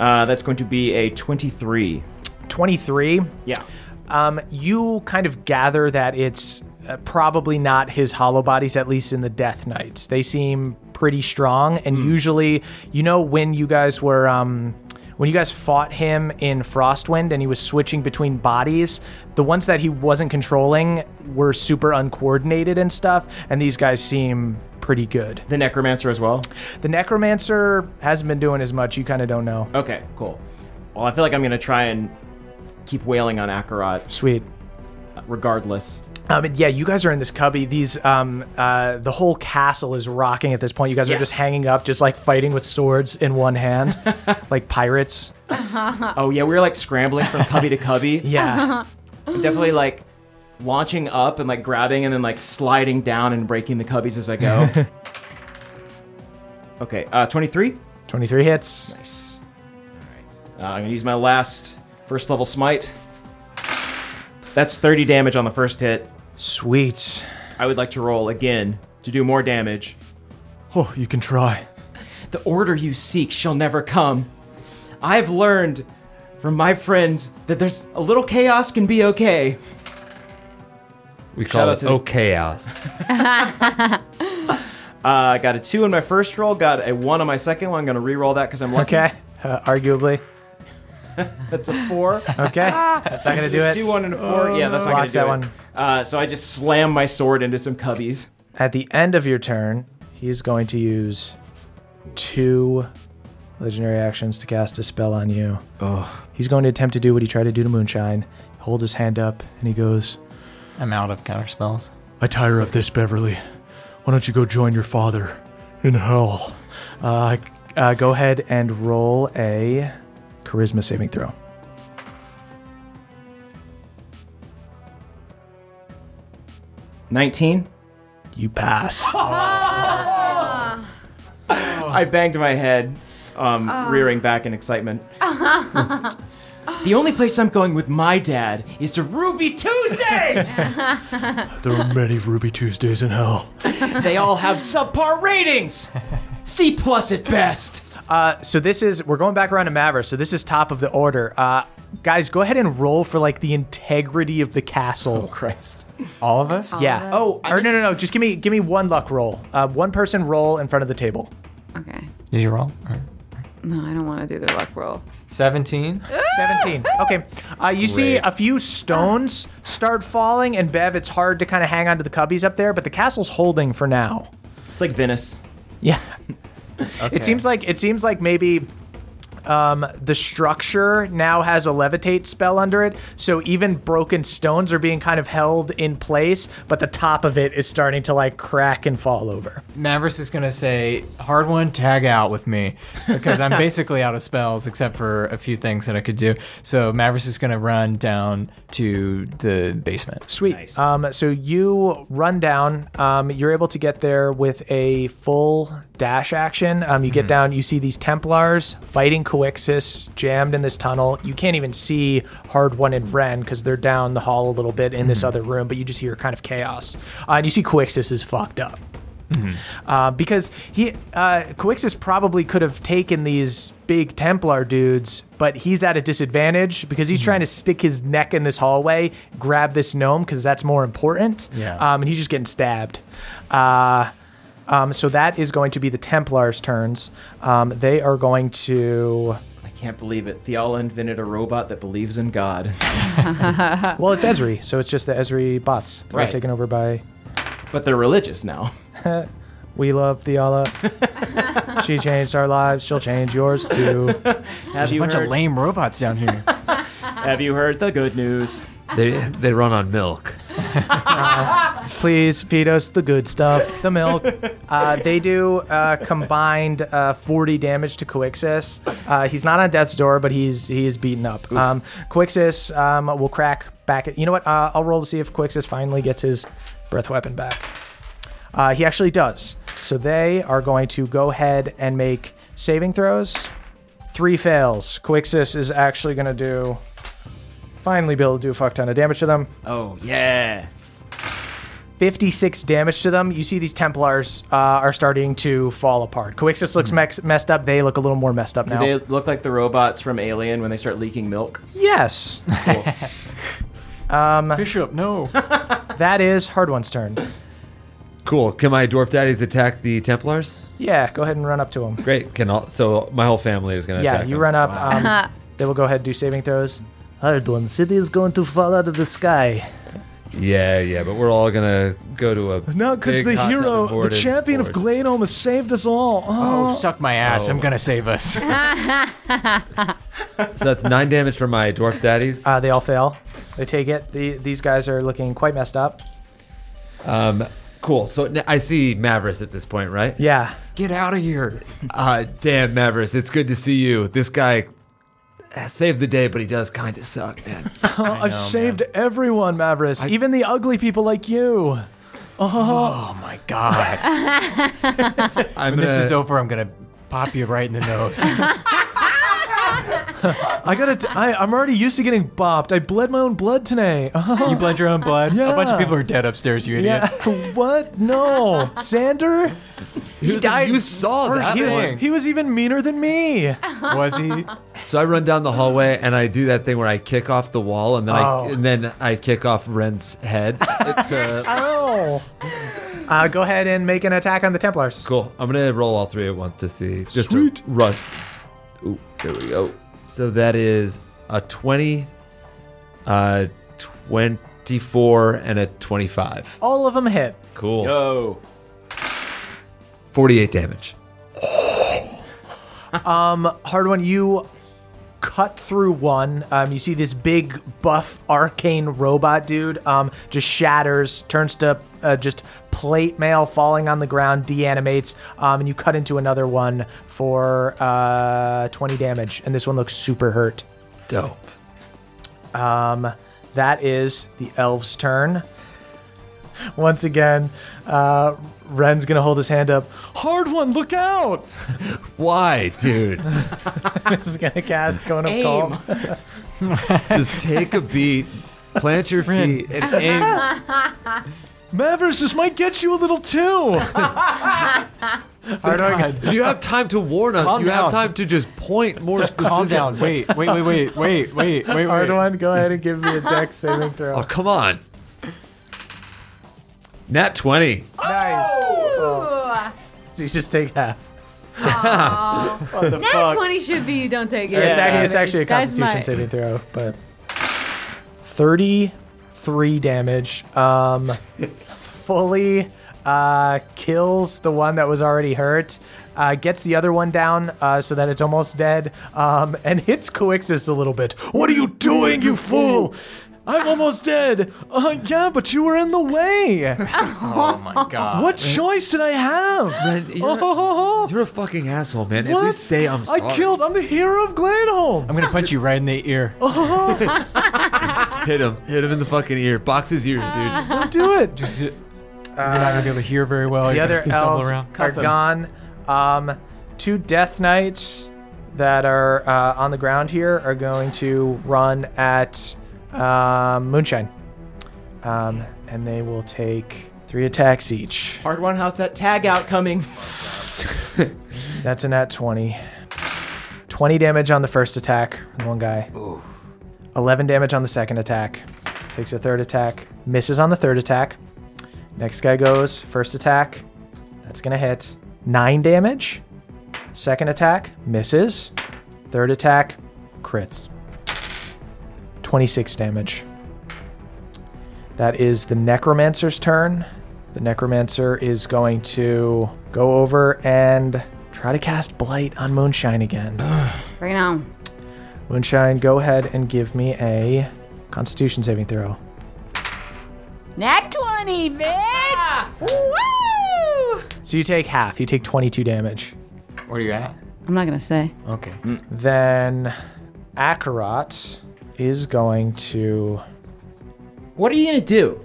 Uh, that's going to be a 23.
23.
Yeah.
Um, you kind of gather that it's uh, probably not his hollow bodies, at least in the Death Knights. They seem pretty strong, and usually, you know, when you guys were. Um, when you guys fought him in Frostwind and he was switching between bodies, the ones that he wasn't controlling were super uncoordinated and stuff, and these guys seem pretty good.
The necromancer as well.
The necromancer hasn't been doing as much. You kind of don't know.
Okay, cool. Well, I feel like I'm gonna try and keep wailing on Akarat.
Sweet.
Regardless.
Um, and yeah, you guys are in this cubby. These, um, uh, the whole castle is rocking at this point. You guys
Yeah.
are just hanging up, just like fighting with swords in one hand, like pirates.
Oh yeah, we were like scrambling from cubby to cubby.
Yeah.
I'm definitely like launching up and like grabbing and then like sliding down and breaking the cubbies as I go. okay, uh, 23.
23 hits.
Nice. All right. Uh, I'm gonna use my last first level smite. That's 30 damage on the first hit.
Sweet.
I would like to roll again to do more damage.
Oh, you can try.
The order you seek shall never come. I've learned from my friends that there's a little chaos can be okay.
We call
out
it
to the-
oh chaos.
Uh, I got a two in my first roll, got a one on my second one. I'm gonna re-roll that because I'm lucky.
Okay. Uh, arguably.
That's a four.
Okay. That's not going to do it.
Two, one, and a four. yeah, that's not gonna
Blocks
do
that
it.
one.
Uh, so I just slam my sword into some cubbies.
At the end of your turn, he's going to use two legendary actions to cast a spell on you. Oh. He's going to attempt to do what he tried to do to Moonshine. He holds his hand up and he goes,
I'm out of counter spells.
I tire of this, Beverly. Why don't you go join your father in hell?
uh, uh, Go ahead and roll a charisma saving throw.
Nineteen.
You pass.
I banged my head, um,
Ah.
rearing back in excitement. The only place I'm going with my dad is to Ruby Tuesday.
There are many Ruby Tuesdays in hell.
they all have subpar ratings. C plus at best.
Uh, so this is we're going back around to Maverick. So this is top of the order. Uh, guys, go ahead and roll for like the integrity of the castle. Oh
Christ!
All of us? yeah.
of us.
Oh, or no, no, no. Just give me give me one luck roll. Uh, one person roll in front of the table.
Okay.
Did you roll?
No, I don't want to do the luck roll.
17.
17. Okay. Uh, you see a few stones start falling, and Bev, it's hard to kind of hang onto the cubbies up there, but the castle's holding for now.
It's like Venice.
Yeah. It seems like it seems like maybe um, the structure now has a levitate spell under it, so even broken stones are being kind of held in place, but the top of it is starting to like crack and fall over.
Mavericks is gonna say, "Hard one, tag out with me," because I'm basically out of spells except for a few things that I could do. So Mavericks is gonna run down to the basement.
Sweet. Um, so you run down. Um, you're able to get there with a full dash action. Um, you get down. You see these Templars fighting Coixis, jammed in this tunnel. You can't even see Hard One and Ren because they're down the hall a little bit in this other room. But you just hear kind of chaos, uh, and you see Coixis is fucked up uh, because he uh, Coixus probably could have taken these big Templar dudes, but he's at a disadvantage because he's trying to stick his neck in this hallway, grab this gnome because that's more important.
Yeah.
um, and he's just getting stabbed. Uh, um, so that is going to be the Templars' turns. Um, they are going to.
I can't believe it. Theala invented a robot that believes in God.
Well, it's Esri, so it's just the Esri bots. They're
Right.
taken over by.
But they're religious now.
we love Theala. she changed our lives. She'll change yours too.
There's a
you
bunch
heard-
of lame robots down here.
Have you heard the good news?
They they run on milk.
Please feed us the good stuff, the milk. Uh, they do uh, combined uh, 40 damage to Coixis. Uh, he's not on death's door, but he's he is beaten up. Um, Coixis um, will crack back. At, you know what? Uh, I'll roll to see if Coixis finally gets his breath weapon back. Uh, he actually does. So they are going to go ahead and make saving throws. Three fails. Coixis is actually going to do finally be able to do a fuck ton of damage to them.
Oh yeah.
56 damage to them. You see these Templars uh, are starting to fall apart. Coixus looks mex- messed up. They look a little more messed up
Do
now.
they look like the robots from Alien when they start leaking milk?
Yes. um, Bishop, no. that is Hard One's turn.
Cool. Can my dwarf daddies attack the Templars?
Yeah, go ahead and run up to him.
Great. Can all, so my whole family is gonna
yeah,
attack.
you
them.
run up. Um, they will go ahead and do saving throws. Hard One, city is going to fall out of the sky.
Yeah, yeah, but we're all gonna go to a
No, because
big
the
hot tub and
hero, the
board and
champion of Gladome, has saved us all. Oh,
suck my ass! I'm gonna save us.
So that's nine damage from my dwarf daddies.
Uh, they all fail. They take it. The, these guys are looking quite messed up.
Um, cool. So n- I see Mavericks at this point, right?
Yeah.
Get out of here. Uh, damn, Mavericks, it's good to see you. This guy uh, saved the day, but he does kind of suck, man.
I've saved everyone, Mavericks, even the ugly people like you. Oh,
my God.
I'm
when this
gonna-
is over, I'm gonna pop you right in the nose.
I gotta. T- I, I'm already used to getting bopped. I bled my own blood today. Oh.
you bled your own blood.
Yeah.
A bunch of people are dead upstairs. You idiot.
Yeah. what? No, Sander.
He was like, "You saw
for
that
him.
thing."
He was even meaner than me.
Was he? So I run down the hallway and I do that thing where I kick off the wall and then
Oh.
I and then I kick off Ren's head. It's, uh,
Oh. Uh, go ahead and make an attack on the Templars.
cool. I'm gonna roll all three at once to see. Just
Sweet.
To run. Ooh, there we go. So that is a twenty, uh, twenty-four, and a twenty-five.
All of them hit.
Cool.
Oh.
Yo. Forty-eight damage.
Um, hard one. You cut through one. Um, you see this big buff arcane robot dude. Um, just shatters, turns to uh, just plate mail falling on the ground, deanimates. Um, and you cut into another one for uh 20 damage. And this one looks super hurt.
Dope.
Um, that is the elf's turn. Once again, uh, Ren's gonna hold his hand up. Hard one, look out!
Why, dude?
He's gonna cast Cone of
Aim.
Cold.
Just take a beat, plant your feet, and aim.
Mavericks, this might get you a little too.
You have time to warn us.
Calm
you
down.
have time to just point more specifically.
Calm down. Wait, wait, wait, wait, wait, wait, wait,
Hard
wait.
one, go ahead and give me a dex saving
Oh,
throw.
come on. Nat 20.
Nice. Oh. You just take half. What the
Nat
fuck?
20 should be, don't take it.
Yeah, it's actually, it's
Damage.
actually a
That's
Constitution
my-
saving throw, but thirty-three damage. Um, fully uh, kills the one that was already hurt. Uh, gets the other one down uh, so that it's almost dead, um, and hits Coixus a little bit. What are you doing, you fool? I'm almost dead. Uh, yeah, but you were in the way.
Oh my god.
What choice did I have?
you're,
Oh.
you're a fucking asshole, man. At least say I'm sorry.
I killed. I'm the hero of Gladholm.
I'm gonna punch you right in the ear.
Oh,
Hit him. Hit him in the fucking ear. Box his ears, dude.
don't do it.
Just, you're not gonna be able to hear very well.
The
You're
other
gonna stumble
elves
around.
are gone. Um, two death knights that are uh, on the ground here are going to run at um, Moonshine, um, and they will take three attacks each.
Hard one, how's that tag out coming?
That's a nat twenty. Twenty damage on the first attack, one guy. Eleven damage on the second attack. Takes a third attack. Misses on the third attack. Next guy goes. First attack. That's gonna hit. Nine damage. Second attack misses. Third attack crits. 26 damage. That is the necromancer's turn. The necromancer is going to go over and try to cast blight on Moonshine again.
Right now.
Moonshine, go ahead and give me a Constitution saving throw.
Nat 20, bitch!
Ah!
Woo!
So you take half. You take 22 damage.
Where are you at?
I'm not going to say.
Okay.
Then Akarot is going to
What are you gonna do?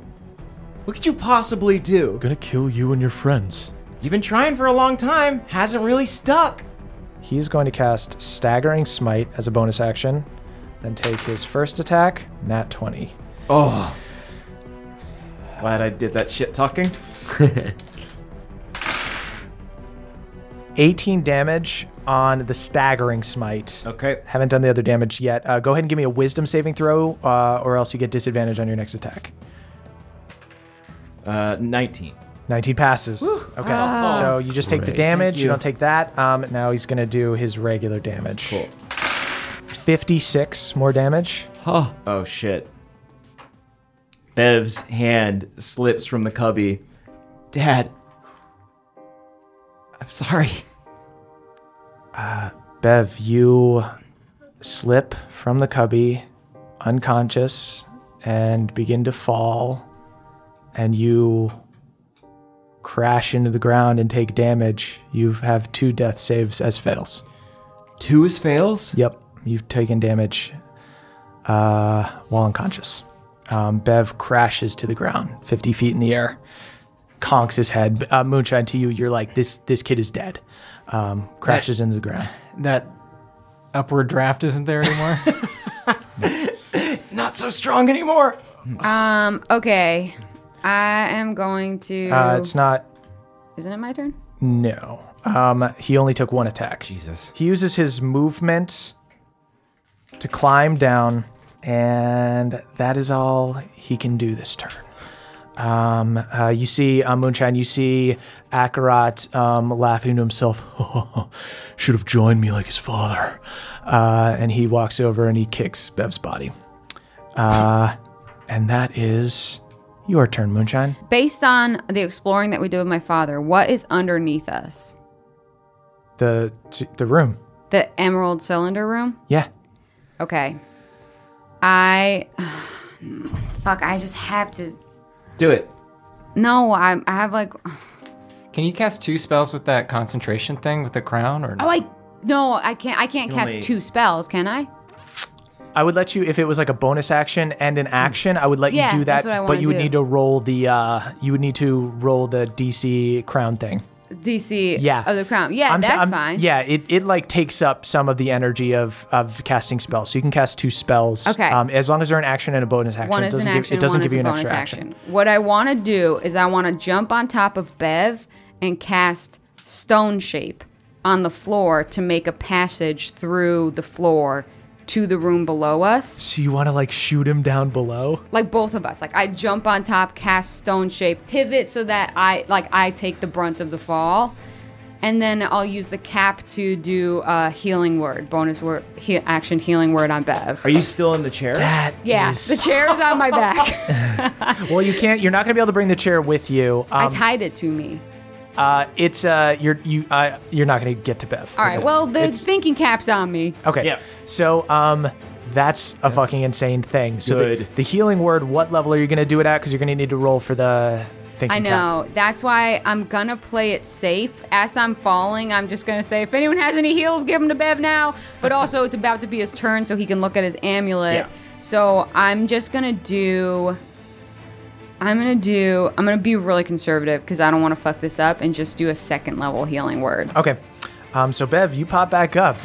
What could you possibly do?
gonna kill you and your friends.
You've been trying for a long time, hasn't really stuck.
He's going to cast Staggering Smite as a bonus action, then take his first attack, nat 20.
Oh. Glad I did that shit talking.
18 damage on the Staggering Smite.
Okay.
Haven't done the other damage yet. Uh, go ahead and give me a Wisdom saving throw, uh, or else you get disadvantage on your next attack.
Uh, 19.
19 passes. Okay.
Ah.
so you just take the
Great.
damage,
Thank
you.
you.
don't take that. Um, now he's going to do his regular damage. Cool. 56 more damage.
Oh shit. Bev's hand slips from the cubby. Dad, I'm sorry.
Uh, Bev, you slip from the cubby, unconscious, and begin to fall, and you crash into the ground and take damage. You have two death saves as fails.
Two as fails?
Yep. You've taken damage uh, while unconscious. Um, Bev crashes to the ground, 50 feet in the air, conks his head. Uh, Moonshine, to you, you're like, this, this kid is dead. Um, crashes into the ground.
That upward draft isn't there anymore.
Not so strong anymore.
Um. Okay. I am going to.
Uh, it's not.
Isn't it my turn?
No. Um, he only took one attack.
Jesus.
He uses his movement to climb down, and that is all he can do this turn. Um, uh, you see, uh, Moonshine, you see Akarat um, laughing to himself. Should have joined me like his father. Uh, and he walks over and he kicks Bev's body. Uh, and that is your turn, Moonshine.
Based on the exploring that we did with my father, what is underneath us?
The t- the room.
The Emerald Cylinder Room?
Yeah.
Okay. I. Fuck, I just have to.
Do it.
No, I, I have like.
Can you cast two spells with that concentration thing with the crown or?
Oh, I. No, I can't. I can't
You
cast
only-
two spells, can I?
I would let you if it was like a bonus action and an action. I would let
Yeah,
you do that,
that's what I
but
wanna
you would
do.
need to roll the uh, you would need to roll the DC crown thing.
DC.
Yeah.
Of Oh, the crown. Yeah,
I'm s-
that's
I'm-
fine.
Yeah, it, it like takes up some of the energy of of casting spells. So you can cast two spells.
Okay.
Um, as long as they're an action and a bonus action,
One
it
is an
doesn't give
action.
it doesn't
one
give
is
you
a
an
bonus
extra action.
What I want to do is I want to jump on top of Bev and cast Stone Shape on the floor to make a passage through the floor to the room below us.
So you want to like shoot him down below?
Like both of us. Like I jump on top, cast Stone Shape, pivot so that I like I take the brunt of the fall. And then I'll use the cap to do a healing word, bonus word, he- action healing word on Bev.
Are you still in the chair?
That
Yeah, the chair's on my back.
well, you can't. You're not going to be able to bring the chair with you.
I
Um,
tied it to me.
uh, it's uh, you're you uh, you're not going to get to Bev.
All right.
Okay.
Well, the
It's-
thinking cap's on me.
Okay. So, um, that's a fucking insane thing. So the,
Good.
the healing word. What level are you going to do it at? Because you're going to need to roll for the thinking.
I
cap.
know. That's why I'm gonna play it safe. As I'm falling, I'm just gonna say, if anyone has any heals, give them to Bev now. But also, it's about to be his turn, so he can look at his amulet.
Yeah.
So I'm just gonna do. I'm gonna do. I'm gonna be really conservative because I don't want to fuck this up and just do a second level healing word.
Okay. Um, so Bev, you pop back up.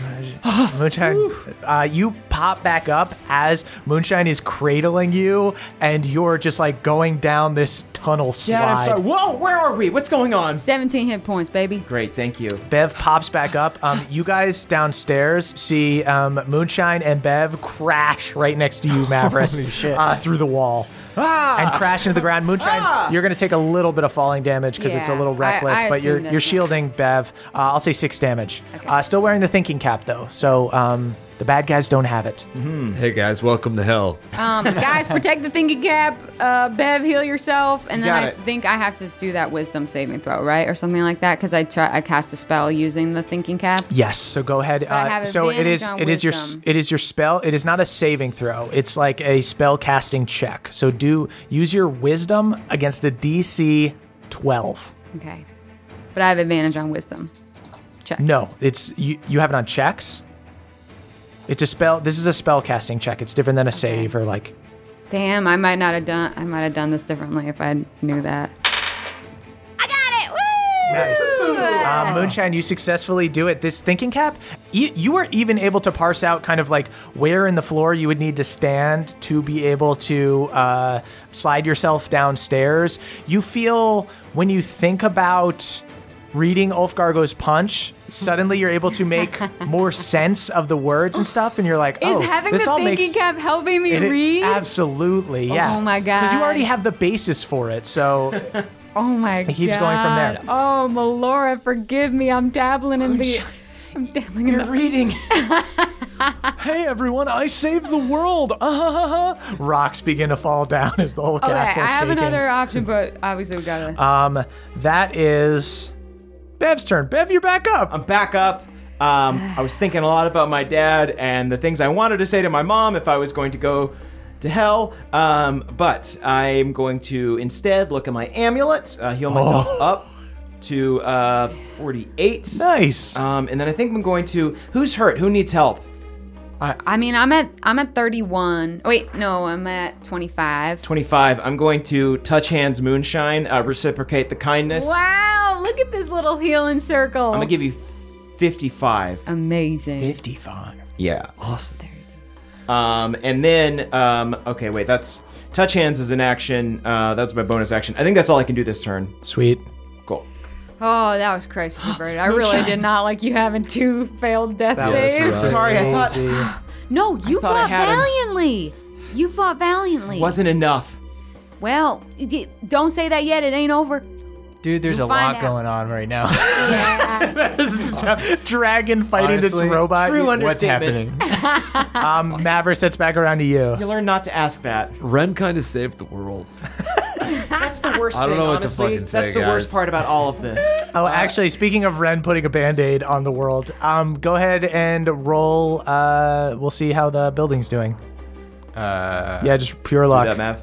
Moonshine, uh, you pop back up as Moonshine is cradling you, and you're just like going down this tunnel slide.
Dad, I'm sorry. Whoa, where are we? What's going on?
17 hit points, baby.
Great, thank you.
Bev pops back up. Um, you guys downstairs see um, Moonshine and Bev crash right next to you, Mavericks,
Holy shit. Ah!
Uh, through the wall and crash into the ground. Moonshine, you're going to take a little bit of falling damage because it's a
Yeah,
little
I-
reckless,
I
but you're
assumed
you're
as much.
shielding Bev. Uh, I'll say six damage. Uh, still wearing the thinking cap though, so um, the bad guys don't have it.
Hey guys, welcome to hell.
Um, guys, protect the thinking cap. Uh, Bev, heal yourself, and then
Got
I
it.
think I have to do that wisdom saving throw, right, or something like that, because I try I cast a spell using the thinking cap.
Yes. So go ahead.
I
Uh,
have
so it is.
advantage on
It is your.
wisdom.
It is your spell. It is not a saving throw. It's like a spell casting check. So do use your wisdom against a DC twelve.
Okay, but I have advantage on wisdom. Check.
No, it's you. You have it on checks. It's a spell. This is a spell casting check. It's different than a save or like.
Damn, I might not have done. I might have done this differently if I knew that.
Nice. Uh, Moonshine, you successfully do it. This thinking cap, you, you were even able to parse out kind of like where in the floor you would need to stand to be able to uh, slide yourself downstairs. You feel when you think about reading Ulf Gargo's punch, suddenly you're able to make more sense of the words and stuff, and you're like, oh,
is having the
this all
thinking
makes
cap helping me
it-
read?
Absolutely,
Oh
yeah.
my
Because you
God.
already have the basis for it, so
oh my god!
It keeps going from there.
Oh, Melora, forgive me. I'm dabbling in the I'm dabbling
You're
in the-
reading. hey everyone, I saved the world. Ah, ha, ha, ha.
Rocks begin to fall down as the whole
Okay, I
castle
have
shaking.
another option, but obviously we gotta.
Um, that is Bev's turn. Bev, you're back up.
I'm back up. Um, I was thinking a lot about my dad and the things I wanted to say to my mom if I was going to go to hell. Um, but I'm going to instead look at my amulet, uh, heal myself up to uh, 48.
Nice.
Um, and then I think I'm going to. Who's hurt? Who needs help?
I mean, I'm at I'm at 31. Oh, wait, no, I'm at 25.
25. I'm going to touch hands moonshine, uh, reciprocate the kindness.
Wow, look at this little healing circle.
I'm going to give you 55.
Amazing.
55.
Yeah. Awesome. Um, and then, um, okay, wait, that's touch hands is an action. Uh, that's my bonus action. I think that's all I can do this turn.
Sweet.
Cool.
Oh, that was crisis averted. I really
Moonshine.
did not like you having two failed death
That was
saves.
rough. Sorry, I thought- Crazy.
no, you
thought I
fought
had 'em.
valiantly. You fought valiantly.
Wasn't enough.
Well, y- don't say that yet. It ain't over.
Dude, there's
We'll
a lot
find out.
going on right now.
Dragon fighting
Honestly,
this robot.
true
What's
understatement.
happening? um, Maverick sits back around to you.
You learn not to ask that.
Ren kind of saved the world.
That's the worst
I don't
thing,
know what to
honestly.
fucking
that's
say,
the worst
guys.
part about all of this.
Uh,
Oh, actually, speaking of Ren putting a band aid on the world, um, go ahead and roll. Uh, we'll see how the building's doing.
Uh,
yeah, just pure luck.
that, Mav.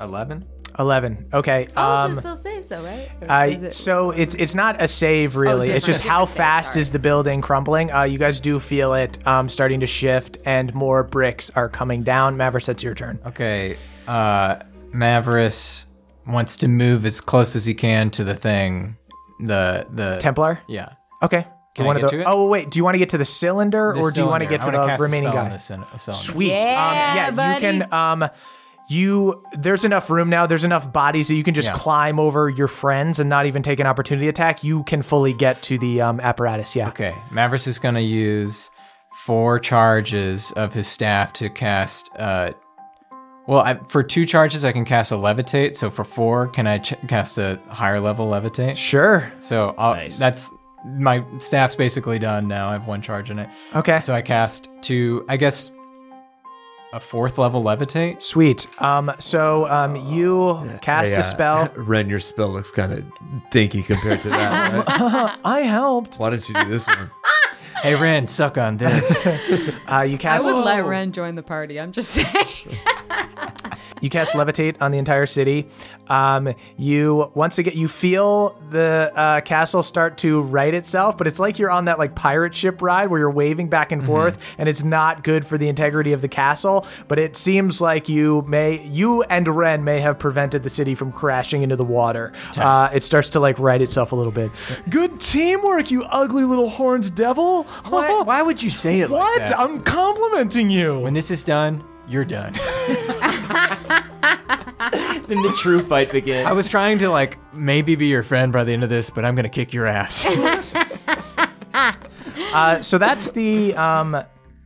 11?
11. Okay.
Oh, so
Um,
it still saves though, right? Or is
I,
it- Oh,
so it's it's not a save really. it's
different-
just how fast is the building crumbling? Uh, you guys do feel it um, starting to shift, and more bricks are coming down. Maverick, it's your turn.
Okay. Uh, Mavericks wants to move as close as he can to the thing. The the
Templar?
Yeah.
Okay.
Can I
One of
get
the-
to it?
Oh wait, do you want to get to the cylinder,
The
or do you want to
cylinder.
get
I
to
wanna
the
cast a
remaining
spell on
guy?
the cyn- a cylinder.
Sweet.
Yeah,
um, yeah you can. Um, you there's enough room now. There's enough bodies that you can just
Yeah.
climb over your friends and not even take an opportunity attack. You can fully get to the um, apparatus. Yeah.
Okay. Mavericks is going to use four charges of his staff to cast. Uh, well, I, for two charges, I can cast a levitate. So for four, can I ch- cast a higher level levitate?
Sure.
So I'll, that's my staff's basically done now. I have one charge in it.
Okay.
So I cast two. I guess a fourth level levitate.
Sweet. Um, so um, you cast
Hey,
a
uh,
spell.
Ren, your spell looks kind of dinky compared to that. right?
I helped.
Why don't you do this one?
Hey, Ren, suck on this.
uh, you
I
cast.
would let Ren join the party. I'm just saying.
You cast levitate on the entire city. Um, you once again you feel the uh, castle start to right itself, but it's like you're on that like pirate ship ride where you're waving back
Mm-hmm.
and forth, and it's not good for the integrity of the castle. But it seems like you may you and Ren may have prevented the city from crashing into the water. Uh, it starts to like right itself a little bit. Good teamwork, you ugly little horns devil. Why,
why would you say it?
What?
that?
I'm complimenting you.
When this is done, you're done.
then the true fight begins.
I was trying to like maybe be your friend by the end of this, but I'm gonna kick your ass.
uh, so that's the um,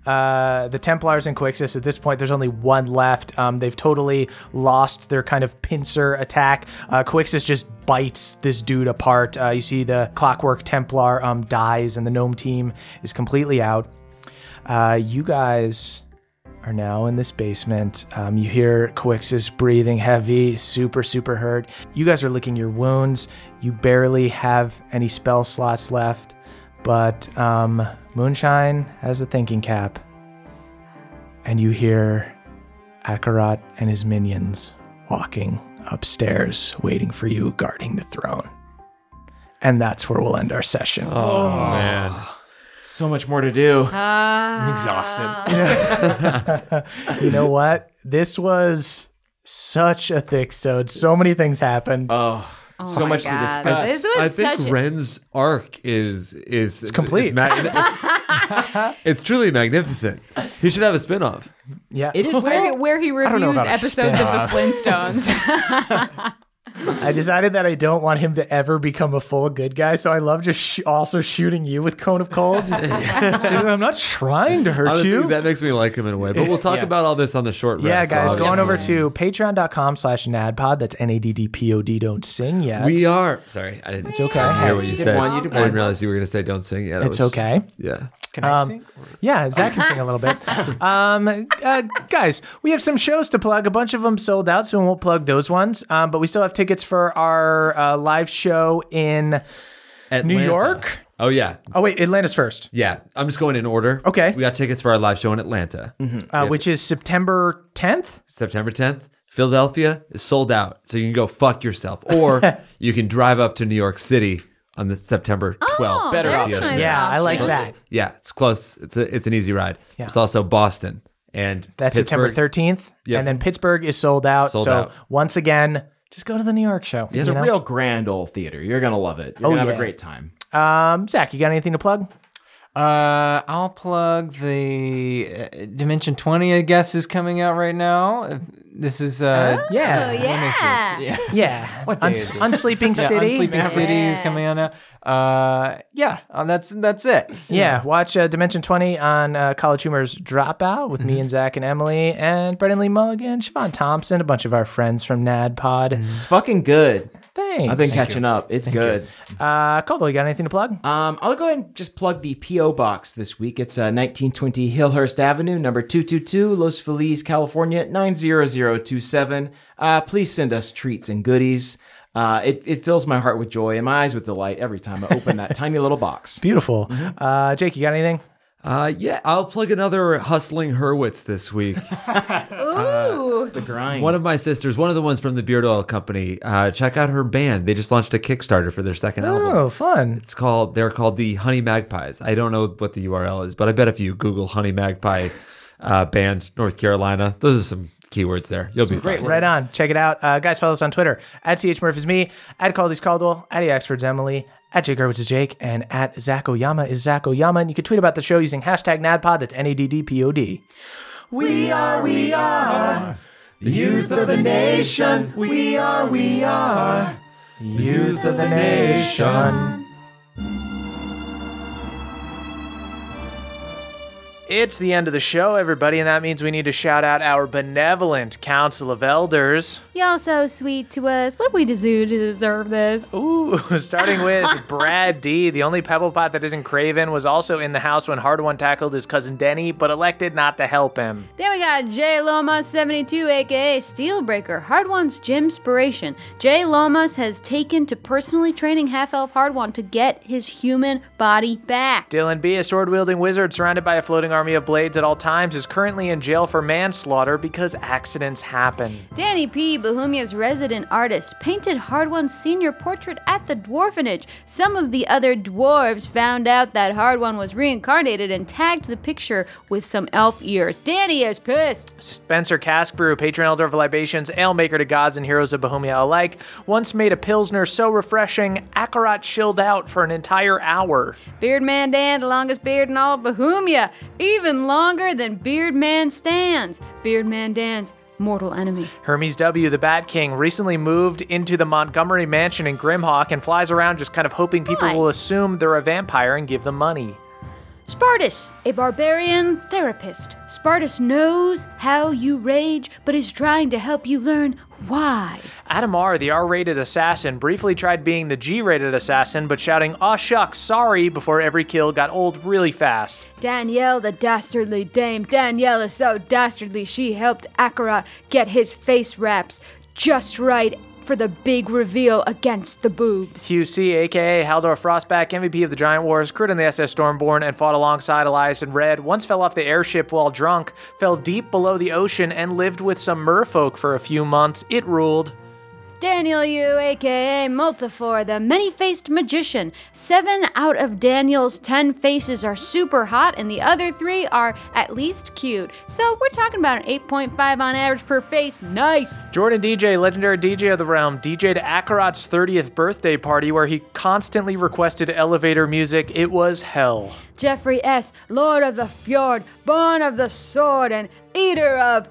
uh, the Templars and Quixis. At this point, there's only one left. Um, they've totally lost their kind of pincer attack. Uh, Quixis just bites this dude apart. Uh, you see the Clockwork Templar um, dies, and the gnome team is completely out. Uh, you guys are now in this basement. Um, you hear Quixis breathing heavy, super, super hurt. You guys are licking your wounds. You barely have any spell slots left, but um, Moonshine has a thinking cap. And you hear Akarat and his minions walking upstairs, waiting for you, guarding the throne. And that's where we'll end our session.
Oh, man. So much more to do.
Uh,
I'm
exhausted. you know what? This was such a thick sode. So many things happened.
Oh,
Oh my God. This was
I think
such a-
Ren's arc is is it's
complete.
It's, it's- it's truly magnificent. He should have a spin-off.
Yeah,
where, where he
I don't know
reviews
about a
episodes of the
spin-off.
Flintstones.
I decided that I don't want him to ever become a full good guy, so I love just sh- also shooting you with Cone of Cold. I'm not trying to hurt
Honestly,
you.
That makes me like him in a way. But we'll talk
Yeah.
about all this on the short rest.
yeah, guys, go on over
obviously.
to patreon.com slash nadpod. That's N-A-D-D-P-O-D. Don't sing yet.
We are. Sorry, I didn't. It's
okay.
hear what you,
You did
said.
one, you did
I didn't
one.
realize you were going to say "Don't sing." Yeah, that
It's
was-
okay.
Yeah.
Can
um,
I sing? Yeah, Zach can sing a little bit. Um, uh, guys, we have some shows to plug. A bunch of them sold out, so we won't plug those ones. Um, but we still have tickets for our uh, live show in New
Atlanta.
York.
Oh yeah.
Oh wait, Atlanta's first.
Yeah, I'm just going in order.
Okay.
We got tickets for our live show in Atlanta,
Uh,
Yeah.
Which is September 10th.
September 10th. Philadelphia is sold out, so you can go fuck yourself, or you can drive up to New York City on the September 12th.
better
Yeah.
option. Yeah, I like
So-
that.
Yeah, it's close. It's a, it's an easy ride.
Yeah.
It's also Boston and
That's
Pittsburgh.
September 13th.
Yep.
And then Pittsburgh is sold out.
Sold
so
out.
once again, just go to the New York show.
It's
you
a
know?
real grand old theater. You're gonna love it. You're
Oh,
gonna have
yeah.
a great time.
Um, Zach, you got anything to plug?
Uh, I'll plug the uh, Dimension 20, I guess, is coming out right now. Uh, This is, uh,
yeah.
when is this? Yeah.
Oh, Yeah.
What day
Uns-
is it?
Unsleeping
Yeah,
City.
Unsleeping City is coming out now. Uh, yeah, um, that's that's it.
Yeah, watch uh, Dimension 20 on uh, College Humor's Dropout with me and Zach and Emily and Brendan Lee Mulligan, Siobhan Thompson, a bunch of our friends from NAD Pod.
It's fucking good.
Thanks.
I've been catching up. It's good.
Uh, Caldwell, you got anything to plug?
Uh,
Um, I'll go ahead and just plug the P.O. Box this week. It's uh, 1920 Hillhurst Avenue, number 222, Los Feliz, California, 90027. Uh, please send us treats and goodies. Uh, it, it fills my heart with joy and my eyes with delight every time I open that tiny little box.
Beautiful. Uh, Jake, you got anything?
Uh, yeah, I'll plug another hustling Hurwitz this week.
Ooh.
the grind.
One of my sisters, one of the ones from the Beard Oil Company, uh, check out her band. They just launched a Kickstarter for their second album.
Oh, fun.
It's called. They're called the Honey Magpies. I don't know what the URL is, but I bet if you Google Honey Magpie uh, band North Carolina, those are some keywords there. You'll be fine.
Right on. Check it out. Uh, guys, follow us on Twitter at CHMurph is me, at Caldy's Caldwell, at E Oxford's Emily, at Jake Hurwitz is Jake, and at Zach Oyama is Zach Oyama. And you can tweet about the show using hashtag NADPOD. That's N A D D P O D.
We are, we are. Youth of the nation. We are, we are.
Youth of the Nation. It's the end of the show, everybody, and that means we need to shout out our benevolent Council of Elders.
Y'all so sweet to us. What do we do to deserve this?
Ooh. Starting with Brad D, the only pebble pot that isn't Craven, was also in the house when Hard One tackled his cousin Denny, but elected not to help him.
Then we got Jay Lomas 72, aka Steelbreaker, Hard One's Gymspiration. Jay Lomas has taken to personally training Half Elf Hard One to get his human body back.
Dylan B, a sword wielding wizard surrounded by a floating army of blades at all times, is currently in jail for manslaughter because accidents happen.
Danny P., Bohemia's resident artist, painted Hard One's senior portrait at the Dwarvenage. Some of the other dwarves found out that Hard One was reincarnated and tagged the picture with some elf ears. Danny is pissed.
Spencer Caskbrew, patron elder of libations, ale maker to gods and heroes of Bohemia alike, once made a pilsner so refreshing, Akarat chilled out for an entire hour.
Beardman Dan, the longest beard in all of Bohemia, even longer than Beardman Stan's. Beardman Dan's mortal enemy.
Hermes W., the Bat King, recently moved into the Montgomery Mansion in Grimhawk and flies around just kind of hoping people will assume they're a vampire and give them money.
Spartus, a barbarian therapist. Spartus knows how you rage, but is trying to help you learn why.
Adam R., the R rated assassin, briefly tried being the G rated assassin, but shouting, aw shucks, sorry, before every kill got old really fast.
Danielle, the dastardly dame. Danielle is so dastardly, she helped Akarat get his face wraps just right for the big reveal against the boobs.
QC, aka Haldor Frostback, MVP of the Giant Wars, crewed in the SS Stormborn, and fought alongside Elias and Red, once fell off the airship while drunk, fell deep below the ocean, and lived with some merfolk for a few months. It ruled.
Daniel Yu, aka Multifor, the many faced magician. Seven out of Daniel's ten faces are super hot, and the other three are at least cute. So we're talking about an 8.5 on average per face. Nice!
Jordan DJ, legendary DJ of the realm, DJ'd Akarat's 30th birthday party where he constantly requested elevator music. It was hell.
Jeffrey S., Lord of the Fjord, born of the sword and eater of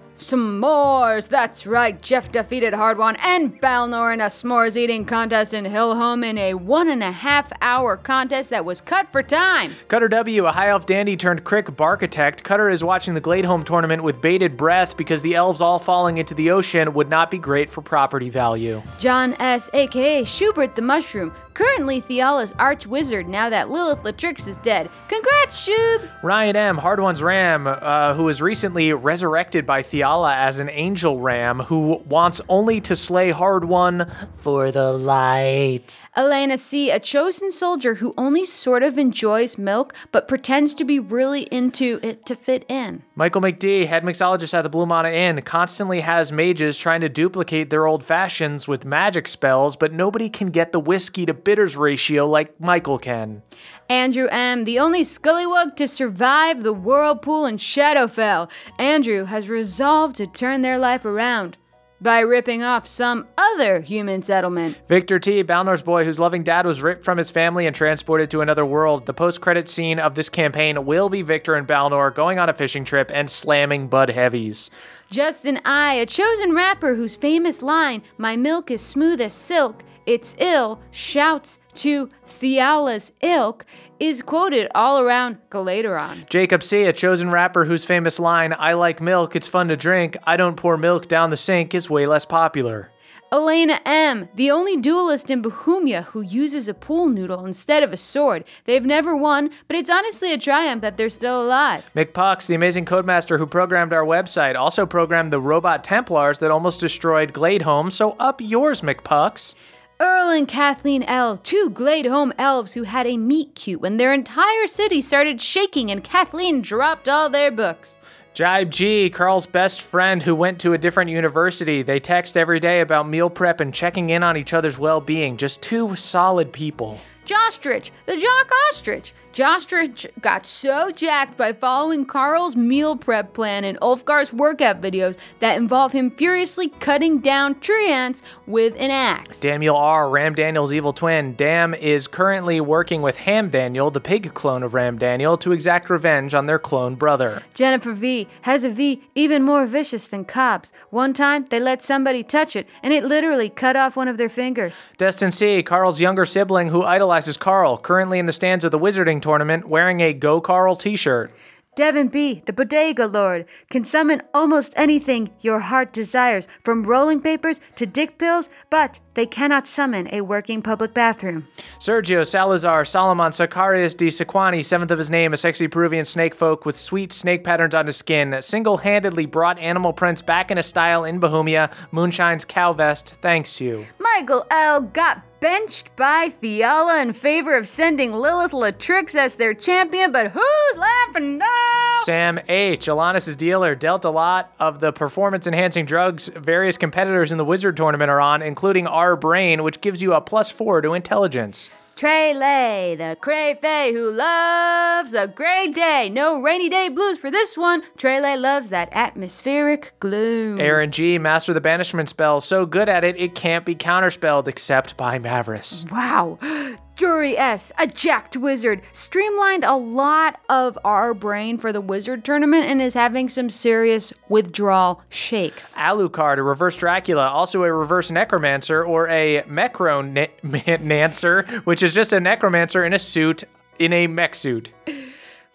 s'mores. That's right, Jeff defeated Hardwon and Balnor in a s'mores eating contest in Hillhome in a one and a half hour contest that was cut for time.
Cutter W, a high elf dandy turned crick barkitect, Cutter is watching the Gladeholm tournament with bated breath because the elves all falling into the ocean would not be great for property value.
John S., aka Schubert the Mushroom, currently Theala's arch wizard now that Lilith Latrix is dead. Congrats, Shub!
Ryan M., Hard One's Ram, uh, who was recently resurrected by Theala as an angel ram who wants only to slay Hard One for the light.
Elena C., a chosen soldier who only sort of enjoys milk but pretends to be really into it to fit in.
Michael McD, head mixologist at the Blue Mana Inn, constantly has mages trying to duplicate their old fashions with magic spells, but nobody can get the whiskey to bitters ratio like Michael can.
Andrew M., the only scullywug to survive the whirlpool in Shadowfell. Andrew has resolved to turn their life around by ripping off some other human settlement.
Victor T, Balnor's boy whose loving dad was ripped from his family and transported to another world. The post-credit scene of this campaign will be Victor and Balnor going on a fishing trip and slamming Bud Heavies.
Justin I, a chosen rapper whose famous line, My milk is smooth as silk, it's ill, shouts to Theala's ilk, is quoted all around Galateron.
Jacob C., a chosen rapper whose famous line, I like milk, it's fun to drink, I don't pour milk down the sink, is way less popular.
Elena M., the only duelist in Bohemia who uses a pool noodle instead of a sword. They've never won, but it's honestly a triumph that they're still alive.
Mick Pox, the amazing codemaster who programmed our website, also programmed the robot Templars that almost destroyed Gladeholm, so up yours, Mick Pox.
Earl and Kathleen L., two Gladeholm elves who had a meet cute when their entire city started shaking and Kathleen dropped all their books.
Jibe G, Carl's best friend who went to a different university. They text every day about meal prep and checking in on each other's well being. Just two solid people.
Jostrich, the Jock Ostrich. Jostrich got so jacked by following Carl's meal prep plan and Ulfgar's workout videos that involve him furiously cutting down tree ants with an axe.
Daniel R., Ram Daniel's evil twin. Dam is currently working with Ham Daniel, the pig clone of Ram Daniel, to exact revenge on their clone brother.
Jennifer V has a V even more vicious than Cobb's. One time, they let somebody touch it, and it literally cut off one of their fingers.
Destin C., Carl's younger sibling who idolizes Carl, currently in the stands of the Wizarding tournament wearing a Go Carl t shirt.
Devin B., the bodega lord, can summon almost anything your heart desires, from rolling papers to dick pills, but they cannot summon a working public bathroom.
Sergio Salazar Solomon Sicarius de Sequani, seventh of his name, a sexy Peruvian snake folk with sweet snake patterns on his skin, single handedly brought animal prints back into style in Bohemia. Moonshine's cow vest thanks you.
Michael L. got benched by Fiala in favor of sending Lilith Latrix as their champion, but who's laughing now?
Sam H., Alanis' dealer, dealt a lot of the performance enhancing drugs various competitors in the Wizard tournament are on, including R Brain, which gives you a plus four to intelligence.
Trey Lay, the Crayfay who loves a gray day. No rainy day blues for this one. Trey Lay loves that atmospheric gloom.
Aaron G, master the banishment spell, so good at it, it can't be counterspelled except by
Mm-hmm.
Mavris.
Wow. Jury S, a jacked wizard, streamlined a lot of our brain for the wizard tournament and is having some serious withdrawal shakes.
Alucard, a reverse Dracula, also a reverse necromancer or a mecronancer, which is just a necromancer in a suit, in a mech suit.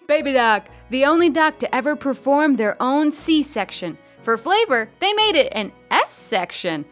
Baby Doc, the only doc to ever perform their own C section. For flavor, they made it an S section.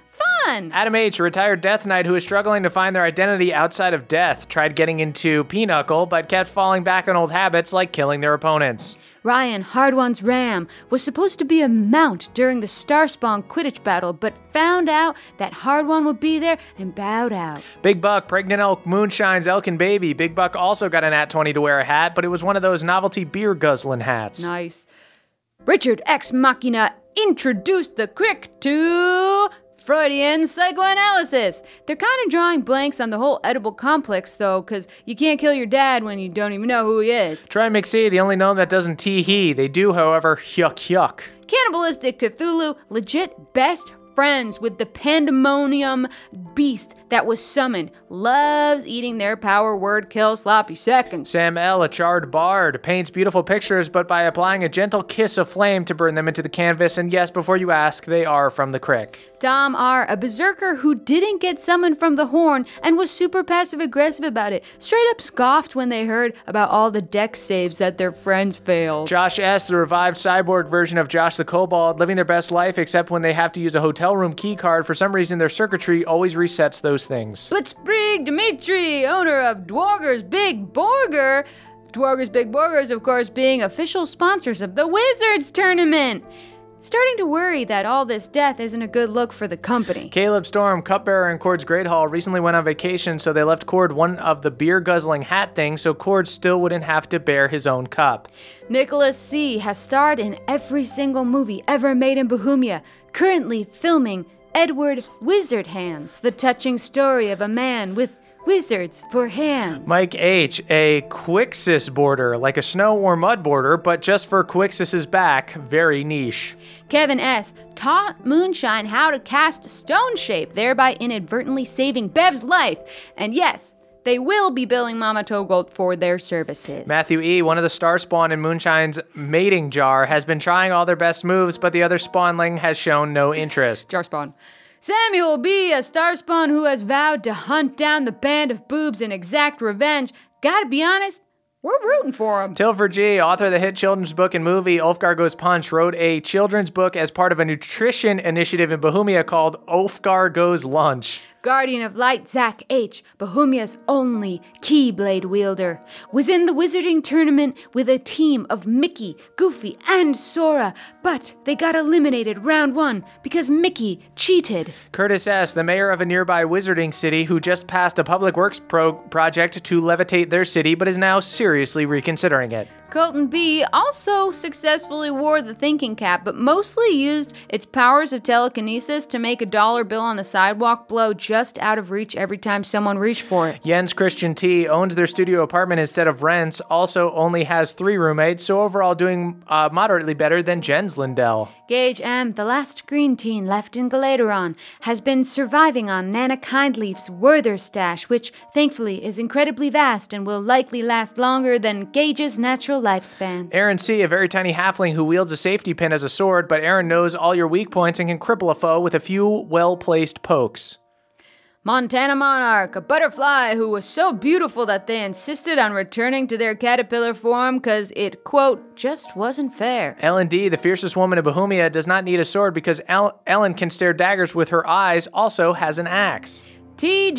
Fun!
Adam H., a retired Death Knight who is struggling to find their identity outside of death, tried getting into Pinochle but kept falling back on old habits like killing their opponents.
Ryan, Hardwon's ram, was supposed to be a mount during the Starspawn Quidditch battle, but found out that Hardwon would be there and bowed out.
Big Buck, pregnant elk, moonshines, elk, and baby. Big Buck also got an at 20 to wear a hat, but it was one of those novelty beer guzzling hats.
Nice. Richard Ex Machina introduced the crick to Freudian psychoanalysis. They're kind of drawing blanks on the whole edible complex, though, because you can't kill your dad when you don't even know who he is.
Try McSee, the only gnome that doesn't tee he. They do, however, yuck yuck.
Cannibalistic Cthulhu, legit best friends with the pandemonium beast that was summoned loves eating their power word kill sloppy seconds.
Sam L, a charred bard, paints beautiful pictures, but by applying a gentle kiss of flame to burn them into the canvas. And yes, before you ask, they are from the crick.
Dom R, a berserker who didn't get summoned from the horn and was super passive aggressive about it, straight up scoffed when they heard about all the deck saves that their friends failed.
Josh S, the revived cyborg version of Josh the Kobold, living their best life except when they have to use a hotel room key card. For some reason, their circuitry always resets those things.
Blitzbrig Dimitri, owner of Dwarger's Big Burger. Dwarger's Big Burger is, of course, being official sponsors of the Wizards Tournament. Starting to worry that all this death isn't a good look for the company.
Caleb Storm, cupbearer in Cord's Great Hall, recently went on vacation, so they left Cord one of the beer guzzling hat things so Cord still wouldn't have to bear his own cup.
Nicholas C. has starred in every single movie ever made in Bohemia, currently filming Edward Wizard Hands, the touching story of a man with wizards for hands.
Mike H, a Quixis border, like a snow or mud border, but just for Quixis's back, very niche.
Kevin S. taught Moonshine how to cast Stone Shape, thereby inadvertently saving Bev's life. And yes, they will be billing Mama Togold for their services.
Matthew E., one of the star spawn in Moonshine's mating jar, has been trying all their best moves, but the other spawnling has shown no interest.
jar spawn. Samuel B., a starspawn who has vowed to hunt down the band of boobs and exact revenge. Gotta be honest, we're rooting for him.
Tilford G., author of the hit children's book and movie Ulfgar Goes Punch, wrote a children's book as part of a nutrition initiative in Bohemia called Ulfgar Goes Lunch.
Guardian of Light Zach H., Bohemia's only Keyblade wielder, was in the Wizarding Tournament with a team of Mickey, Goofy, and Sora, but they got eliminated round one because Mickey cheated.
Curtis S., the mayor of a nearby Wizarding city who just passed a public works pro- project to levitate their city but is now seriously reconsidering it.
Colton B also successfully wore the thinking cap, but mostly used its powers of telekinesis to make a dollar bill on the sidewalk blow just out of reach every time someone reached for it.
Jens Christian T owns their studio apartment instead of rents, also only has three roommates, so overall doing uh, moderately better than Jens Lindell.
Gage M, the last green teen left in Galateron, has been surviving on Nana Kindleaf's Werther stash, which thankfully is incredibly vast and will likely last longer than Gage's natural lifespan.
Aaron C., a very tiny halfling who wields a safety pin as a sword, but Aaron knows all your weak points and can cripple a foe with a few well placed pokes.
Montana Monarch, a butterfly who was so beautiful that they insisted on returning to their caterpillar form because it, quote, just wasn't fair.
Ellen D., the fiercest woman of Bohemia, does not need a sword because El- Ellen can stare daggers with her eyes, also has an axe.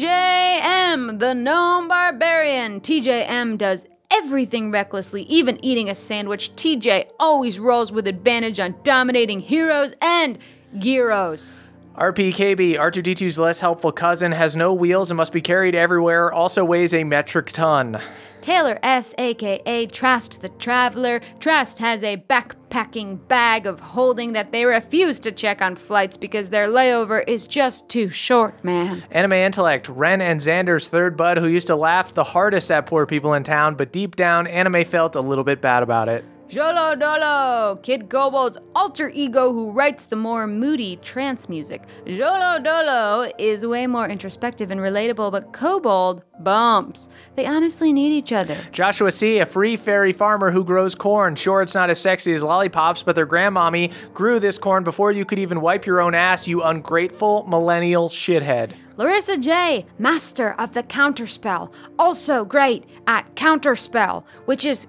TJM, the gnome barbarian. TJM does everything recklessly, even eating a sandwich. TJ always rolls with advantage on dominating heroes and gyros.
RPKB, R2D2's less helpful cousin, has no wheels and must be carried everywhere, also weighs a metric ton.
Taylor S, aka Trast the Traveler. Trast has a backpacking bag of holding that they refuse to check on flights because their layover is just too short, man.
Anime Intellect, Ren and Xander's third bud who used to laugh the hardest at poor people in town, but deep down, anime felt a little bit bad about it.
Jolo Dolo, Kid Kobold's alter ego who writes the more moody trance music. Jolo Dolo is way more introspective and relatable, but Kobold bumps. They honestly need each other.
Joshua C., a free fairy farmer who grows corn. Sure, it's not as sexy as lollipops, but their grandmommy grew this corn before you could even wipe your own ass, you ungrateful millennial shithead.
Larissa J., master of the counterspell, also great at counterspell, which is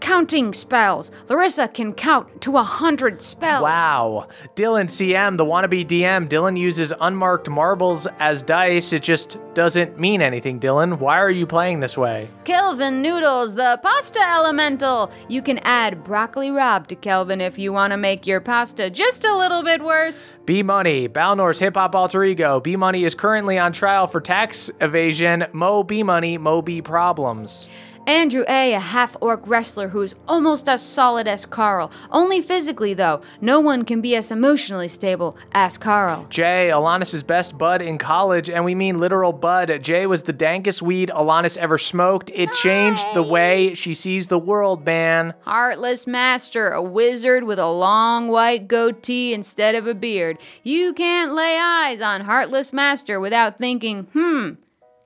counting spells. Larissa can count to a hundred spells.
Wow. Dylan CM, the wannabe DM. Dylan uses unmarked marbles as dice. It just doesn't mean anything, Dylan. Why are you playing this way?
Kelvin Noodles, the pasta elemental. You can add broccoli rob to Kelvin if you want to make your pasta just a little bit worse.
B Money, Balnor's hip hop alter ego. B Money is currently on trial for tax evasion. Mo B Money, Mo B Problems.
Andrew A., a half orc wrestler who's almost as solid as Carl. Only physically, though. No one can be as emotionally stable as Carl.
Jay, Alanis' best bud in college, and we mean literal bud. Jay was the dankest weed Alanis ever smoked. It changed the way she sees the world, man.
Heartless master, a wizard with a long white goatee instead of a beard. You can't lay eyes on Heartless Master without thinking, hmm,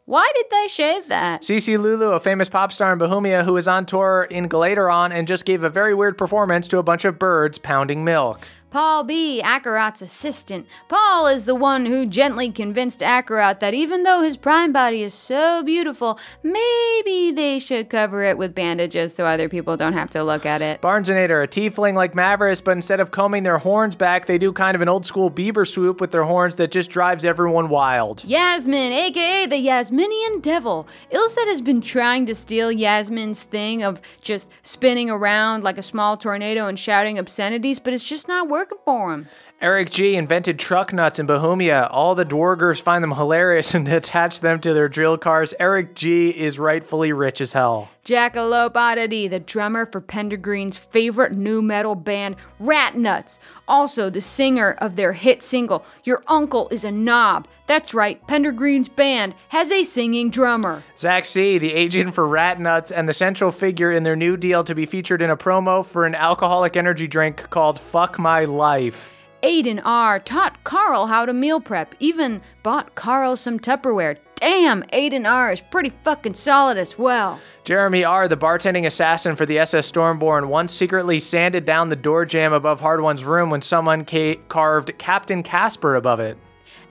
why did they shave that?
Cece Lulu, a famous pop star in Bohemia who is on tour in Galateron and just gave a very weird performance to a bunch of birds pounding milk.
Paul B., Akarat's assistant. Paul is the one who gently convinced Akarat that even though his prime body is so beautiful, maybe they should cover it with bandages so other people don't have to look at it.
Barnesonator, a tiefling like Mavericks, but instead of combing their horns back, they do kind of an old school beaver swoop with their horns that just drives everyone wild.
Yasmin, aka the Yasminian Devil. Ilset has been trying to steal Yasmin's thing of just spinning around like a small tornado and shouting obscenities, but it's just not working for him.
Eric G invented truck nuts in Bohemia. All the dwargers find them hilarious and attach them to their drill cars. Eric G is rightfully rich as hell.
Jackalope Oddity, the drummer for Pendergreen's favorite new metal band, Rat Nuts. Also, the singer of their hit single, Your Uncle is a Knob. That's right, Pendergreen's band has a singing drummer.
Zach C, the agent for Rat Nuts and the central figure in their new deal to be featured in a promo for an alcoholic energy drink called Fuck My Life.
Aiden R. taught Carl how to meal prep, even bought Carl some Tupperware. Damn, Aiden R. is pretty fucking solid as well.
Jeremy R., the bartending assassin for the SS Stormborn, once secretly sanded down the door jamb above Hardone's room when someone ca- carved Captain Casper above it.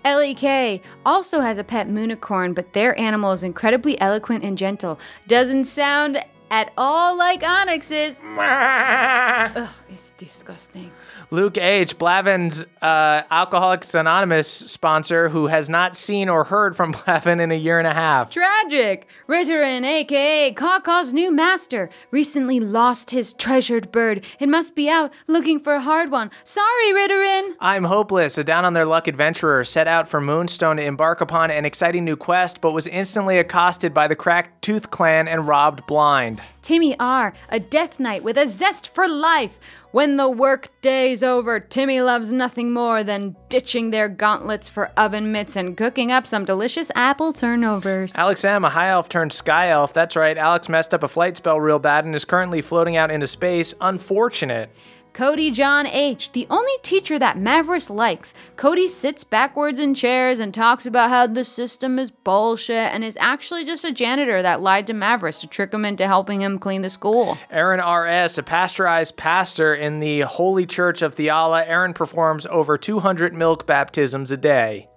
LEK E also has a pet moonicorn, but their animal is incredibly eloquent and gentle. Doesn't sound at all like Onyx's. Ugh, it's disgusting.
Luke H., Blavin's uh, Alcoholics Anonymous sponsor, who has not seen or heard from Blavin in a year and a half.
Tragic! Ritterin, aka Kaka's new master, recently lost his treasured bird and must be out looking for a hard one. Sorry, Ritterin!
I'm Hopeless, a down on their luck adventurer, set out for Moonstone to embark upon an exciting new quest, but was instantly accosted by the Crack Tooth Clan and robbed blind.
Timmy R., a death knight with a zest for life. When the work day's over, Timmy loves nothing more than ditching their gauntlets for oven mitts and cooking up some delicious apple turnovers.
Alex M., a high elf turned sky elf. That's right, Alex messed up a flight spell real bad and is currently floating out into space. Unfortunate.
Cody John H., the only teacher that Mavericks likes. Cody sits backwards in chairs and talks about how the system is bullshit and is actually just a janitor that lied to Mavericks to trick him into helping him clean the school.
Aaron R.S., a pasteurized pastor in the Holy Church of Theala. Aaron performs over 200 milk baptisms a day.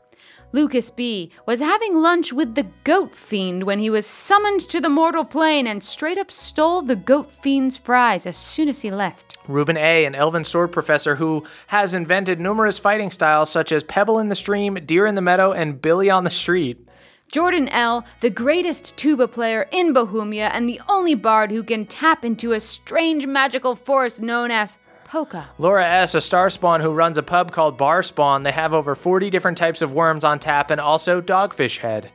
Lucas B. was having lunch with the goat fiend when he was summoned to the mortal plane and straight up stole the goat fiend's fries as soon as he left.
Ruben A., an elven sword professor who has invented numerous fighting styles such as Pebble in the Stream, Deer in the Meadow, and Billy on the Street.
Jordan L., the greatest tuba player in Bohemia and the only bard who can tap into a strange magical force known as polka.
Laura S., a star spawn who runs a pub called Bar Spawn. They have over 40 different types of worms on tap and also Dogfish Head.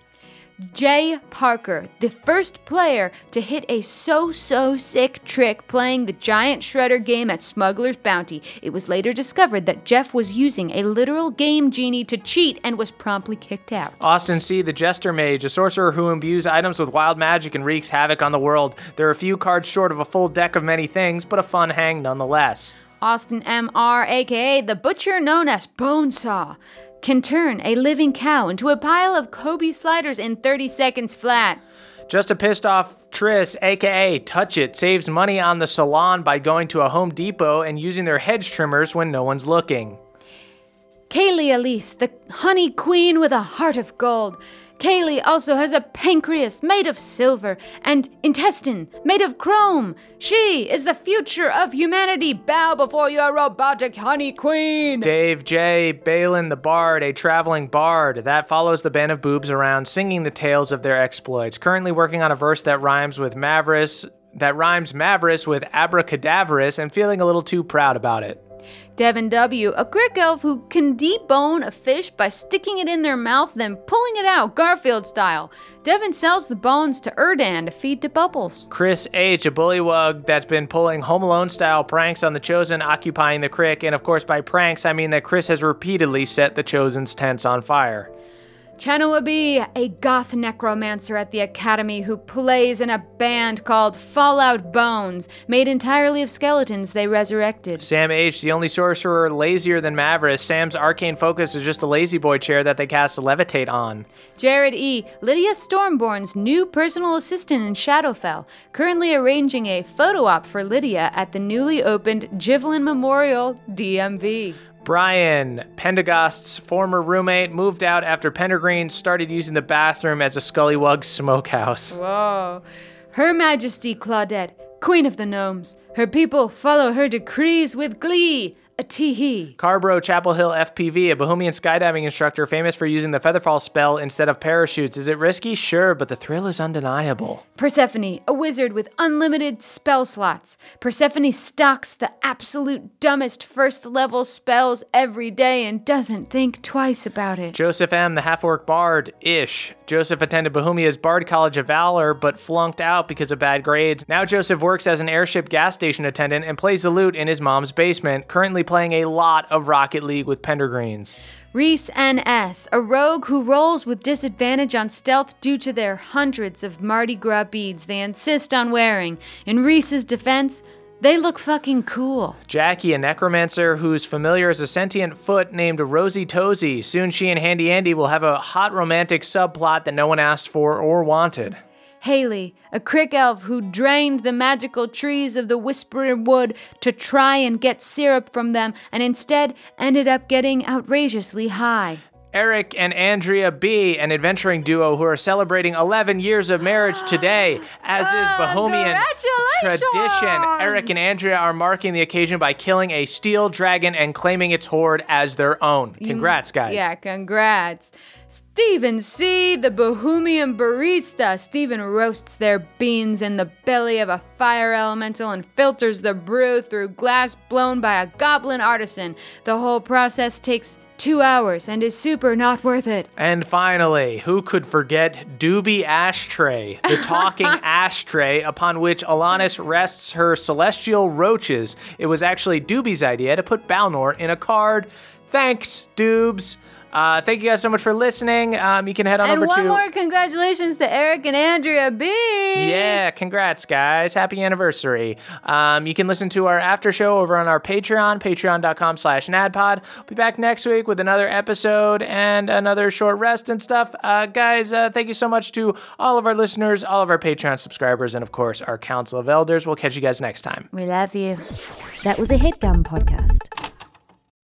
Jay Parker, the first player to hit a so so sick trick playing the Giant Shredder game at Smuggler's Bounty. It was later discovered that Jeff was using a literal game genie to cheat and was promptly kicked out.
Austin C., the Jester Mage, a sorcerer who imbues items with wild magic and wreaks havoc on the world. There are a few cards short of a full deck of many things, but a fun hang nonetheless.
Austin M.R., aka the butcher known as Bonesaw, can turn a living cow into a pile of Kobe sliders in 30 seconds flat.
Just a pissed off Tris, aka Touch It, saves money on the salon by going to a Home Depot and using their hedge trimmers when no one's looking.
Kaylee Elise, the honey queen with a heart of gold. Kaylee also has a pancreas made of silver and intestine made of chrome. She is the future of humanity. Bow before your robotic honey queen.
Dave J. Balin the Bard, a traveling bard that follows the band of boobs around singing the tales of their exploits. Currently working on a verse that rhymes with Mavericks, that rhymes Mavericks with abracadaverous and feeling a little too proud about it.
Devin W., a Greek elf who can debone a fish by sticking it in their mouth, then pulling it out, Garfield style. Devin sells the bones to Erdan to feed to Bubbles.
Chris H., a bullywug that's been pulling Home Alone style pranks on the Chosen, occupying the crick. And of course, by pranks, I mean that Chris has repeatedly set the Chosen's tents on fire.
Chenua B, a goth necromancer at the Academy who plays in a band called Fallout Bones, made entirely of skeletons they resurrected.
Sam H., the only sorcerer lazier than Maverick. Sam's arcane focus is just a lazy boy chair that they cast Levitate on.
Jared E., Lydia Stormborn's new personal assistant in Shadowfell, currently arranging a photo op for Lydia at the newly opened Jivelin Memorial DMV.
Brian, Pendergast's former roommate, moved out after Pendergreen started using the bathroom as a Scullywug smokehouse.
Whoa. Her Majesty Claudette, Queen of the Gnomes. Her people follow her decrees with glee. A tee hee.
Carbro Chapel Hill FPV, a Bohemian skydiving instructor famous for using the Featherfall spell instead of parachutes. Is it risky? Sure, but the thrill is undeniable.
Persephone, a wizard with unlimited spell slots. Persephone stocks the absolute dumbest first level spells every day and doesn't think twice about it.
Joseph M., the half orc bard, ish. Joseph attended Bohemia's Bard College of Valor, but flunked out because of bad grades. Now Joseph works as an airship gas station attendant and plays the lute in his mom's basement, currently playing a lot of Rocket League with Pendergreens.
Reese NS, a rogue who rolls with disadvantage on stealth due to their hundreds of Mardi Gras beads they insist on wearing. In Reese's defense, they look fucking cool.
Jackie, a necromancer whose familiar is a sentient foot named Rosie Tozy. Soon she and Handy Andy will have a hot romantic subplot that no one asked for or wanted.
Haley, a crick elf who drained the magical trees of the Whispering Wood to try and get syrup from them and instead ended up getting outrageously high.
Eric and Andrea B, an adventuring duo who are celebrating 11 years of marriage today, as is
Ah,
Bohemian tradition. Eric and Andrea are marking the occasion by killing a steel dragon and claiming its horde as their own.
You-
Congrats, guys.
Yeah, congrats. Stephen C., the Bohemian barista. Stephen roasts their beans in the belly of a fire elemental and filters the brew through glass blown by a goblin artisan. The whole process takes two hours and is super not worth it.
And finally, who could forget Doobie Ashtray, the talking ashtray upon which Alanis rests her celestial roaches? It was actually Doobie's idea to put Balnor in a card. Thanks, Doobes. Uh, thank you guys so much for listening. Um, you can head on
and
over
one
to.
more congratulations to Eric and Andrea B.
Yeah, congrats, guys. Happy anniversary. Um, you can listen to our after show over on our Patreon, patreon.com slash nadpod. Be back next week with another episode and another short rest and stuff. Uh, guys, uh, thank you so much to all of our listeners, all of our Patreon subscribers, and of course, our Council of Elders. We'll catch you guys next time.
We love you.
That was a headgum podcast.